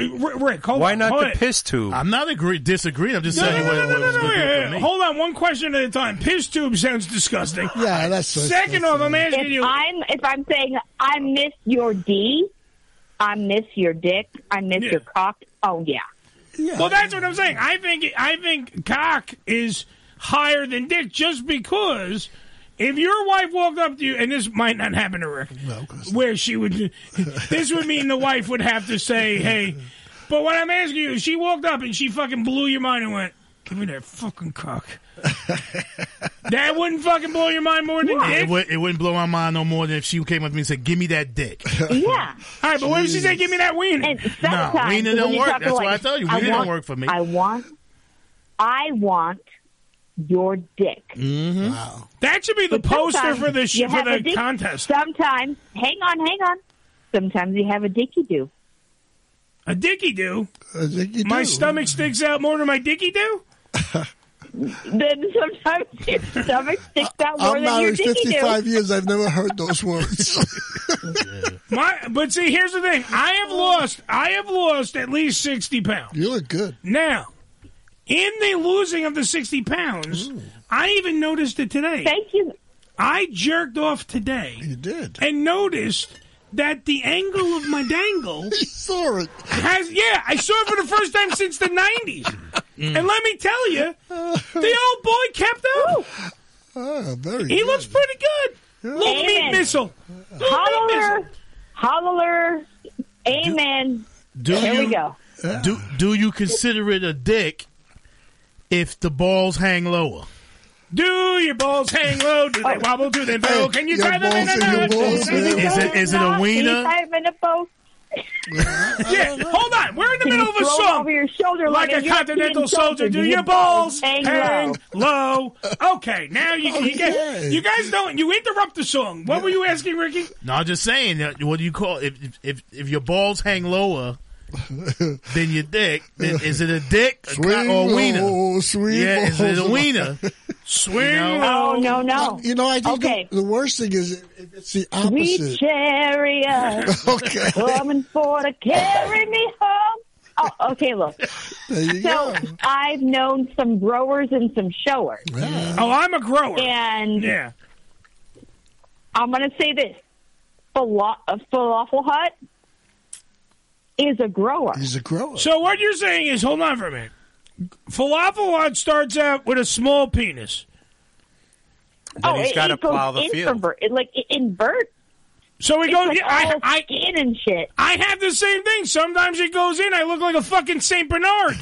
Speaker 1: you're R- Rick, hold
Speaker 5: Why
Speaker 1: on,
Speaker 5: not
Speaker 1: hold
Speaker 5: the
Speaker 1: on.
Speaker 5: piss tube?
Speaker 3: I'm not agree disagreeing. I'm just
Speaker 1: No,
Speaker 3: saying
Speaker 1: no,
Speaker 3: what,
Speaker 1: no, no,
Speaker 3: what was
Speaker 1: no,
Speaker 3: good
Speaker 1: wait,
Speaker 3: for
Speaker 1: wait,
Speaker 3: me.
Speaker 1: Hold on, one question at a time. Piss tube sounds disgusting.
Speaker 2: Yeah, that's
Speaker 1: second off. I'm asking
Speaker 19: if
Speaker 1: you.
Speaker 19: I'm if I'm saying I miss your D, I miss your dick, I miss your cock. Oh yeah.
Speaker 1: Well, that's what I'm saying. I think I think cock is higher than dick just because if your wife walked up to you, and this might not happen to Rick, where she would, this would mean the wife would have to say, "Hey," but what I'm asking you, if she walked up and she fucking blew your mind and went, "Give me that fucking cock." that wouldn't fucking blow your mind more than
Speaker 3: It,
Speaker 1: dick.
Speaker 3: would, it wouldn't blow my mind no more than if she came up to me and said, "Give me that dick."
Speaker 19: Yeah.
Speaker 1: All right, but what if she said, "Give me that wiener"?
Speaker 3: No,
Speaker 19: Sometimes
Speaker 3: wiener
Speaker 19: when
Speaker 3: don't
Speaker 19: you
Speaker 3: work.
Speaker 19: talk
Speaker 3: That's
Speaker 19: like,
Speaker 3: why I told you
Speaker 19: I
Speaker 3: wiener don't
Speaker 19: want-
Speaker 3: work for me.
Speaker 19: I want, I want your dick.
Speaker 3: Mm-hmm.
Speaker 1: That should be the poster
Speaker 19: Sometimes
Speaker 1: for the sh-
Speaker 19: you
Speaker 1: for
Speaker 19: have a
Speaker 1: the
Speaker 19: dick-
Speaker 1: contest.
Speaker 19: Sometimes, hang on, hang on. Sometimes you have a dicky do.
Speaker 1: A dicky do.
Speaker 2: dicky
Speaker 1: My
Speaker 2: do.
Speaker 1: stomach sticks out more than my dicky do.
Speaker 19: Then sometimes your stomach sticks out more
Speaker 2: I'm
Speaker 19: than your
Speaker 2: married
Speaker 19: dicky do.
Speaker 2: 55 years. I've never heard those words.
Speaker 1: My, but see, here's the thing. I have lost. I have lost at least sixty pounds.
Speaker 2: You look good.
Speaker 1: Now, in the losing of the sixty pounds, I even noticed it today.
Speaker 19: Thank you.
Speaker 1: I jerked off today. You
Speaker 2: did,
Speaker 1: and noticed that the angle of my dangle
Speaker 2: saw it.
Speaker 1: Has yeah, I saw it for the first time since the nineties. And let me tell you, the old boy kept up.
Speaker 2: Ah, very
Speaker 1: He
Speaker 2: good.
Speaker 1: looks pretty good. Little meat
Speaker 19: Amen.
Speaker 1: missile. Little meat missile.
Speaker 19: Holler, holler, amen.
Speaker 3: Do
Speaker 19: There
Speaker 3: you,
Speaker 19: we go.
Speaker 3: Do do you consider it a dick if the balls hang lower?
Speaker 1: Do your balls hang low? Do they wobble? Do they bow? Can you
Speaker 2: Your
Speaker 1: tie them in
Speaker 2: balls
Speaker 1: a
Speaker 2: and your
Speaker 1: knot?
Speaker 2: balls and your
Speaker 1: Is
Speaker 3: Is it is it a wiener?
Speaker 19: I'm in a boat.
Speaker 1: Yeah, hold on. We're in the
Speaker 19: Can
Speaker 1: middle
Speaker 19: you
Speaker 1: of a
Speaker 19: throw it
Speaker 1: song.
Speaker 19: over your shoulder
Speaker 1: like,
Speaker 19: like
Speaker 1: a
Speaker 19: a European
Speaker 1: continental soldier.
Speaker 19: soldier.
Speaker 1: Do
Speaker 19: Do
Speaker 1: your
Speaker 19: your
Speaker 1: balls hang,
Speaker 19: hang Oh,
Speaker 1: low? Okay, now you you, get,
Speaker 3: Okay.
Speaker 1: you guys don't. You interrupt the song. What were you asking, Ricky?
Speaker 3: No, I'm just saying. uh, What do you call if if if, if your balls hang lower than your dick? Then is it a dick a cock, or a wiener?
Speaker 2: low, swing
Speaker 3: yeah, is it a
Speaker 2: low.
Speaker 3: wiener?
Speaker 1: Swing
Speaker 19: Oh no no.
Speaker 2: You know, I think
Speaker 19: Okay.
Speaker 2: the, the worst thing is if it's the
Speaker 19: Sweet
Speaker 2: opposite.
Speaker 19: chariot,
Speaker 2: Okay.
Speaker 19: coming for to carry me home. Oh, okay, look.
Speaker 2: There you
Speaker 19: So
Speaker 2: go.
Speaker 19: I've known some growers and some showers,
Speaker 1: Oh, I'm a grower.
Speaker 19: and
Speaker 1: Yeah.
Speaker 19: I'm going to say this: Fala- uh, Falafel Hut is a grower.
Speaker 2: He's a grower.
Speaker 1: So what you're saying is, hold on for a minute. Falafel Hut starts out with a small penis.
Speaker 5: Then he's
Speaker 19: Oh, it-
Speaker 5: gotta
Speaker 19: it goes
Speaker 5: plow the
Speaker 19: in
Speaker 5: field.
Speaker 19: from ver- It, like it inverts.
Speaker 1: So we
Speaker 19: It's
Speaker 1: go.
Speaker 19: like
Speaker 1: yeah, I,
Speaker 19: all
Speaker 1: I,
Speaker 19: skin and shit.
Speaker 1: I have the same thing. Sometimes it goes in. I look like a fucking Saint Bernard.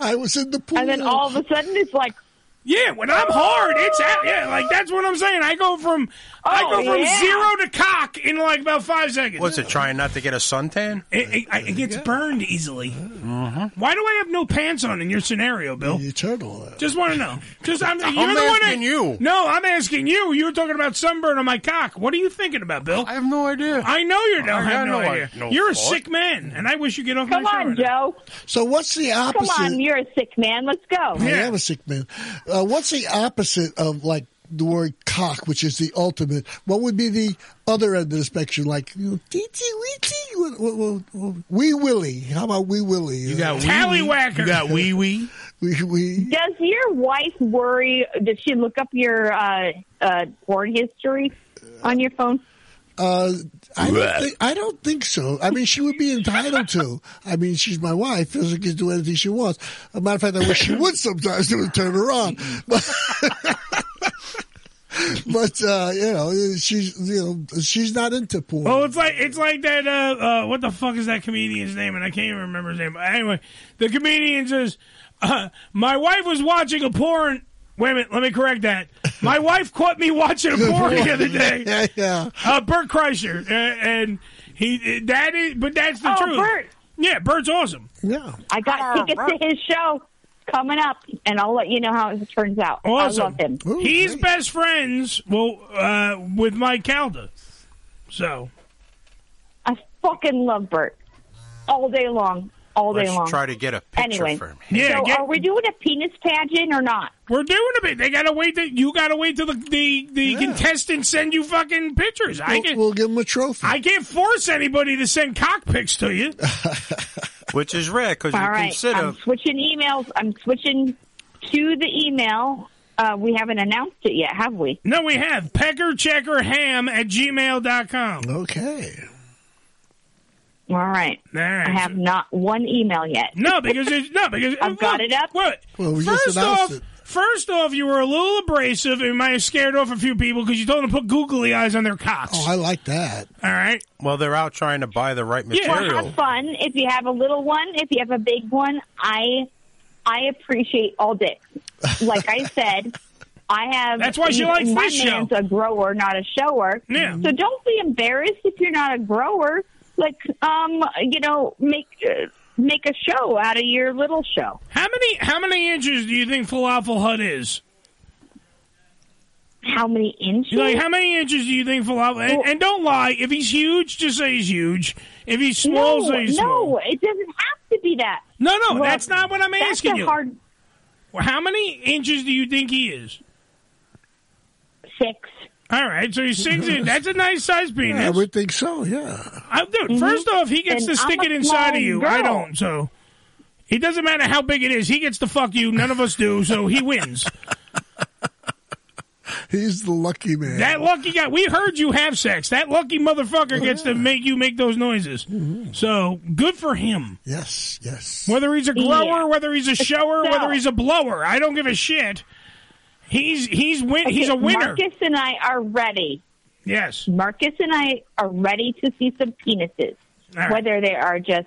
Speaker 2: I was in the pool.
Speaker 19: And then all of a sudden, it's like
Speaker 1: Yeah, when I'm hard, it's out. Yeah, like that's what I'm saying. I go from I
Speaker 5: Oh,
Speaker 1: go from
Speaker 5: yeah.
Speaker 1: zero to cock in like about five seconds.
Speaker 5: What's it? Trying not to get a suntan?
Speaker 1: It, it, Eh, I- it gets burned easily. Why do I have no pants on in your scenario, Bill? You turtle. Just want to know. Just I'm,
Speaker 5: I'm
Speaker 1: you're the one that,
Speaker 5: asking you.
Speaker 1: No, I'm asking you. You were talking about sunburn on my cock. What are you thinking about, Bill? I have no idea. I know you don't
Speaker 2: I
Speaker 1: have
Speaker 2: got
Speaker 1: no,
Speaker 2: no-
Speaker 1: idea.
Speaker 2: no
Speaker 1: you're
Speaker 2: thought.
Speaker 1: a sick man, and I wish you get off
Speaker 19: Come
Speaker 1: my show.
Speaker 19: on,
Speaker 1: right now.
Speaker 19: Joe.
Speaker 2: So what's the opposite?
Speaker 19: Come on, you're a sick man. Let's go.
Speaker 2: I am a sick man. Uh, what's the opposite of like the word cock, which is the ultimate? What would be the other end of the spectrum? Like you know, teensy weensy, w- w- w- wee willy. How about wee willy? You
Speaker 3: got wee wee, Tallywhacker. you got wee wee.
Speaker 2: Wee wee.
Speaker 19: Does your wife worry? Does she look up your uh, uh, porn history on your phone?
Speaker 2: Uh, I
Speaker 19: Blech.
Speaker 2: don't, think, I don't think so. I mean, she would be entitled to. I mean, she's my wife. She can do anything she wants. As a matter of fact, I wish she would sometimes. It would turn her on. But, but uh, you know, she's you know she's not into porn.
Speaker 1: Well, Oh, it's like it's like that. Uh, uh, what the fuck is that comedian's name? And I can't even remember his name. But anyway, the comedian says, uh, "My wife was watching a porn." Wait a minute, let me correct that. My wife caught me watching a porn the other day.
Speaker 2: Yeah, yeah.
Speaker 1: Uh, Bert Kreischer, uh, and he that is, but that's the
Speaker 19: Oh,
Speaker 1: truth.
Speaker 19: Bert.
Speaker 1: Yeah, Bert's awesome.
Speaker 2: Yeah,
Speaker 19: I got tickets to his show coming up, and I'll let you know how it turns out. I
Speaker 1: awesome.
Speaker 19: love him.
Speaker 1: He's best friends well uh, with Mike Calda. So
Speaker 19: I fucking love Bert all day long, all day
Speaker 5: Let's
Speaker 19: long.
Speaker 5: try to get a picture
Speaker 19: anyway,
Speaker 5: for him.
Speaker 1: Yeah,
Speaker 19: so
Speaker 1: get-
Speaker 19: are we doing a penis pageant or not?
Speaker 1: We're doing a bit. They gotta wait. That you gotta wait till the the, the contestants send you fucking pictures. I
Speaker 2: We'll-
Speaker 1: can.
Speaker 2: we'll give them a trophy.
Speaker 1: I can't force anybody to send cock pics to you.
Speaker 5: Which is rare because
Speaker 19: All
Speaker 5: you
Speaker 19: right,
Speaker 5: consider.
Speaker 19: I'm switching emails. I'm switching to the email. Uh, we haven't announced it yet, have we?
Speaker 1: No, we have peckercheckerham at gmail.com.
Speaker 2: Okay.
Speaker 19: All right.
Speaker 1: I
Speaker 19: have not one email yet.
Speaker 1: No, because it's no because
Speaker 19: I've got it up.
Speaker 1: What?
Speaker 2: Well, we just
Speaker 1: first
Speaker 2: announced
Speaker 1: off,
Speaker 2: it.
Speaker 1: first off, you were a little abrasive and might have scared off a few people because you told them to put googly eyes on their cocks. Oh,
Speaker 2: I like that.
Speaker 1: All right.
Speaker 5: Well, they're out trying to buy the right
Speaker 19: Well,
Speaker 5: material.
Speaker 19: have fun. If you have a little one, if you have a big one, I I appreciate all dicks. Like I said, I have.
Speaker 1: That's why she likes
Speaker 19: my
Speaker 1: this show.
Speaker 19: man's a grower, not a shower.
Speaker 1: Yeah.
Speaker 19: So don't be embarrassed if you're not a grower. Like, um, you know, make uh, make a show out of your little show.
Speaker 1: How many how many inches do you think Falafel Hut is?
Speaker 19: How many inches?
Speaker 1: Like how many inches do you think Falafel? And, and don't lie. If he's huge, just say he's huge. If he's small,
Speaker 19: no,
Speaker 1: say he's small.
Speaker 19: no, it doesn't have to be that.
Speaker 1: No, no,
Speaker 19: Look,
Speaker 1: that's not what I'm
Speaker 19: that's
Speaker 1: asking
Speaker 19: a
Speaker 1: you.
Speaker 19: Hard
Speaker 1: Well, how many inches do you think he is?
Speaker 19: Six.
Speaker 1: All right, so he's six inches. That's a nice size penis.
Speaker 2: I would think so. Yeah.
Speaker 1: I, dude,
Speaker 19: Mhm.
Speaker 1: first off, he gets
Speaker 2: And
Speaker 1: to stick
Speaker 2: I'm
Speaker 1: it
Speaker 2: a
Speaker 1: inside
Speaker 2: small
Speaker 1: of you. I
Speaker 2: girl.
Speaker 1: don't, so. It doesn't matter how big it is. He gets to fuck you. None of us do, so he wins.
Speaker 2: He's the lucky man.
Speaker 1: That lucky guy. We heard you have sex. That lucky motherfucker gets to make you make those noises. So good for him.
Speaker 2: Yes, yes.
Speaker 1: Whether he's a grower,
Speaker 2: Yeah.
Speaker 1: whether he's a shower,
Speaker 19: So-
Speaker 1: whether he's a blower, I don't give a shit. He's he's win. he's
Speaker 19: Okay,
Speaker 1: a winner.
Speaker 19: Marcus and I are ready.
Speaker 1: Yes.
Speaker 19: Marcus and I are ready to see some penises.
Speaker 1: All right.
Speaker 19: Whether they are just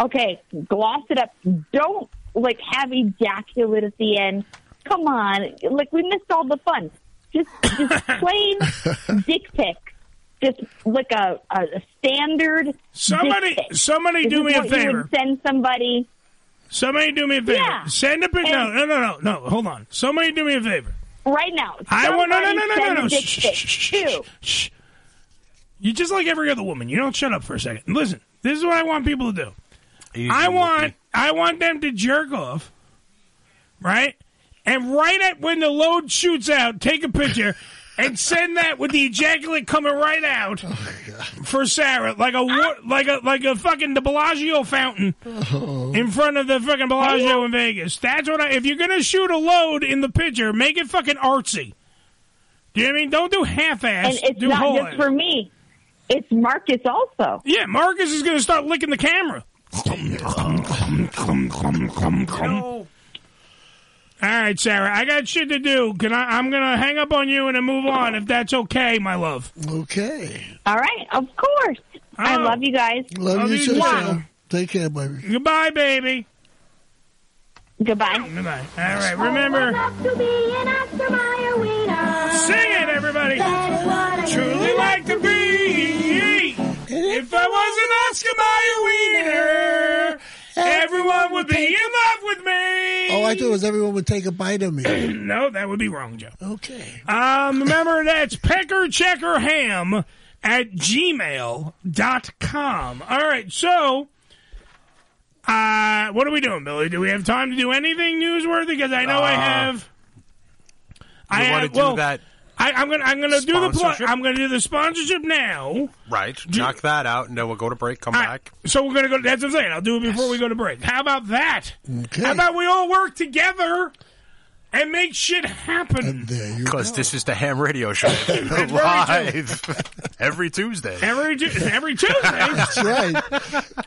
Speaker 19: okay, gloss it up. Don't like have ejaculate at the end. Come on, like we missed all the fun. Just just plain dick pic. Just like a, a a standard.
Speaker 1: Somebody-
Speaker 19: dick pic.
Speaker 1: somebody
Speaker 19: This
Speaker 1: do
Speaker 19: is
Speaker 1: me a
Speaker 19: what you would
Speaker 1: favor.
Speaker 19: send somebody.
Speaker 1: Somebody do me a favor.
Speaker 19: Yeah.
Speaker 1: Send a pic. No,
Speaker 19: And-
Speaker 1: no, no, no, no. Hold on. Somebody do me a favor.
Speaker 19: right now.
Speaker 1: I want- no, no,
Speaker 19: Somebody
Speaker 1: no, no,
Speaker 19: send
Speaker 1: no, no.
Speaker 19: a dick
Speaker 1: Shh,
Speaker 19: pic to-
Speaker 1: You just like every other woman. You don't shut up for a second. Listen, this is what I want people to do. I want I want them to jerk off, right? And right at when the load shoots out, take a picture and send that with the ejaculate coming right out for Sarah, like a wa- like a like a fucking the Bellagio fountain in front of the fucking Bellagio in Vegas. That's what I. If you're gonna shoot a load in the picture, make it fucking artsy. Do you know what I mean? Don't do half
Speaker 19: and
Speaker 1: ass.
Speaker 19: it's
Speaker 1: do
Speaker 19: not
Speaker 1: whole
Speaker 19: just for me. It's Marcus also.
Speaker 1: Yeah, Marcus is going to start licking the camera. All right, Sarah, I got shit to do. Can I? I'm gonna hang up on you and then move on, if that's okay, my love.
Speaker 2: Okay.
Speaker 19: All right, of course. I
Speaker 1: Oh.
Speaker 19: love you guys.
Speaker 2: Love, you too.
Speaker 1: too.
Speaker 2: Sam. Take care, baby.
Speaker 1: Goodbye, baby.
Speaker 19: Goodbye.
Speaker 1: Goodbye. All right, remember. Sing it, everybody. Truly like to be. If I was an Oscar Mayer wiener, everyone would be in love with me.
Speaker 2: All Oh, I thought was everyone would take a bite of me.
Speaker 1: No, that would be wrong, Joe.
Speaker 2: Okay.
Speaker 1: Um, remember, that's pecker checker ham at gmail.com. All right, so. Uh, what are we doing, Billy? Do we have time to do anything newsworthy? Because I know I
Speaker 5: Uh,
Speaker 1: have. I
Speaker 5: wanna
Speaker 1: have,
Speaker 5: do
Speaker 1: well,
Speaker 5: that-
Speaker 1: I, I'm gonna I'm gonna do the plug.
Speaker 5: Sponsorship?
Speaker 1: I'm gonna do the sponsorship now.
Speaker 5: Right. Knock that out, and then we'll go to break. Come
Speaker 1: All right,
Speaker 5: back.
Speaker 1: So we're gonna go. That's what I'm saying. I'll do it before we go to break. How about that? How about we all work together and make shit happen?
Speaker 5: Because this is the ham radio show
Speaker 1: very
Speaker 5: live every Tuesday.
Speaker 1: Every Tu- every Tuesday. That's
Speaker 2: right.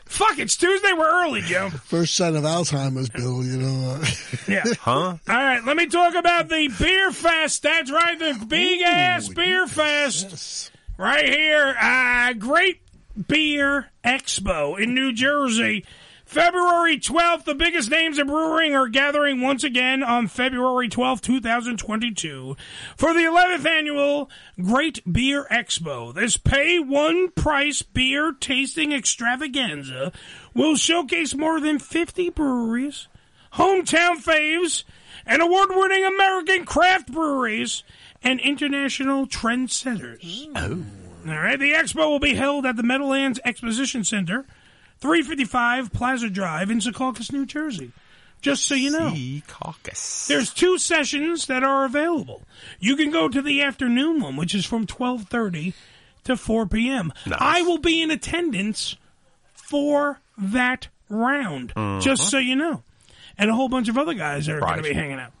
Speaker 1: Fuck, it's Tuesday. We're early, Joe.
Speaker 2: First son of Alzheimer's, Bill. You know.
Speaker 1: Yeah.
Speaker 5: Huh?
Speaker 1: All right, let me talk about the beer fest. That's right, the big ass beer fest right here. Uh, Great Beer Expo in New Jersey. February 12th, the biggest names in brewing are gathering once again on February 12th, 2022 for the 11th annual Great Beer Expo. This pay one price beer tasting extravaganza will showcase more than 50 breweries hometown faves, and award winning American craft breweries and international trendsetters. All right, the expo will be held at the Meadowlands Exposition Center, 355 Plaza Drive in Secaucus, New Jersey. Just so you know. There's two sessions that are available. You can go to the afternoon one, which is from 12:30 to 4 p.m. I will be in attendance for that round, just
Speaker 5: Mhm.
Speaker 1: so you know. And a whole bunch of other guys are going
Speaker 5: Right.
Speaker 1: to be hanging out.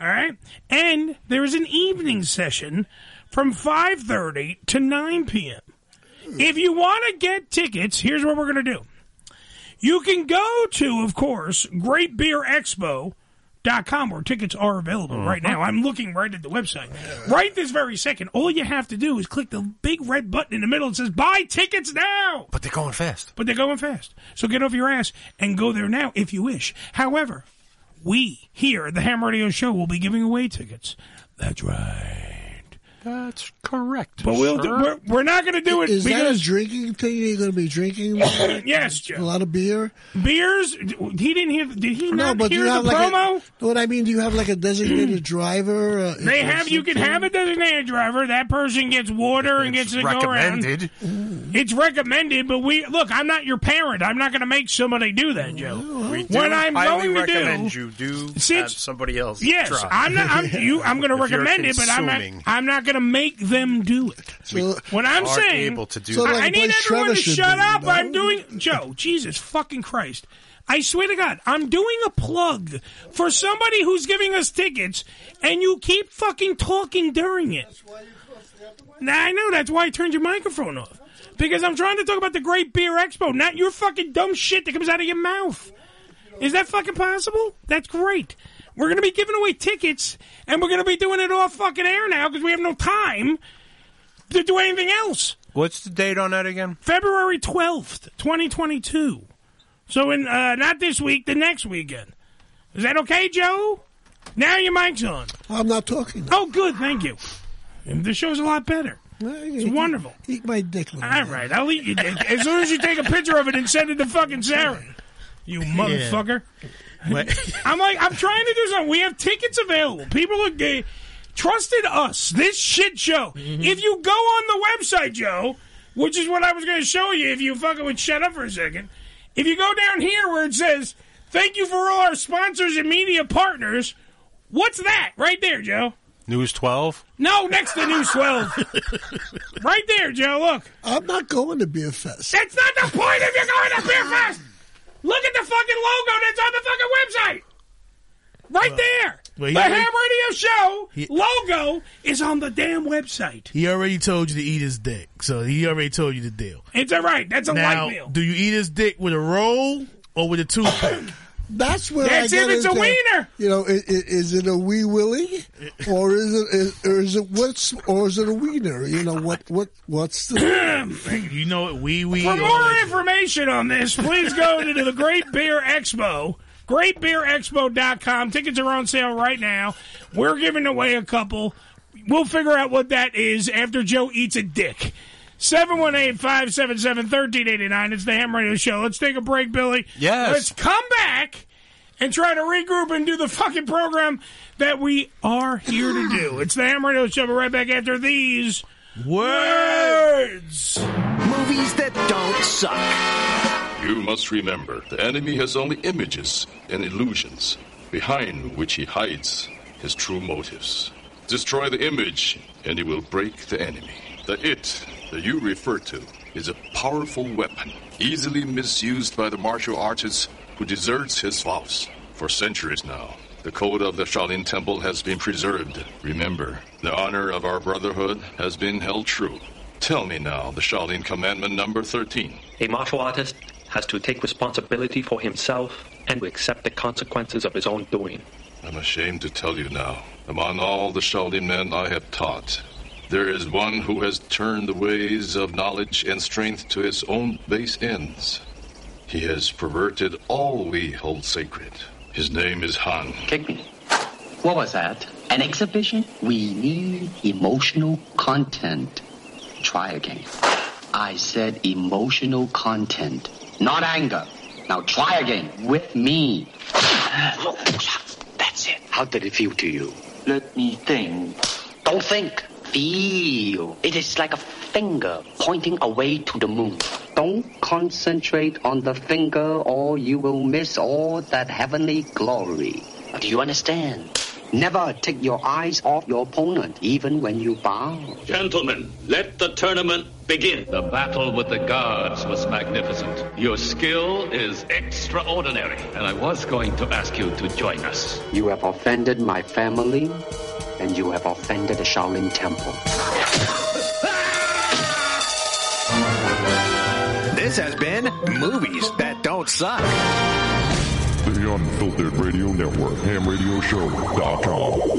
Speaker 1: All right? And there is an evening session from 5:30 to 9 p.m. If you want to get tickets, here's what we're going to do. You can go to, of course, greatbeerexpo.com where tickets are available right now. I'm looking right at the website. Right this very second, all you have to do is click the big red button in the middle that says buy tickets now.
Speaker 5: But they're going fast.
Speaker 1: But they're going fast. So get off your ass and go there now if you wish. However, we here at the Ham Radio Show will be giving away tickets. That's right.
Speaker 5: That's correct.
Speaker 1: But we'll do,
Speaker 5: sir.
Speaker 1: we're, we're not going to do it
Speaker 2: Is that a
Speaker 1: because
Speaker 2: drinking thing? You're going to be drinking? yes,
Speaker 1: Joe.
Speaker 2: a lot of beer.
Speaker 1: beers. He didn't hear. Did he
Speaker 2: No,
Speaker 1: not
Speaker 2: but do
Speaker 1: hear
Speaker 2: you have
Speaker 1: the
Speaker 2: like
Speaker 1: promo?
Speaker 2: A, what I mean, do you have like a designated driver? Uh,
Speaker 1: They have you can have a designated driver. That person gets water and gets to go around.
Speaker 5: recommended.
Speaker 1: It's recommended, but we look. I'm not your parent. I'm not going to make somebody do that, Joe.
Speaker 5: We do
Speaker 1: what I'm going
Speaker 5: highly
Speaker 1: to
Speaker 5: recommend
Speaker 1: do.
Speaker 5: you do have
Speaker 1: Since-
Speaker 5: somebody else.
Speaker 1: Yes,
Speaker 5: try.
Speaker 1: I'm not. I'm, you, I'm going to
Speaker 5: If you're
Speaker 1: recommend it, but I'm
Speaker 5: consuming.
Speaker 1: not. I'm not going to make them do it. what I'm
Speaker 5: are
Speaker 1: saying,
Speaker 5: able to do So that. like
Speaker 1: I, I
Speaker 5: a
Speaker 1: need
Speaker 5: place
Speaker 1: everyone
Speaker 5: Trevor
Speaker 1: to
Speaker 5: should
Speaker 1: shut
Speaker 5: do,
Speaker 1: up.
Speaker 5: no?
Speaker 1: I'm doing Joe. Jesus fucking Christ! I swear to God, I'm doing a plug for somebody who's giving us tickets, and you keep fucking talking during it. Nah, I know. That's why I turned your microphone off. Because I'm trying to talk about the Great Beer Expo, not your fucking dumb shit that comes out of your mouth. Is that fucking possible? That's great. We're going to be giving away tickets, and we're going to be doing it all fucking air now because we have no time to do anything else.
Speaker 5: What's the date on that again?
Speaker 1: February 12th, 2022. So, in uh, not this week, the next weekend. Is that okay, Joe? Now your mic's on.
Speaker 2: I'm not talking.
Speaker 1: Oh, good. Thank you. The show's a lot better. It's wonderful.
Speaker 2: Eat my dick. All
Speaker 1: right, I'll eat your dick as soon as you take a picture of it and send it to fucking Sarah. You motherfucker! I'm like, I'm trying to do something. We have tickets available. People are gay. trusted us. This shit show. If you go on the website, Joe, which is what I was going to show you, if you fucking would shut up for a second. If you go down here where it says "Thank you for all our sponsors and media partners," what's that right there, Joe?
Speaker 5: News 12?
Speaker 1: No, next to News 12. right there, Joe, look.
Speaker 2: I'm not going to Beer Fest.
Speaker 1: That's not the point if you're going to Beer Fest! Look at the fucking logo that's on the fucking website! Right there!
Speaker 3: well, he
Speaker 1: the
Speaker 3: already-
Speaker 1: Ham Radio Show
Speaker 3: He-
Speaker 1: logo is on the damn website.
Speaker 3: He already told you to eat his dick, so he already told you the deal.
Speaker 1: It's all right. That's a
Speaker 3: now,
Speaker 1: light meal.
Speaker 3: do you eat his dick with a roll or with a toothpick?
Speaker 2: That's where
Speaker 3: That's
Speaker 2: I get
Speaker 3: if it's a
Speaker 2: into,
Speaker 3: wiener.
Speaker 2: You know, is, is it a wee willy, or is it is, or is it what's or is it a wiener? You know what what what's the
Speaker 3: you know it, wee wee.
Speaker 1: For
Speaker 3: or-
Speaker 1: more information on this, please go to the Great Beer Expo GreatBeerExpo.com. Tickets are on sale right now. We're giving away a couple. We'll figure out what that is after Joe eats a dick. 718-577-1389. It's the Ham Radio Show. Let's take a break, Billy.
Speaker 21: Yes.
Speaker 1: Let's come back and try to regroup and do the fucking program that we are here to do. It's the Ham Radio Show. We're right back after these words.
Speaker 6: Movies that don't suck.
Speaker 22: You must remember the enemy has only images and illusions behind which he hides his true motives. Destroy the image and you will break the enemy. The it that you refer to is a powerful weapon, easily misused by the martial artist who deserts his vows. For centuries now, the code of the Shaolin Temple has been preserved. Remember, the honor of our brotherhood has been held true. Tell me now the Shaolin Commandment number 13.
Speaker 23: A martial artist has to take responsibility for himself and to accept the consequences of his own doing.
Speaker 22: I'm ashamed to tell you now, among all the Shaolin men I have taught, there is one who has turned the ways of knowledge and strength to his own base ends. He has perverted all we hold sacred. His name is Han.
Speaker 24: Kick me. What was that? An exhibition? We need emotional content. Try again. I said emotional content, not anger. Now try again with me. That's it. How did it feel to you? Let me think. Don't think. Feel. It is like a finger pointing away to the moon. Don't concentrate on the finger or you will miss all that heavenly glory. Do you understand? Never take your eyes off your opponent, even when you bow.
Speaker 25: Gentlemen, let the tournament begin. The battle with the gods was magnificent. Your skill is extraordinary, and I was going to ask you to join us.
Speaker 24: You have offended my family, and you have offended the Shaolin Temple.
Speaker 6: This has been Movies That Don't Suck.
Speaker 9: The Unfiltered Radio Network, hamradioshow.com.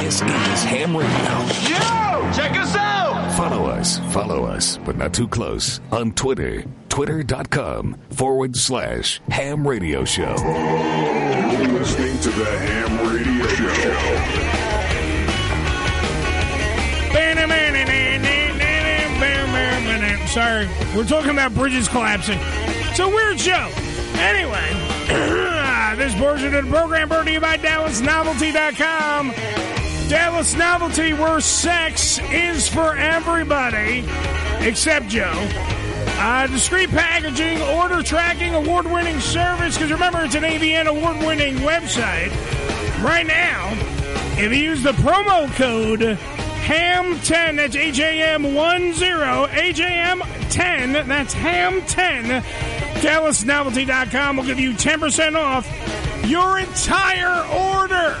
Speaker 12: This is Ham Radio.
Speaker 6: Yo! Check us out!
Speaker 12: Follow us, follow us, but not too close on Twitter. Twitter.com forward slash ham radio show.
Speaker 9: You're listening to the Ham Radio Show.
Speaker 1: Sorry, we're talking about bridges collapsing. It's a weird show. Anyway, this portion of the program brought to you by DallasNovelty.com. Dallas novelty where sex is for everybody except Joe. Uh, discreet packaging, order tracking, award winning service. Because remember, it's an AVN award winning website. Right now, if you use the promo code HAM10, that's H A M 10, HAM 10, that's HAM 10, DallasNovelty.com will give you 10% off your entire order.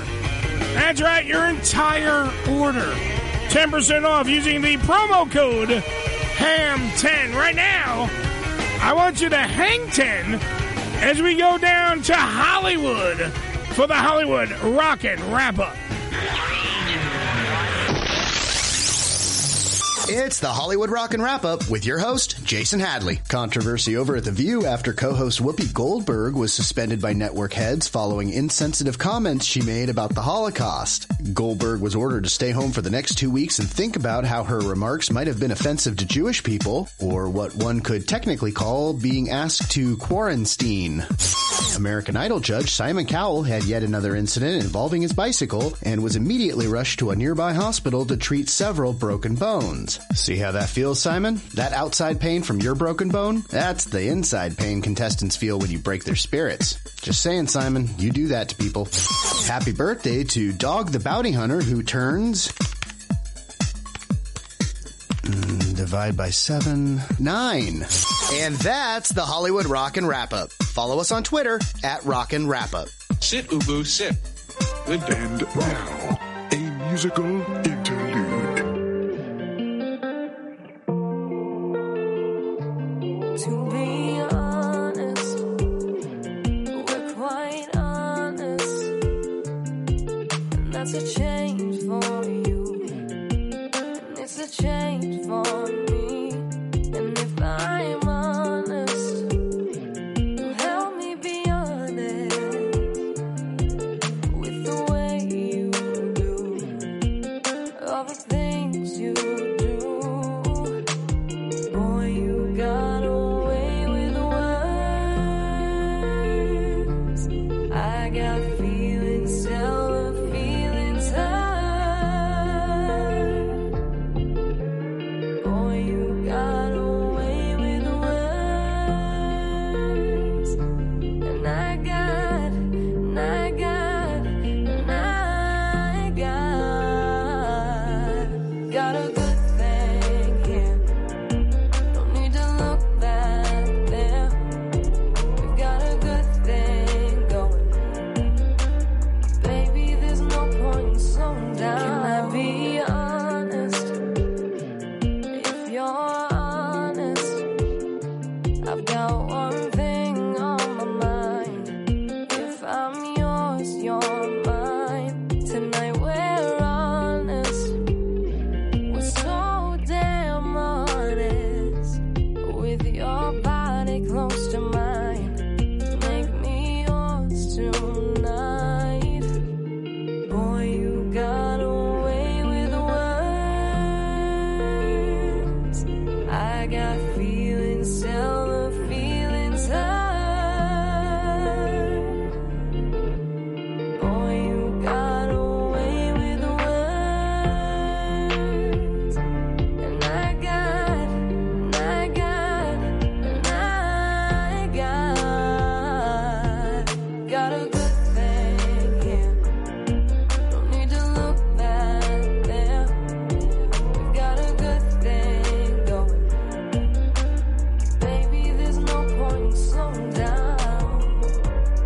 Speaker 1: That's right, your entire order. 10% off using the promo code HAM10. Right now, I want you to hang 10 as we go down to Hollywood for the Hollywood Rocket Wrap Up.
Speaker 21: It's the Hollywood Rock and Wrap Up with your host, Jason Hadley. Controversy over at The View after co host Whoopi Goldberg was suspended by network heads following insensitive comments she made about the Holocaust. Goldberg was ordered to stay home for the next two weeks and think about how her remarks might have been offensive to Jewish people, or what one could technically call being asked to quarantine. American Idol judge Simon Cowell had yet another incident involving his bicycle and was immediately rushed to a nearby hospital to treat several broken bones. See how that feels, Simon? That outside pain from your broken bone? That's the inside pain contestants feel when you break their spirits. Just saying, Simon, you do that to people. Happy birthday to Dog the Bounty Hunter who turns Mm, divide by seven, nine. And that's the Hollywood Rock and Wrap Up. Follow us on Twitter at Rock and Wrap Up.
Speaker 8: Sit, Ubu, sit.
Speaker 9: And now, a musical interlude.
Speaker 7: To be honest, we're quite honest, and that's a change for you, and it's a change for me. And if I'm honest, you help me be honest with the way you do, all the things you do. Boy, you got away with words. I got feelings, tell the feelings hurt. Boy, you got away with words. And I got, and I got, and I got, got a good thing here. Don't need to look back there. We've got a good thing going. Baby, there's no point in slowing down. Can I be honest? If you're honest, I've got one thing on my mind. If I'm yours, you're mine. Tonight we're honest. We're so damn honest with your body close to mine. Make me yours tonight. Boy, you got away with words. I got feelings, tell the feelings hurt. Boy, you got away with words. And I got, and I got, and I got, got a good thing here. Don't need to look back there. We've got a good thing going. Baby, there's no point in slowing down.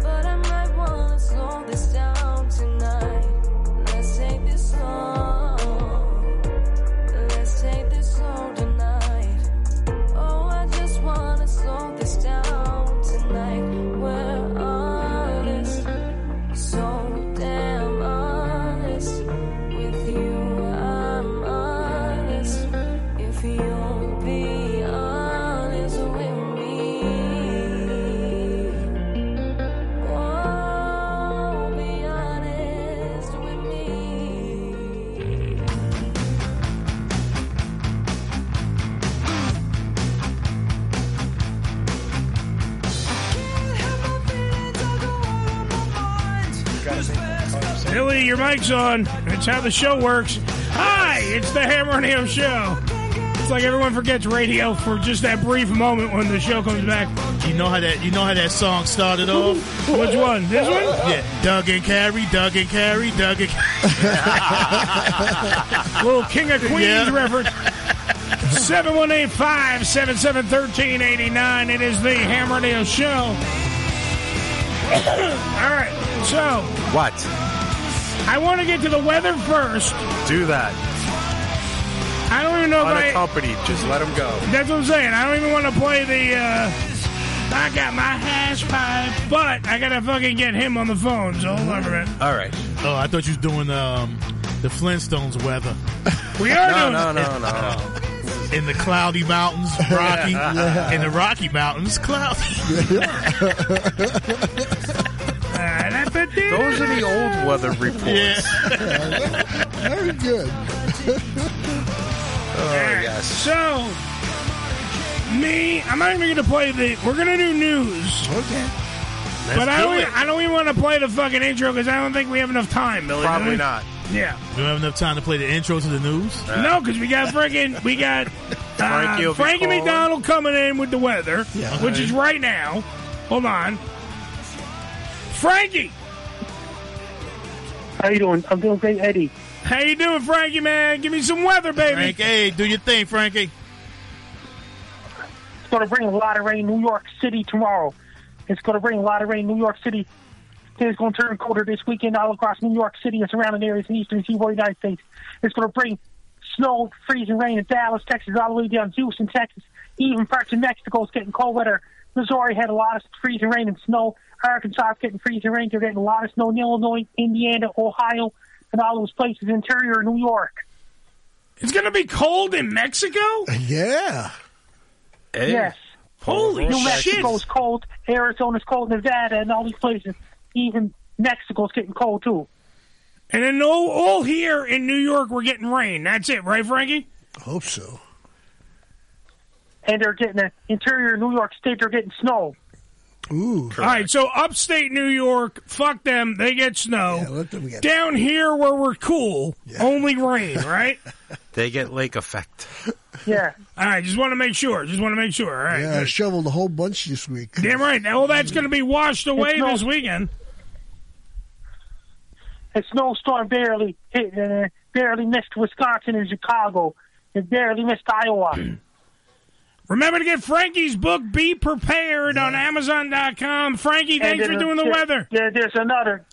Speaker 7: But I might wanna slow this down tonight. Let's take this slow. Let's take this slow tonight. Oh, I just wanna slow this down tonight. We're honest, so damn honest. With you, I'm honest. If you'll be honest with me, oh, be honest with me.
Speaker 1: Billy, your mic's on. It's how the show works. Hi, it's the Hammer and Ham Show. It's like everyone forgets radio for just that brief moment when the show comes back.
Speaker 3: You know how that you know how that song started off?
Speaker 1: Which one? This one?
Speaker 3: Yeah. Doug and Carrie, Doug and Carrie, Doug and
Speaker 1: Little King of Queens
Speaker 3: Yeah.
Speaker 1: reference. 718 577 1389. It is the Hammer and Nail Show. All right, so.
Speaker 5: What?
Speaker 1: I want to get to the weather first.
Speaker 5: Do that.
Speaker 1: I don't even know if I.
Speaker 5: Unaccompanied. Just let him go.
Speaker 1: That's what I'm saying. I don't even want to play the. Uh, I got my hash pipe, but I gotta fucking get him on the phone. So hold on a minute.
Speaker 5: All right.
Speaker 3: Oh, I thought you was doing um the Flintstones weather.
Speaker 1: We are
Speaker 5: No,
Speaker 1: doing
Speaker 5: no, no, no.
Speaker 3: In the cloudy mountains, Rocky. In the Rocky Mountains, cloudy.
Speaker 1: Ah,
Speaker 5: Those are the old weather reports.
Speaker 2: Very good.
Speaker 5: Oh, yes.
Speaker 1: So, me, I'm not even going to play the. We're going to do news.
Speaker 2: Okay.
Speaker 1: but
Speaker 3: Let's
Speaker 1: I
Speaker 3: do
Speaker 1: don't. e-
Speaker 3: it.
Speaker 1: I don't even want to play the fucking intro because I don't think we have enough time, Billy. do we? Yeah.
Speaker 3: You don't have enough time to play the intro to the news?
Speaker 1: Uh, No, because we got freaking we got
Speaker 3: Frankie
Speaker 1: uh,
Speaker 3: will Uh. be
Speaker 1: Frankie
Speaker 3: calling.
Speaker 1: McDonald coming in with the weather,
Speaker 3: Yeah.
Speaker 1: which is right now. Hold on, Frankie.
Speaker 14: How you doing? I'm doing great, Eddie.
Speaker 1: How you doing, Frankie? Man, give me some weather, baby.
Speaker 3: Frank, hey, do your thing, Frankie.
Speaker 14: It's going to bring a lot of rain New York City tomorrow. It's going to bring a lot of rain New York City. It's going to turn colder this weekend all across New York City and surrounding areas in eastern seaboard of the United States. It's going to bring snow, freezing rain in Dallas, Texas, all the way down to Houston, Texas. Even parts of Mexico is getting cold weather. Missouri had a lot of freezing rain and snow. Arkansas is getting freezing rain. They're getting a lot of snow in Illinois, Indiana, Ohio, and all those places, interior New York.
Speaker 1: It's gonna be cold in Mexico. Eh?
Speaker 2: Yeah.
Speaker 14: Yes.
Speaker 1: Holy
Speaker 14: New
Speaker 1: shit.
Speaker 14: Mexico's cold. Arizona's cold. Nevada and all these places. Even Mexico's getting cold too.
Speaker 1: And then all, all here in New York, we're getting rain. That's it, right, Frankie?
Speaker 2: Hope so.
Speaker 14: And they're getting the interior of New York State. They're getting snow.
Speaker 2: Ooh.
Speaker 1: All right, so upstate New York, fuck them. They get snow.
Speaker 2: let them get-
Speaker 1: Down here where we're cool, only rain, right?
Speaker 5: They get lake effect.
Speaker 14: Yeah.
Speaker 1: All right, just want to make sure. Just want to make sure. All right.
Speaker 2: Yeah, I
Speaker 1: good.
Speaker 2: shoveled a whole bunch this week.
Speaker 1: Damn right. Now, all that's going to be washed away
Speaker 14: It's not-
Speaker 1: this weekend.
Speaker 14: A snowstorm barely hit, uh, barely missed Wisconsin and Chicago. It barely missed Iowa.
Speaker 1: Remember to get Frankie's book, Be Prepared, on Amazon.com. Frankie, thanks
Speaker 14: And
Speaker 1: for
Speaker 14: then
Speaker 1: doing the
Speaker 14: there-
Speaker 1: weather.
Speaker 14: There, there's another.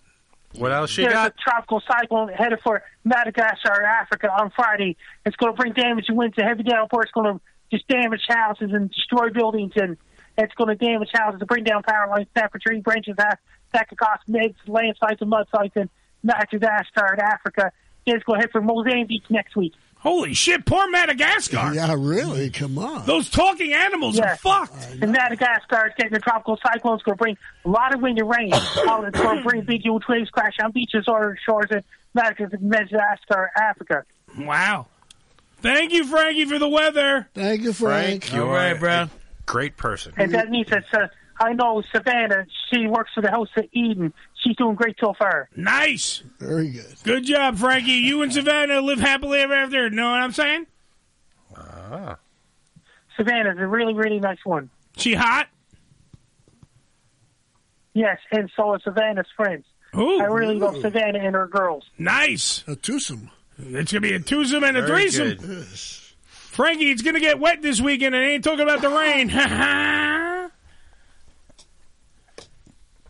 Speaker 5: What else she
Speaker 14: there's a
Speaker 5: got?
Speaker 14: tropical cyclone headed for Madagascar, Africa, on Friday. It's going to bring damage and winds and heavy downpour. It's going to just damage houses and destroy buildings, and it's going to damage houses and bring down power lines, snap a tree branches. That that could cause mix, landslides and mudslides in Madagascar and Africa. It's going to head for Mozambique next week.
Speaker 1: Holy shit, poor Madagascar.
Speaker 2: Yeah, really? Come on.
Speaker 1: Those talking animals are fucked.
Speaker 14: And Madagascar is getting a tropical cyclone. It's going to bring a lot of wind and rain. Oh, it's going to bring big huge waves crash on beaches or shores in Madagascar, Africa.
Speaker 1: Wow. Thank you, Frankie, for the weather.
Speaker 2: Thank you,
Speaker 5: Frank, you're right, bro. Great person.
Speaker 14: And that means that uh, I know Savannah. She works for the House of Eden. She's doing great so far.
Speaker 1: Nice.
Speaker 2: Very good.
Speaker 1: Good job, Frankie. You and Savannah live happily ever after. Know what I'm saying?
Speaker 5: Ah.
Speaker 14: Savannah's a really, really nice one.
Speaker 1: She hot?
Speaker 14: Yes, and so are Savannah's friends.
Speaker 1: Ooh.
Speaker 14: I really love Savannah and her girls.
Speaker 1: Nice.
Speaker 2: A twosome.
Speaker 1: It's going to be a twosome and a
Speaker 14: Very
Speaker 1: threesome.
Speaker 14: good.
Speaker 1: Frankie, it's going to get wet this weekend and I ain't talking about the rain.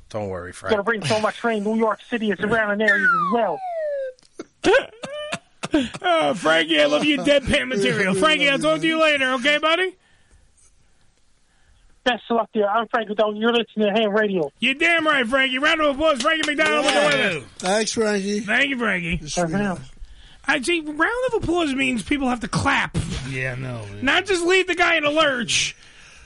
Speaker 5: Don't worry,
Speaker 14: It's going to
Speaker 5: Frank.
Speaker 14: bring so much rain. New York City is surrounding areas as well.
Speaker 1: oh, Frankie, I love you, deadpan material. Frankie, I'll talk to you later, okay, buddy?
Speaker 14: Best of luck to you. I'm Frank Adone. You're listening to Ham Radio.
Speaker 1: You're damn right, Frankie. Round of applause, Frankie McDonald with the weather.
Speaker 2: Thanks, Frankie.
Speaker 1: Thank you, Frankie.
Speaker 14: Uh-huh.
Speaker 1: I see. Round of applause means people have to clap,
Speaker 3: Yeah, no.
Speaker 1: not just leave the guy in a lurch.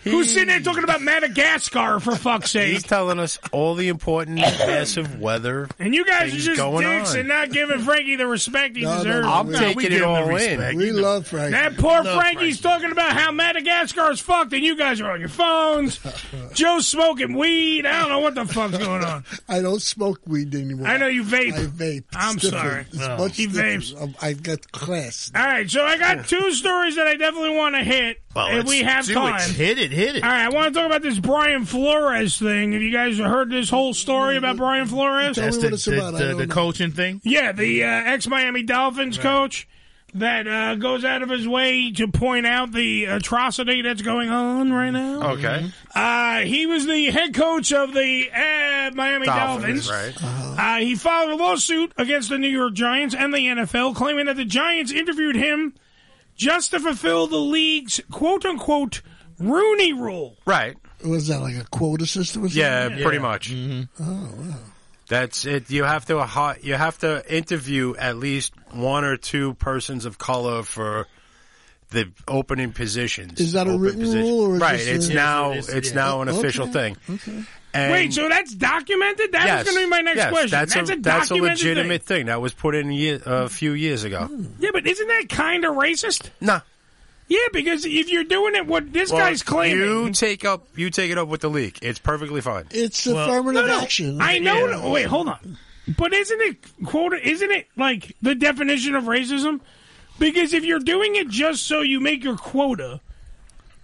Speaker 1: Who's sitting there talking about Madagascar for fuck's sake?
Speaker 5: He's telling us all the important massive weather.
Speaker 1: And you guys are
Speaker 5: things
Speaker 1: just
Speaker 5: going
Speaker 1: dicks
Speaker 5: on.
Speaker 1: and not giving Frankie the respect he
Speaker 5: No, no,
Speaker 1: deserves.
Speaker 5: no, I'm
Speaker 1: No,
Speaker 5: taking
Speaker 1: we
Speaker 5: it
Speaker 1: give him
Speaker 5: all
Speaker 1: the
Speaker 5: in.
Speaker 1: respect.
Speaker 5: We
Speaker 2: love Frankie.
Speaker 1: That poor
Speaker 2: Love
Speaker 1: Frankie's talking about how Madagascar's fucked, and you guys are on your phones. Joe's smoking weed. I don't know what the fuck's going on.
Speaker 2: I don't smoke weed anymore.
Speaker 1: I know you vape.
Speaker 2: I vape. It's
Speaker 1: I'm
Speaker 2: different.
Speaker 1: sorry.
Speaker 2: It's much
Speaker 1: he
Speaker 2: different.
Speaker 1: vapes.
Speaker 2: Um, I got class.
Speaker 1: All right, so I got two stories that I definitely want to hit,
Speaker 2: Well,
Speaker 1: if we
Speaker 2: let's
Speaker 1: have
Speaker 2: do it.
Speaker 1: time.
Speaker 2: Hit it, hit it.
Speaker 1: All right, I want to talk about this Brian Flores thing. Have you guys heard this whole story about Brian Flores?
Speaker 3: That's the, the, the, the coaching thing.
Speaker 1: Yeah, the uh, ex Miami Dolphins coach that uh, goes out of his way to point out the atrocity that's going on right now.
Speaker 5: Okay.
Speaker 1: Uh, he was the head coach of the uh, Miami Dolphins.
Speaker 5: Dolphins, right.
Speaker 1: Uh, he filed a lawsuit against the New York Giants and the NFL, claiming that the Giants interviewed him just to fulfill the league's quote unquote Rooney rule.
Speaker 5: Right.
Speaker 2: Was that like a quota system? Or something? Oh.
Speaker 5: Yeah, pretty much. That's it. You have to hi- you have to interview at least one or two persons of color for the opening positions.
Speaker 2: Is that a written rule or is
Speaker 5: right?
Speaker 2: this
Speaker 5: It's
Speaker 2: a-
Speaker 5: now Oh, it's now an
Speaker 2: Okay,
Speaker 5: official thing.
Speaker 2: Okay.
Speaker 5: And-
Speaker 1: Wait, so that's documented? That
Speaker 5: yes,
Speaker 1: was going to be my next
Speaker 5: yes,
Speaker 1: question.
Speaker 5: That's, a, that's a
Speaker 1: documented thing.
Speaker 5: legitimate thing. that was put in ye- a few years ago.
Speaker 1: Yeah, but isn't that kind of racist?
Speaker 5: No.
Speaker 1: Yeah, because if you're doing it, what this
Speaker 5: Well,
Speaker 1: guy's claiming.
Speaker 5: You take up you take it up with the league. It's perfectly fine.
Speaker 2: It's
Speaker 1: No, no, I know. Wait, hold on. But isn't it quota? Isn't it like the definition of racism? Because if you're doing it just so you make your quota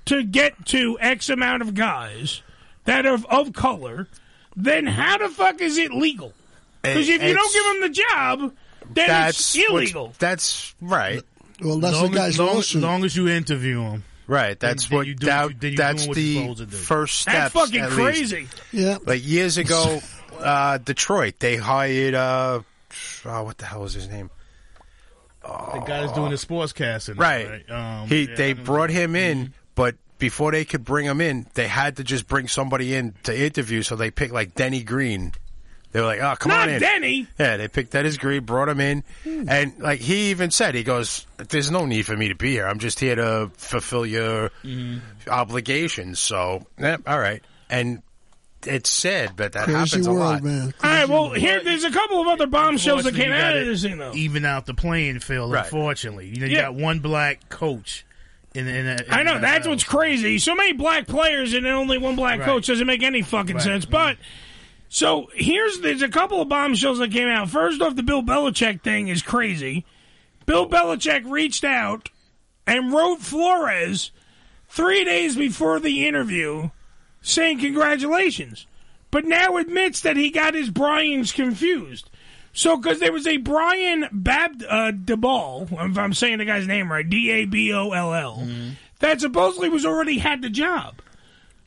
Speaker 1: to get to X amount of guys that are of color, then how the fuck is it legal? Because if you
Speaker 5: It's-
Speaker 1: don't give them the job, then it's
Speaker 5: what-
Speaker 1: illegal.
Speaker 5: that's right.
Speaker 2: Well,
Speaker 3: long, as, long, long as you interview him.
Speaker 5: Right, that's what,
Speaker 3: you do
Speaker 5: that-
Speaker 3: what you- then you're
Speaker 5: that's
Speaker 3: doing what you're
Speaker 5: the
Speaker 3: supposed to do.
Speaker 5: first step.
Speaker 3: That's fucking crazy.
Speaker 2: Yeah.
Speaker 5: Like years ago, uh, Detroit, they hired uh, oh, what the hell was his name?
Speaker 3: The guy that's doing the sportscasting.
Speaker 5: Right.
Speaker 3: Um,
Speaker 5: he
Speaker 3: yeah,
Speaker 5: they brought him in,
Speaker 1: Mm-hmm.
Speaker 5: but before they could bring him in, they had to just bring somebody in to interview. So they picked like Denny Green. They were like, "Oh, come
Speaker 1: Not
Speaker 5: on in,
Speaker 1: Denny. Hmm.
Speaker 5: Yeah, they picked Denny Green, brought him in, and like he even said, he goes, "There's no need for me to be here. I'm just here to fulfill your
Speaker 1: Mm-hmm.
Speaker 5: obligations." So, yeah, all right, and it's sad, but that
Speaker 2: Crazy
Speaker 5: happens
Speaker 2: world,
Speaker 5: a lot.
Speaker 2: man.
Speaker 1: All right. Well, here there's a couple of other bombshells that came
Speaker 3: Unfortunately,
Speaker 1: out
Speaker 3: you
Speaker 1: of
Speaker 3: gotta
Speaker 1: this thing, though.
Speaker 3: Even out the playing field,
Speaker 1: Right.
Speaker 3: unfortunately. You know, you
Speaker 1: Yeah.
Speaker 3: got one black uh, coach. In, in, in,
Speaker 1: I know that's what's crazy. So many black players and then only one black
Speaker 3: Right. Mm-hmm.
Speaker 1: coach doesn't make any fucking sense. But so here's there's a couple of bombshells that came out. First off, the Bill Belichick thing is crazy. Bill Belichick reached out and wrote Flores three days before the interview, saying congratulations, but now admits that he got his Brian's confused. So, because there was a Brian Bab uh, DeBall, if I'm saying the guy's name right, D A B O L L,
Speaker 5: Mm-hmm.
Speaker 1: that supposedly was already had the job.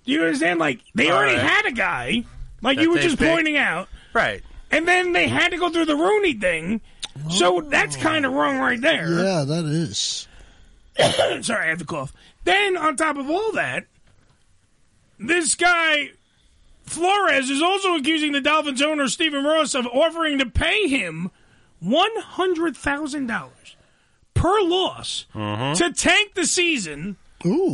Speaker 1: Do you understand? Like they
Speaker 5: All
Speaker 1: already
Speaker 5: right.
Speaker 1: had a guy, like
Speaker 5: That
Speaker 1: you were
Speaker 5: they
Speaker 1: just
Speaker 5: picked.
Speaker 1: pointing out,
Speaker 5: right?
Speaker 1: And then they had to go through the Rooney thing. So that's kind of wrong right there.
Speaker 2: Oh. Yeah, that is.
Speaker 1: Sorry, I have to cough. Then, on top of all that, this guy, Flores, is also accusing the Dolphins owner, Stephen Ross, of offering to pay him $100,000 per loss
Speaker 3: Uh-huh.
Speaker 1: to tank the season.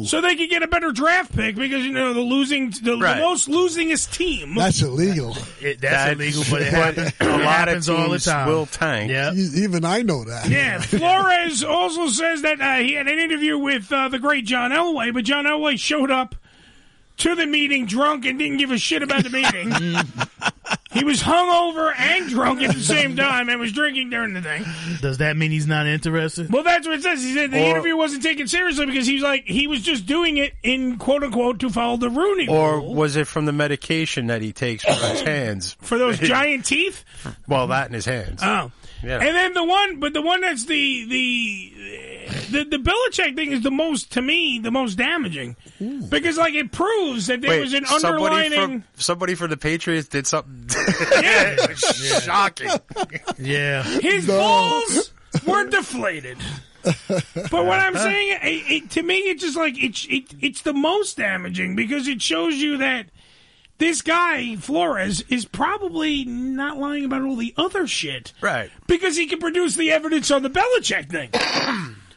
Speaker 1: So they could get a better draft pick because you know the losing the, the
Speaker 5: Right.
Speaker 1: most losingest team.
Speaker 2: That's illegal.
Speaker 3: It, that's illegal, but it happens,
Speaker 5: a lot
Speaker 3: it happens
Speaker 5: of
Speaker 3: all the
Speaker 5: teams
Speaker 3: time.
Speaker 5: Will tank.
Speaker 2: E-, Even I know that.
Speaker 1: Yeah, Flores also says that uh, he had an interview with uh, the great John Elway, but John Elway showed up to the meeting drunk and didn't give a shit about the meeting. he was hungover and drunk at the same time and was drinking during the thing.
Speaker 3: Does that mean he's not interested?
Speaker 1: Well, that's what it says. He said the
Speaker 3: Or-
Speaker 1: interview wasn't taken seriously because he was like he was just doing it in quote unquote to follow the Rooney
Speaker 5: Or
Speaker 1: Rule
Speaker 5: was it from the medication that he takes for his hands?
Speaker 1: for those giant teeth.
Speaker 5: well, that in his hands.
Speaker 1: Oh,
Speaker 5: Yeah.
Speaker 1: And then the one, but the one that's the the the the Belichick thing is the most to me the most damaging because like it proves that there
Speaker 5: Wait,
Speaker 1: was an
Speaker 5: somebody
Speaker 1: underlining.
Speaker 5: from somebody from the Patriots did something shocking.
Speaker 3: Yeah,
Speaker 1: His balls were deflated. But what I'm saying, it, it, to me, it's just like it's it, it's the most damaging because it shows you that this guy Flores is probably not lying about all the other shit,
Speaker 5: right?
Speaker 1: Because he can produce the evidence on the Belichick thing.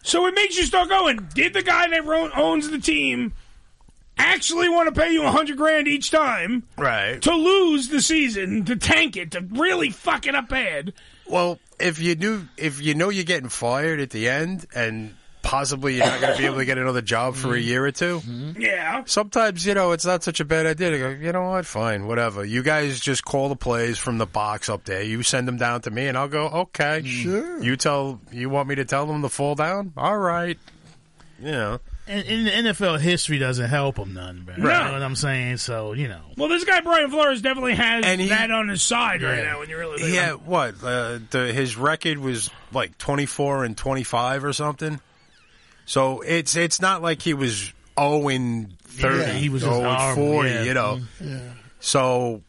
Speaker 1: so it makes you start going: Did the guy that ro- owns the team actually want to pay you a hundred grand each time,
Speaker 5: right?
Speaker 1: To lose the season, to tank it, to really fuck it up bad.
Speaker 5: Well, if you do, if you know you're getting fired at the end, and possibly you're not going to be able to get another job for a year or 2
Speaker 1: yeah.
Speaker 5: Sometimes you know it's not such a bad idea to go. You know what? Fine, whatever. You guys just call the plays from the box up there. You send them down to me, and I'll go. Okay, sure. You tell you want me to tell them to fall down. All right. You know.
Speaker 3: And, and the NFL history doesn't help him none, bro. You
Speaker 1: Right.
Speaker 3: know what I'm saying? So you know,
Speaker 1: Well, this guy Brian Flores definitely has that on his side right
Speaker 5: Yeah.
Speaker 1: now. When you really think
Speaker 5: He had
Speaker 1: about
Speaker 5: what? Uh, the, his record was like twenty four and twenty five or something. So it's it's not like he was zero and thirty.
Speaker 3: Yeah, he was just
Speaker 5: 0 and
Speaker 3: horrible,
Speaker 5: forty.
Speaker 3: yeah.
Speaker 5: You know.
Speaker 2: Yeah.
Speaker 5: So.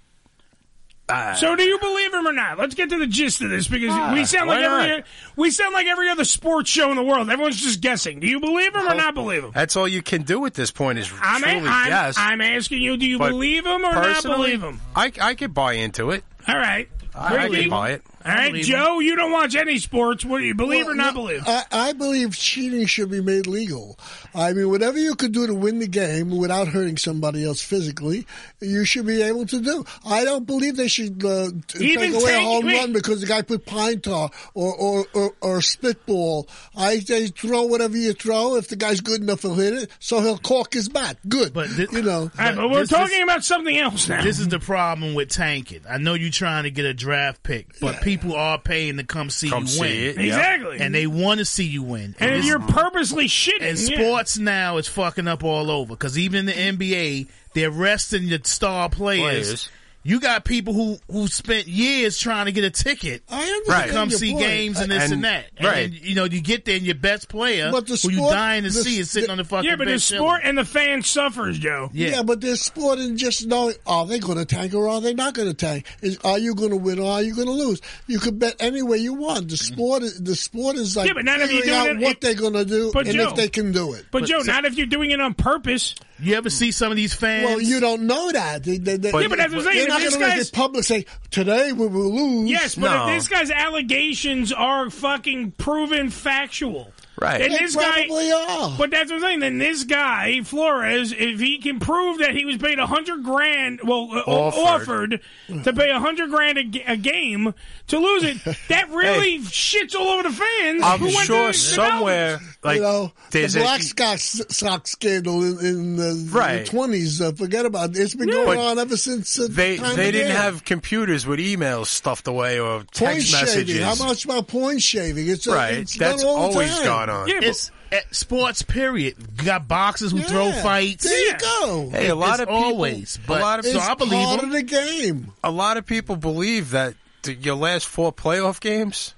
Speaker 1: it.
Speaker 5: Uh,
Speaker 1: Mm-hmm. so, do you believe him or not? Let's get to the gist of this because
Speaker 5: Ah,
Speaker 1: we sound like
Speaker 5: why
Speaker 1: every
Speaker 5: not?
Speaker 1: we sound like every other sports show in the world. Everyone's just guessing. Do you believe him or not believe him?
Speaker 5: that's all you can do at this point is
Speaker 1: I'm,
Speaker 5: truly
Speaker 1: a, I'm,
Speaker 5: guess.
Speaker 1: I'm asking you: Do you
Speaker 5: But
Speaker 1: believe him or not
Speaker 5: personally,
Speaker 1: believe him?
Speaker 5: I I could buy into it.
Speaker 1: All right,
Speaker 5: I, I could buy it.
Speaker 1: All right, Joe, you don't watch any sports. What do you believe or
Speaker 2: Well,
Speaker 1: not
Speaker 2: no,
Speaker 1: believe?
Speaker 2: I, I believe cheating should be made legal. I mean, whatever you could do to win the game without hurting somebody else physically, you should be able to do. I don't believe they should uh, t-
Speaker 1: Even
Speaker 2: take away a
Speaker 1: take-
Speaker 2: home
Speaker 1: wait.
Speaker 2: run because the guy put pine tar or or, or, or spitball. I say throw whatever you throw. If the guy's good enough, he'll hit it. So he'll cork his bat. Good, but you know.
Speaker 1: All right, but we're
Speaker 3: This-
Speaker 1: talking
Speaker 3: this-
Speaker 1: about something else now.
Speaker 3: This is the problem with tanking. I know you're trying to get a draft pick, but people are paying to come see
Speaker 5: Come
Speaker 3: you
Speaker 5: see
Speaker 3: win.
Speaker 5: it,
Speaker 1: yeah. Exactly.
Speaker 3: And they want to see you win.
Speaker 1: and if
Speaker 3: it's-
Speaker 1: you're purposely shitting.
Speaker 3: and
Speaker 1: yeah.
Speaker 3: sports now is fucking up all over because even in the NBA, they're resting the star players.
Speaker 5: Players.
Speaker 3: You got people who who spent years trying to get a ticket
Speaker 2: I
Speaker 5: understand
Speaker 3: to come
Speaker 5: your
Speaker 3: see
Speaker 5: point.
Speaker 3: games and this and,
Speaker 5: And-
Speaker 3: that.
Speaker 5: right.
Speaker 3: And, you know, you get there and your best player
Speaker 2: But the
Speaker 3: who you
Speaker 2: sport-
Speaker 3: dying to
Speaker 2: the-
Speaker 3: see is sitting on the fucking
Speaker 1: yeah, but the
Speaker 3: bench
Speaker 1: sport and the fan suffers, Joe.
Speaker 2: Yeah. but there's sport in just knowing are they going to tank or are they not going to tank? Is, are you going to win or are you going to lose? You could bet any way you want. The sport, is, the sport is like
Speaker 1: Mm-hmm. Yeah, but not if you're
Speaker 2: figuring out
Speaker 1: doing it-
Speaker 2: what they're going to do
Speaker 1: But
Speaker 2: and
Speaker 1: Joe-
Speaker 2: if they can do it.
Speaker 1: But, Joe, not if you're doing it on purpose.
Speaker 3: You ever see some of these fans?
Speaker 2: well, you don't know that. They, they, they,
Speaker 1: Yeah, but that's what I'm saying.
Speaker 2: They're not
Speaker 1: This
Speaker 2: gonna make
Speaker 1: guy's-
Speaker 2: it public. Say today we will lose.
Speaker 1: Yes, but if this guy's allegations are fucking proven factual.
Speaker 5: Right.
Speaker 1: And
Speaker 2: They
Speaker 1: this guy,
Speaker 2: probably are.
Speaker 1: but that's what I'm saying. Then this guy Flores, if he can prove that he was paid a hundred grand, well, uh, offered.
Speaker 5: Offered.
Speaker 1: to pay a hundred grand a, g- a game to lose it, that really shits all over the fans. who
Speaker 5: I'm
Speaker 1: went
Speaker 5: sure
Speaker 1: to the
Speaker 5: somewhere, like
Speaker 2: you know, the
Speaker 5: there's a-
Speaker 2: Black Sox, Sox scandal in, in the
Speaker 5: Right.
Speaker 2: twenties. uh, forget about it. It's been going
Speaker 5: But
Speaker 2: on ever since. Uh,
Speaker 5: they
Speaker 2: time
Speaker 5: they didn't
Speaker 2: began.
Speaker 5: have computers with emails stuffed away or text
Speaker 2: point
Speaker 5: messages.
Speaker 2: shaving. How much about point shaving? It's uh,
Speaker 5: Right.
Speaker 2: It's
Speaker 5: That's
Speaker 2: done all
Speaker 5: always
Speaker 2: the time.
Speaker 5: gone on. Yeah,
Speaker 3: it's at sports period. You got boxers who
Speaker 2: Yeah.
Speaker 3: throw fights.
Speaker 2: There you go.
Speaker 5: Hey, a lot
Speaker 3: It's
Speaker 5: of people,
Speaker 3: always, but-
Speaker 5: a lot of
Speaker 2: it's
Speaker 5: so I believe
Speaker 2: part
Speaker 5: them.
Speaker 2: of the game.
Speaker 5: a lot of people believe that the, your last four playoff games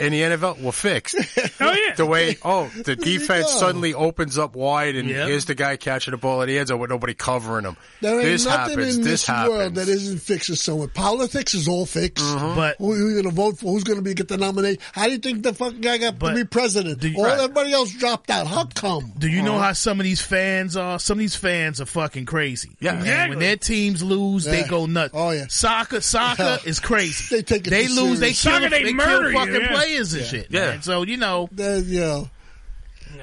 Speaker 5: in the NFL were fixed.
Speaker 1: Oh yeah.
Speaker 5: The way oh the defense
Speaker 2: go.
Speaker 5: suddenly opens up wide and
Speaker 3: Yeah.
Speaker 5: here's the guy catching the ball at the end zone with nobody covering him.
Speaker 2: There ain't
Speaker 5: this
Speaker 2: nothing
Speaker 5: happens.
Speaker 2: in
Speaker 5: this
Speaker 2: this
Speaker 5: happens. Mm-hmm.
Speaker 2: world that isn't fixed or somewhere. Politics is all fixed.
Speaker 3: But-
Speaker 2: who, who you going to vote for? Who's going to be get the nomination? How do you think the fucking guy got
Speaker 3: But-
Speaker 2: to be president?
Speaker 3: Do you-
Speaker 2: all
Speaker 3: Right.
Speaker 2: everybody else dropped out. How come? Uh-huh.
Speaker 3: Do you
Speaker 5: Uh-huh.
Speaker 3: know how some of these fans are? Some of these fans are fucking crazy.
Speaker 5: Yeah.
Speaker 3: And
Speaker 1: Exactly.
Speaker 3: when their teams lose, they
Speaker 2: Yeah.
Speaker 3: go nuts.
Speaker 2: Oh, yeah.
Speaker 3: Soccer, soccer is crazy.
Speaker 2: They take it
Speaker 3: They
Speaker 2: too
Speaker 3: lose. They
Speaker 2: serious.
Speaker 3: kill.
Speaker 1: Soccer, they
Speaker 3: they
Speaker 1: murder
Speaker 3: kill
Speaker 1: you,
Speaker 3: fucking
Speaker 1: yeah.
Speaker 3: players and shit.
Speaker 5: Yeah.
Speaker 3: man. So you know.
Speaker 2: That, you know,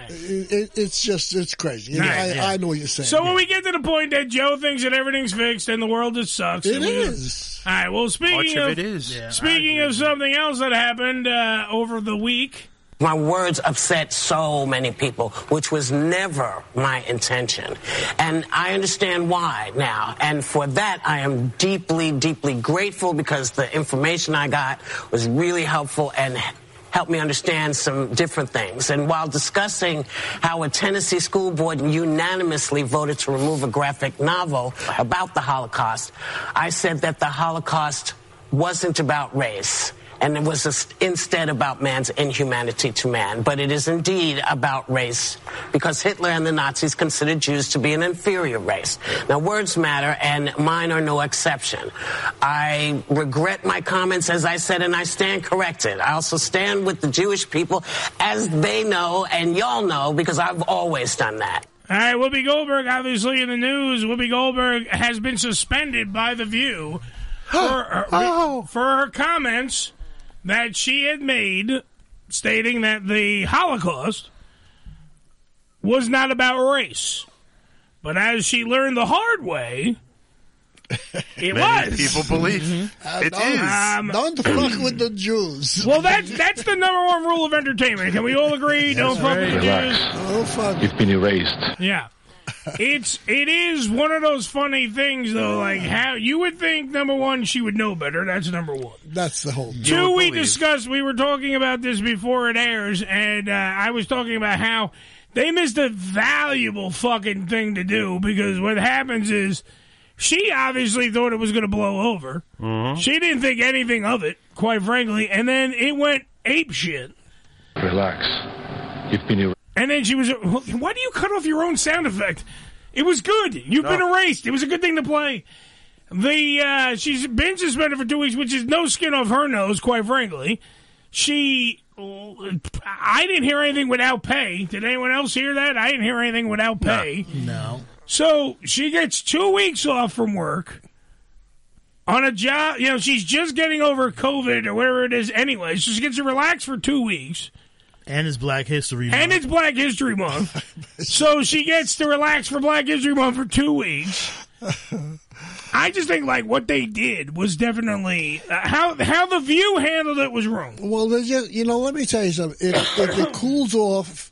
Speaker 2: it, it, it's just it's crazy. You know,
Speaker 1: Right,
Speaker 2: I,
Speaker 1: yeah.
Speaker 2: I know what you're saying.
Speaker 1: So when we get to the point that Joe thinks that everything's fixed and the world just sucks,
Speaker 2: it
Speaker 1: and we-
Speaker 2: is.
Speaker 1: All right. Well, speaking
Speaker 5: Much
Speaker 1: of
Speaker 5: of it is.
Speaker 1: speaking of something else that happened uh, over the week,
Speaker 26: My words upset so many people, which was never my intention. And I understand why now. And for that, I am deeply, deeply grateful because the information I got was really helpful and helped me understand some different things. And while discussing how a Tennessee school board unanimously voted to remove a graphic novel about the Holocaust, I said that the Holocaust wasn't about race. And it was just instead about man's inhumanity to man. But it is indeed about race because Hitler and the Nazis considered Jews to be an inferior race. Now, words matter, and mine are no exception. I regret my comments, as I said, and I stand corrected. I also stand with the Jewish people as they know, and y'all know, because I've always done that.
Speaker 1: All right, Whoopi Goldberg, obviously in the news. Whoopi Goldberg has been suspended by The View for, her,
Speaker 2: Oh.
Speaker 1: for her comments that she had made stating that the Holocaust was not about race. But as she learned the hard way, it
Speaker 5: Many
Speaker 1: was.
Speaker 5: people believe it
Speaker 1: don't-
Speaker 5: is.
Speaker 1: Um,
Speaker 2: Mm-hmm. Uh, Don't fuck with the Jews.
Speaker 1: Well, that's that's the number one rule of entertainment. Can we all agree? Don't fuck with the Jews.
Speaker 2: Oh, fuck.
Speaker 22: You've been erased.
Speaker 1: Yeah. It's it is one of those funny things though. Like how you would think number one she would know better. That's number one.
Speaker 2: That's the whole.
Speaker 1: Two, we discussed. We were talking about this before it airs, and uh, I was talking about how they missed a valuable fucking thing to do because what happens is she obviously thought it was going to blow over. She didn't think anything of it, quite frankly, and then it went ape shit.
Speaker 22: Relax. You've been erased.
Speaker 1: And then she was. Why do you cut off your own sound effect? It was good. You've been erased. It was a good thing to play. The uh, she's been suspended for two weeks, which is no skin off her nose, quite frankly. She, I didn't hear anything without pay. Did anyone else hear that? I didn't hear anything without pay.
Speaker 3: No.
Speaker 1: So she gets two weeks off from work on a job. You know, she's just getting over COVID or whatever it is. Anyway, so she gets to relax for two weeks.
Speaker 3: And it's Black History Month.
Speaker 1: And it's Black History Month. so she gets to relax for Black History Month for two weeks. I just think like what they did was definitely uh, how how the View handled it was wrong.
Speaker 2: Well, there's just, you know, let me tell you something. If, if it cools off,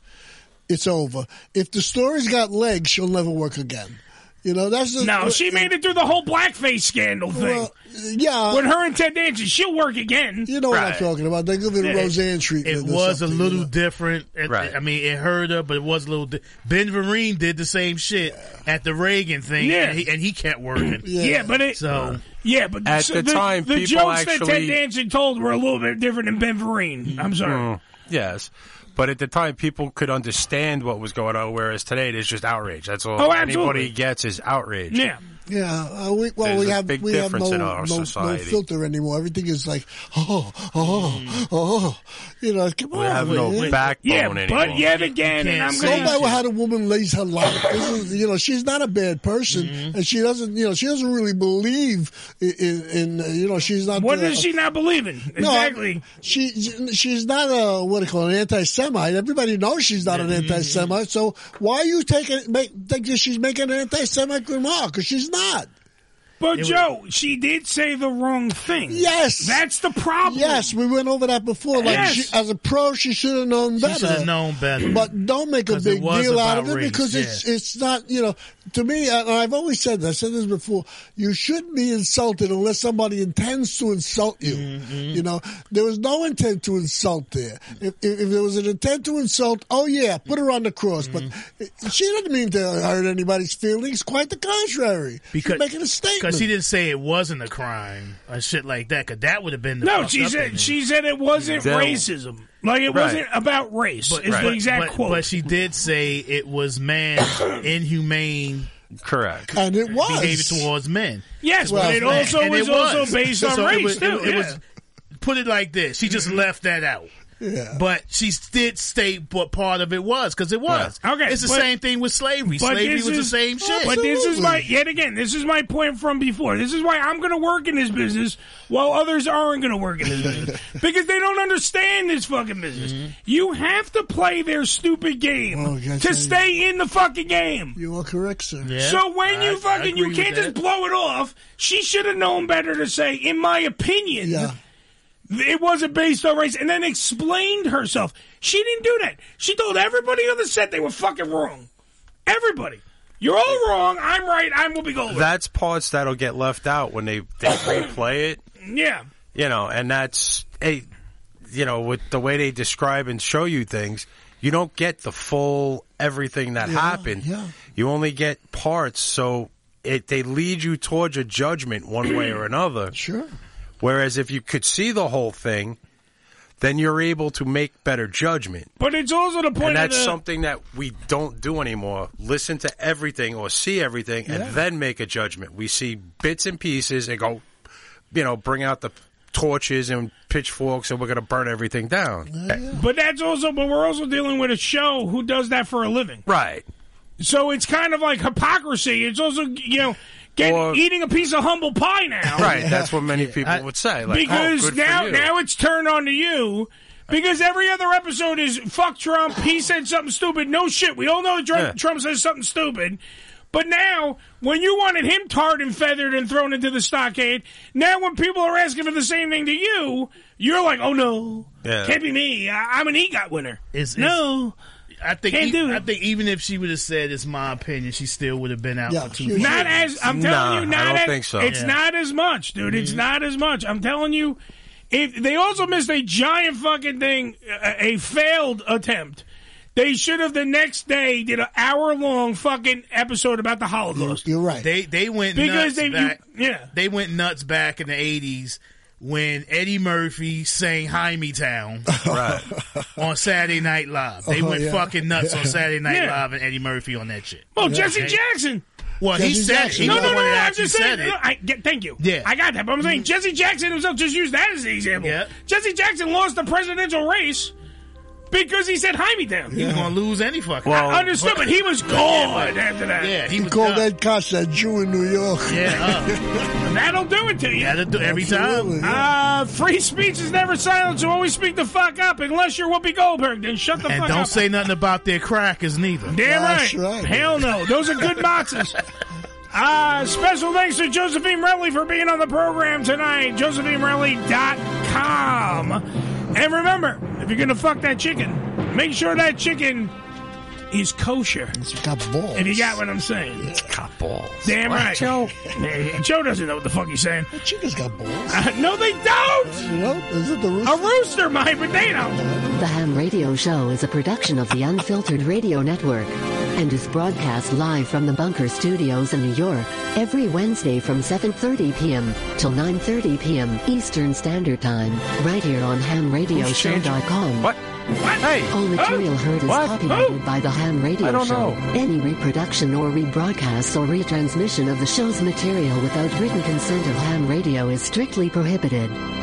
Speaker 2: it's over. If the story's got legs, she'll never work again. You know, that's the,
Speaker 1: No, she made it through the whole blackface scandal thing.
Speaker 2: Well, yeah,
Speaker 1: with her and Ted Danson, she'll work again.
Speaker 2: You know what I'm talking about. They give it a
Speaker 3: It-
Speaker 2: Roseanne treatment.
Speaker 3: It
Speaker 2: or
Speaker 3: was a
Speaker 2: something,
Speaker 3: little
Speaker 2: you know.
Speaker 3: different. It-
Speaker 2: Right.
Speaker 3: I mean, it hurt her, but it was a little. Di- ben Vereen did the same shit at the Reagan thing,
Speaker 1: Yeah.
Speaker 3: and, he, and he kept working.
Speaker 1: Yeah. but it
Speaker 3: so
Speaker 1: yeah, but
Speaker 3: At
Speaker 1: so
Speaker 3: the time,
Speaker 1: the
Speaker 3: people
Speaker 1: jokes that Ted
Speaker 5: actually-
Speaker 1: Danson told were a little bit different than Ben Vereen. I'm sorry.
Speaker 5: Mm, yes. But at the time, people could understand what was going on, whereas today it is just outrage. That's all
Speaker 2: Oh, absolutely.
Speaker 5: anybody gets is outrage.
Speaker 1: Yeah.
Speaker 2: Yeah, uh, we, well,
Speaker 5: There's
Speaker 2: we
Speaker 5: a
Speaker 2: have
Speaker 5: big
Speaker 2: we have
Speaker 5: difference
Speaker 2: no,
Speaker 5: in our
Speaker 2: no, no
Speaker 5: society.
Speaker 2: filter anymore. Everything is like, oh, oh, oh, you know. Come
Speaker 5: We
Speaker 2: on,
Speaker 5: have no
Speaker 2: man.
Speaker 5: backbone Yeah, but anymore. yet
Speaker 1: again, and I'm
Speaker 2: Nobody
Speaker 1: gonna-
Speaker 2: will how the woman lays her life. This is, you know, she's not a bad person, and she doesn't, you know, she doesn't really believe in, in, in uh, you know, she's not.
Speaker 1: What
Speaker 2: uh,
Speaker 1: does she not believe in?
Speaker 2: No,
Speaker 1: Exactly.
Speaker 2: she she's not a what do you call it, an anti-Semite. Everybody knows she's not an anti-Semite. So why are you taking make, think that she's making an anti-Semitic remark? Because she's not.
Speaker 1: But Joe, she did say the wrong thing.
Speaker 2: Yes,
Speaker 1: that's the problem.
Speaker 2: Yes, we went over that before. Like
Speaker 1: Yes.
Speaker 2: she, as a pro, she should have known better.
Speaker 3: should've known better.
Speaker 2: But don't make a
Speaker 3: 'Cause it
Speaker 2: big
Speaker 3: was
Speaker 2: deal out of
Speaker 3: about
Speaker 2: it
Speaker 3: race,
Speaker 2: because it's
Speaker 3: yeah.
Speaker 2: it's not you know. To me, and I've always said this. I said this before. You shouldn't be insulted unless somebody intends to insult you.
Speaker 3: Mm-hmm.
Speaker 2: You know, there was no intent to insult there. If, if, if there was an intent to insult, oh yeah, put her on the cross.
Speaker 3: Mm-hmm.
Speaker 2: But she didn't mean to hurt anybody's feelings. Quite the contrary.
Speaker 3: because
Speaker 2: She's making a statement.
Speaker 3: because he didn't say it wasn't a crime or shit like that. Because that would have been the
Speaker 1: No,
Speaker 3: fucked
Speaker 1: she
Speaker 3: up
Speaker 1: said
Speaker 3: ending.
Speaker 1: she said it wasn't
Speaker 3: That-
Speaker 1: racism. Like it
Speaker 3: Right.
Speaker 1: wasn't about race. is the exact
Speaker 3: but,
Speaker 1: quote.
Speaker 3: But she did say it was man inhumane.
Speaker 5: Correct.
Speaker 2: And it was.
Speaker 3: behavior towards men.
Speaker 1: Yes, but
Speaker 3: Towards
Speaker 1: it
Speaker 3: men.
Speaker 1: also
Speaker 3: And
Speaker 1: was also based on
Speaker 3: it
Speaker 1: race,
Speaker 3: was-
Speaker 1: too,
Speaker 3: It, it was, put it like this: she just left that out.
Speaker 2: Yeah.
Speaker 3: But she did state what part of it was because it was.
Speaker 1: Okay,
Speaker 3: it's the
Speaker 1: but-
Speaker 3: same thing with slavery.
Speaker 1: But
Speaker 3: Slavery
Speaker 1: this
Speaker 3: was the
Speaker 1: is-
Speaker 3: same shit.
Speaker 1: But this is my yet again. This is my point from before. This is why I'm going to work in this business while others aren't going to work in this business because they don't understand this fucking business.
Speaker 3: Mm-hmm.
Speaker 1: You have to play their stupid game to stay in the fucking game.
Speaker 2: You are correct, sir.
Speaker 1: So when you fucking you can't just
Speaker 2: blow.
Speaker 1: blow it off. She should have known better to say, in my opinion, it wasn't based on race, and then explained herself. She didn't do that. She told everybody on the set they were fucking wrong. Everybody, you're all wrong. I'm right. I'm Whoopi Goldberg.
Speaker 5: That's parts that'll get left out when they, they replay it,
Speaker 1: yeah.
Speaker 5: you know, and that's, hey, you know, with the way they describe and show you things, you don't get the full everything that
Speaker 2: Yeah,
Speaker 5: happened.
Speaker 2: yeah.
Speaker 5: You only get parts, so it they lead you towards a judgment one way or another.
Speaker 2: Sure.
Speaker 5: Whereas if you could see the whole thing, then you're able to make better judgment.
Speaker 1: But it's also the point.
Speaker 5: and that's
Speaker 1: of the,
Speaker 5: something that we don't do anymore. Listen to everything or see everything
Speaker 1: Yeah.
Speaker 5: and then make a judgment. We see bits and pieces and go, you know, bring out the torches and pitchforks and we're going to burn everything down.
Speaker 1: But that's also. But we're also dealing with a show who does that for a living.
Speaker 5: Right.
Speaker 1: So it's kind of like hypocrisy. It's also you know. Get, eating a piece of humble pie now,
Speaker 5: Right. That's what many people would say. Like,
Speaker 1: because
Speaker 5: oh, good
Speaker 1: now
Speaker 5: for you.
Speaker 1: now it's turned on to you. Because every other episode is fuck Trump. He said something stupid. No shit. We all know that Trump,
Speaker 5: Yeah.
Speaker 1: Trump says something stupid. But now, when you wanted him tarred and feathered and thrown into the stockade, now when people are asking for the same thing to you, you're like, oh no,
Speaker 3: Yeah.
Speaker 1: can't be me. I, I'm an EGOT winner.
Speaker 3: It's,
Speaker 1: no,
Speaker 3: I think
Speaker 1: can't
Speaker 3: e-
Speaker 1: do it.
Speaker 3: I think even if she would have said it's my opinion, she still would have been out for two.
Speaker 1: Not as I'm telling you, not
Speaker 3: I
Speaker 1: as, It's not as much, dude.
Speaker 3: Mm-hmm.
Speaker 1: It's not as much. I'm telling you, if they also missed a giant fucking thing, a, a failed attempt. They should have the next day did an hour long fucking episode about the Holocaust.
Speaker 2: You're right.
Speaker 3: They they went
Speaker 1: Because
Speaker 3: nuts
Speaker 1: they- you-
Speaker 3: back.
Speaker 1: yeah,
Speaker 3: they went nuts back in the eighties when Eddie Murphy sang "Jaime Town" on Saturday Night Live. They
Speaker 1: Oh,
Speaker 3: went
Speaker 1: yeah.
Speaker 3: fucking nuts on Saturday Night
Speaker 1: Yeah.
Speaker 3: Live and Eddie Murphy on that shit.
Speaker 1: Well,
Speaker 3: Yeah.
Speaker 1: Oh, Jesse
Speaker 3: Okay?
Speaker 1: Jackson.
Speaker 3: Well, he Jesse said it. Jackson. He
Speaker 1: no,
Speaker 3: was
Speaker 1: no,
Speaker 3: the
Speaker 1: no,
Speaker 3: one
Speaker 1: no.
Speaker 3: that
Speaker 1: I'm
Speaker 3: actually
Speaker 1: just saying.
Speaker 3: said it.
Speaker 1: no, I get, thank you.
Speaker 3: Yeah. Mm-hmm.
Speaker 1: I got that. But I'm saying Jesse Jackson himself just used that as an example. Jesse Jackson lost the presidential race because he said Jaime down.
Speaker 3: He's gonna lose any fucking.
Speaker 1: I understood, but he was gone after that.
Speaker 3: Yeah, he
Speaker 2: He
Speaker 3: was uh.
Speaker 2: called
Speaker 3: done.
Speaker 2: Ed Koch that Jew in New York.
Speaker 1: That'll do it to you.
Speaker 3: That'll do every time.
Speaker 1: Uh, free speech is never silent, so always speak the fuck up. Unless you're Whoopi Goldberg, then shut the
Speaker 3: And
Speaker 1: fuck
Speaker 3: don't
Speaker 1: up.
Speaker 3: say nothing about their crackers neither.
Speaker 1: Damn right. Hell no. Those are good boxes. Uh, special thanks to Josephine Relly for being on the program tonight. JosephineRelly.com. And remember, if you're going to fuck that chicken, make sure that chicken is kosher. It's
Speaker 2: got balls.
Speaker 1: If you got what I'm saying. It's
Speaker 24: got balls.
Speaker 1: Damn
Speaker 2: What,
Speaker 1: right.
Speaker 2: Joe?
Speaker 1: Joe doesn't know what the fuck he's saying. The
Speaker 2: chicken's got balls.
Speaker 1: no, they don't.
Speaker 2: is it the rooster?
Speaker 1: A rooster might, but they don't.
Speaker 18: The Ham Radio Show is a production of the Unfiltered Radio Network and is broadcast live from the Bunker Studios in New York every Wednesday from 7:30 p.m. till 9:30 p.m. Eastern Standard Time, right here on hamradioshow.com. What?
Speaker 24: Hey.
Speaker 18: All material heard is copyrighted by the Ham Radio
Speaker 24: I don't
Speaker 18: Show.
Speaker 24: know.
Speaker 18: Any reproduction or rebroadcast or retransmission of the show's material without written consent of Ham Radio is strictly prohibited.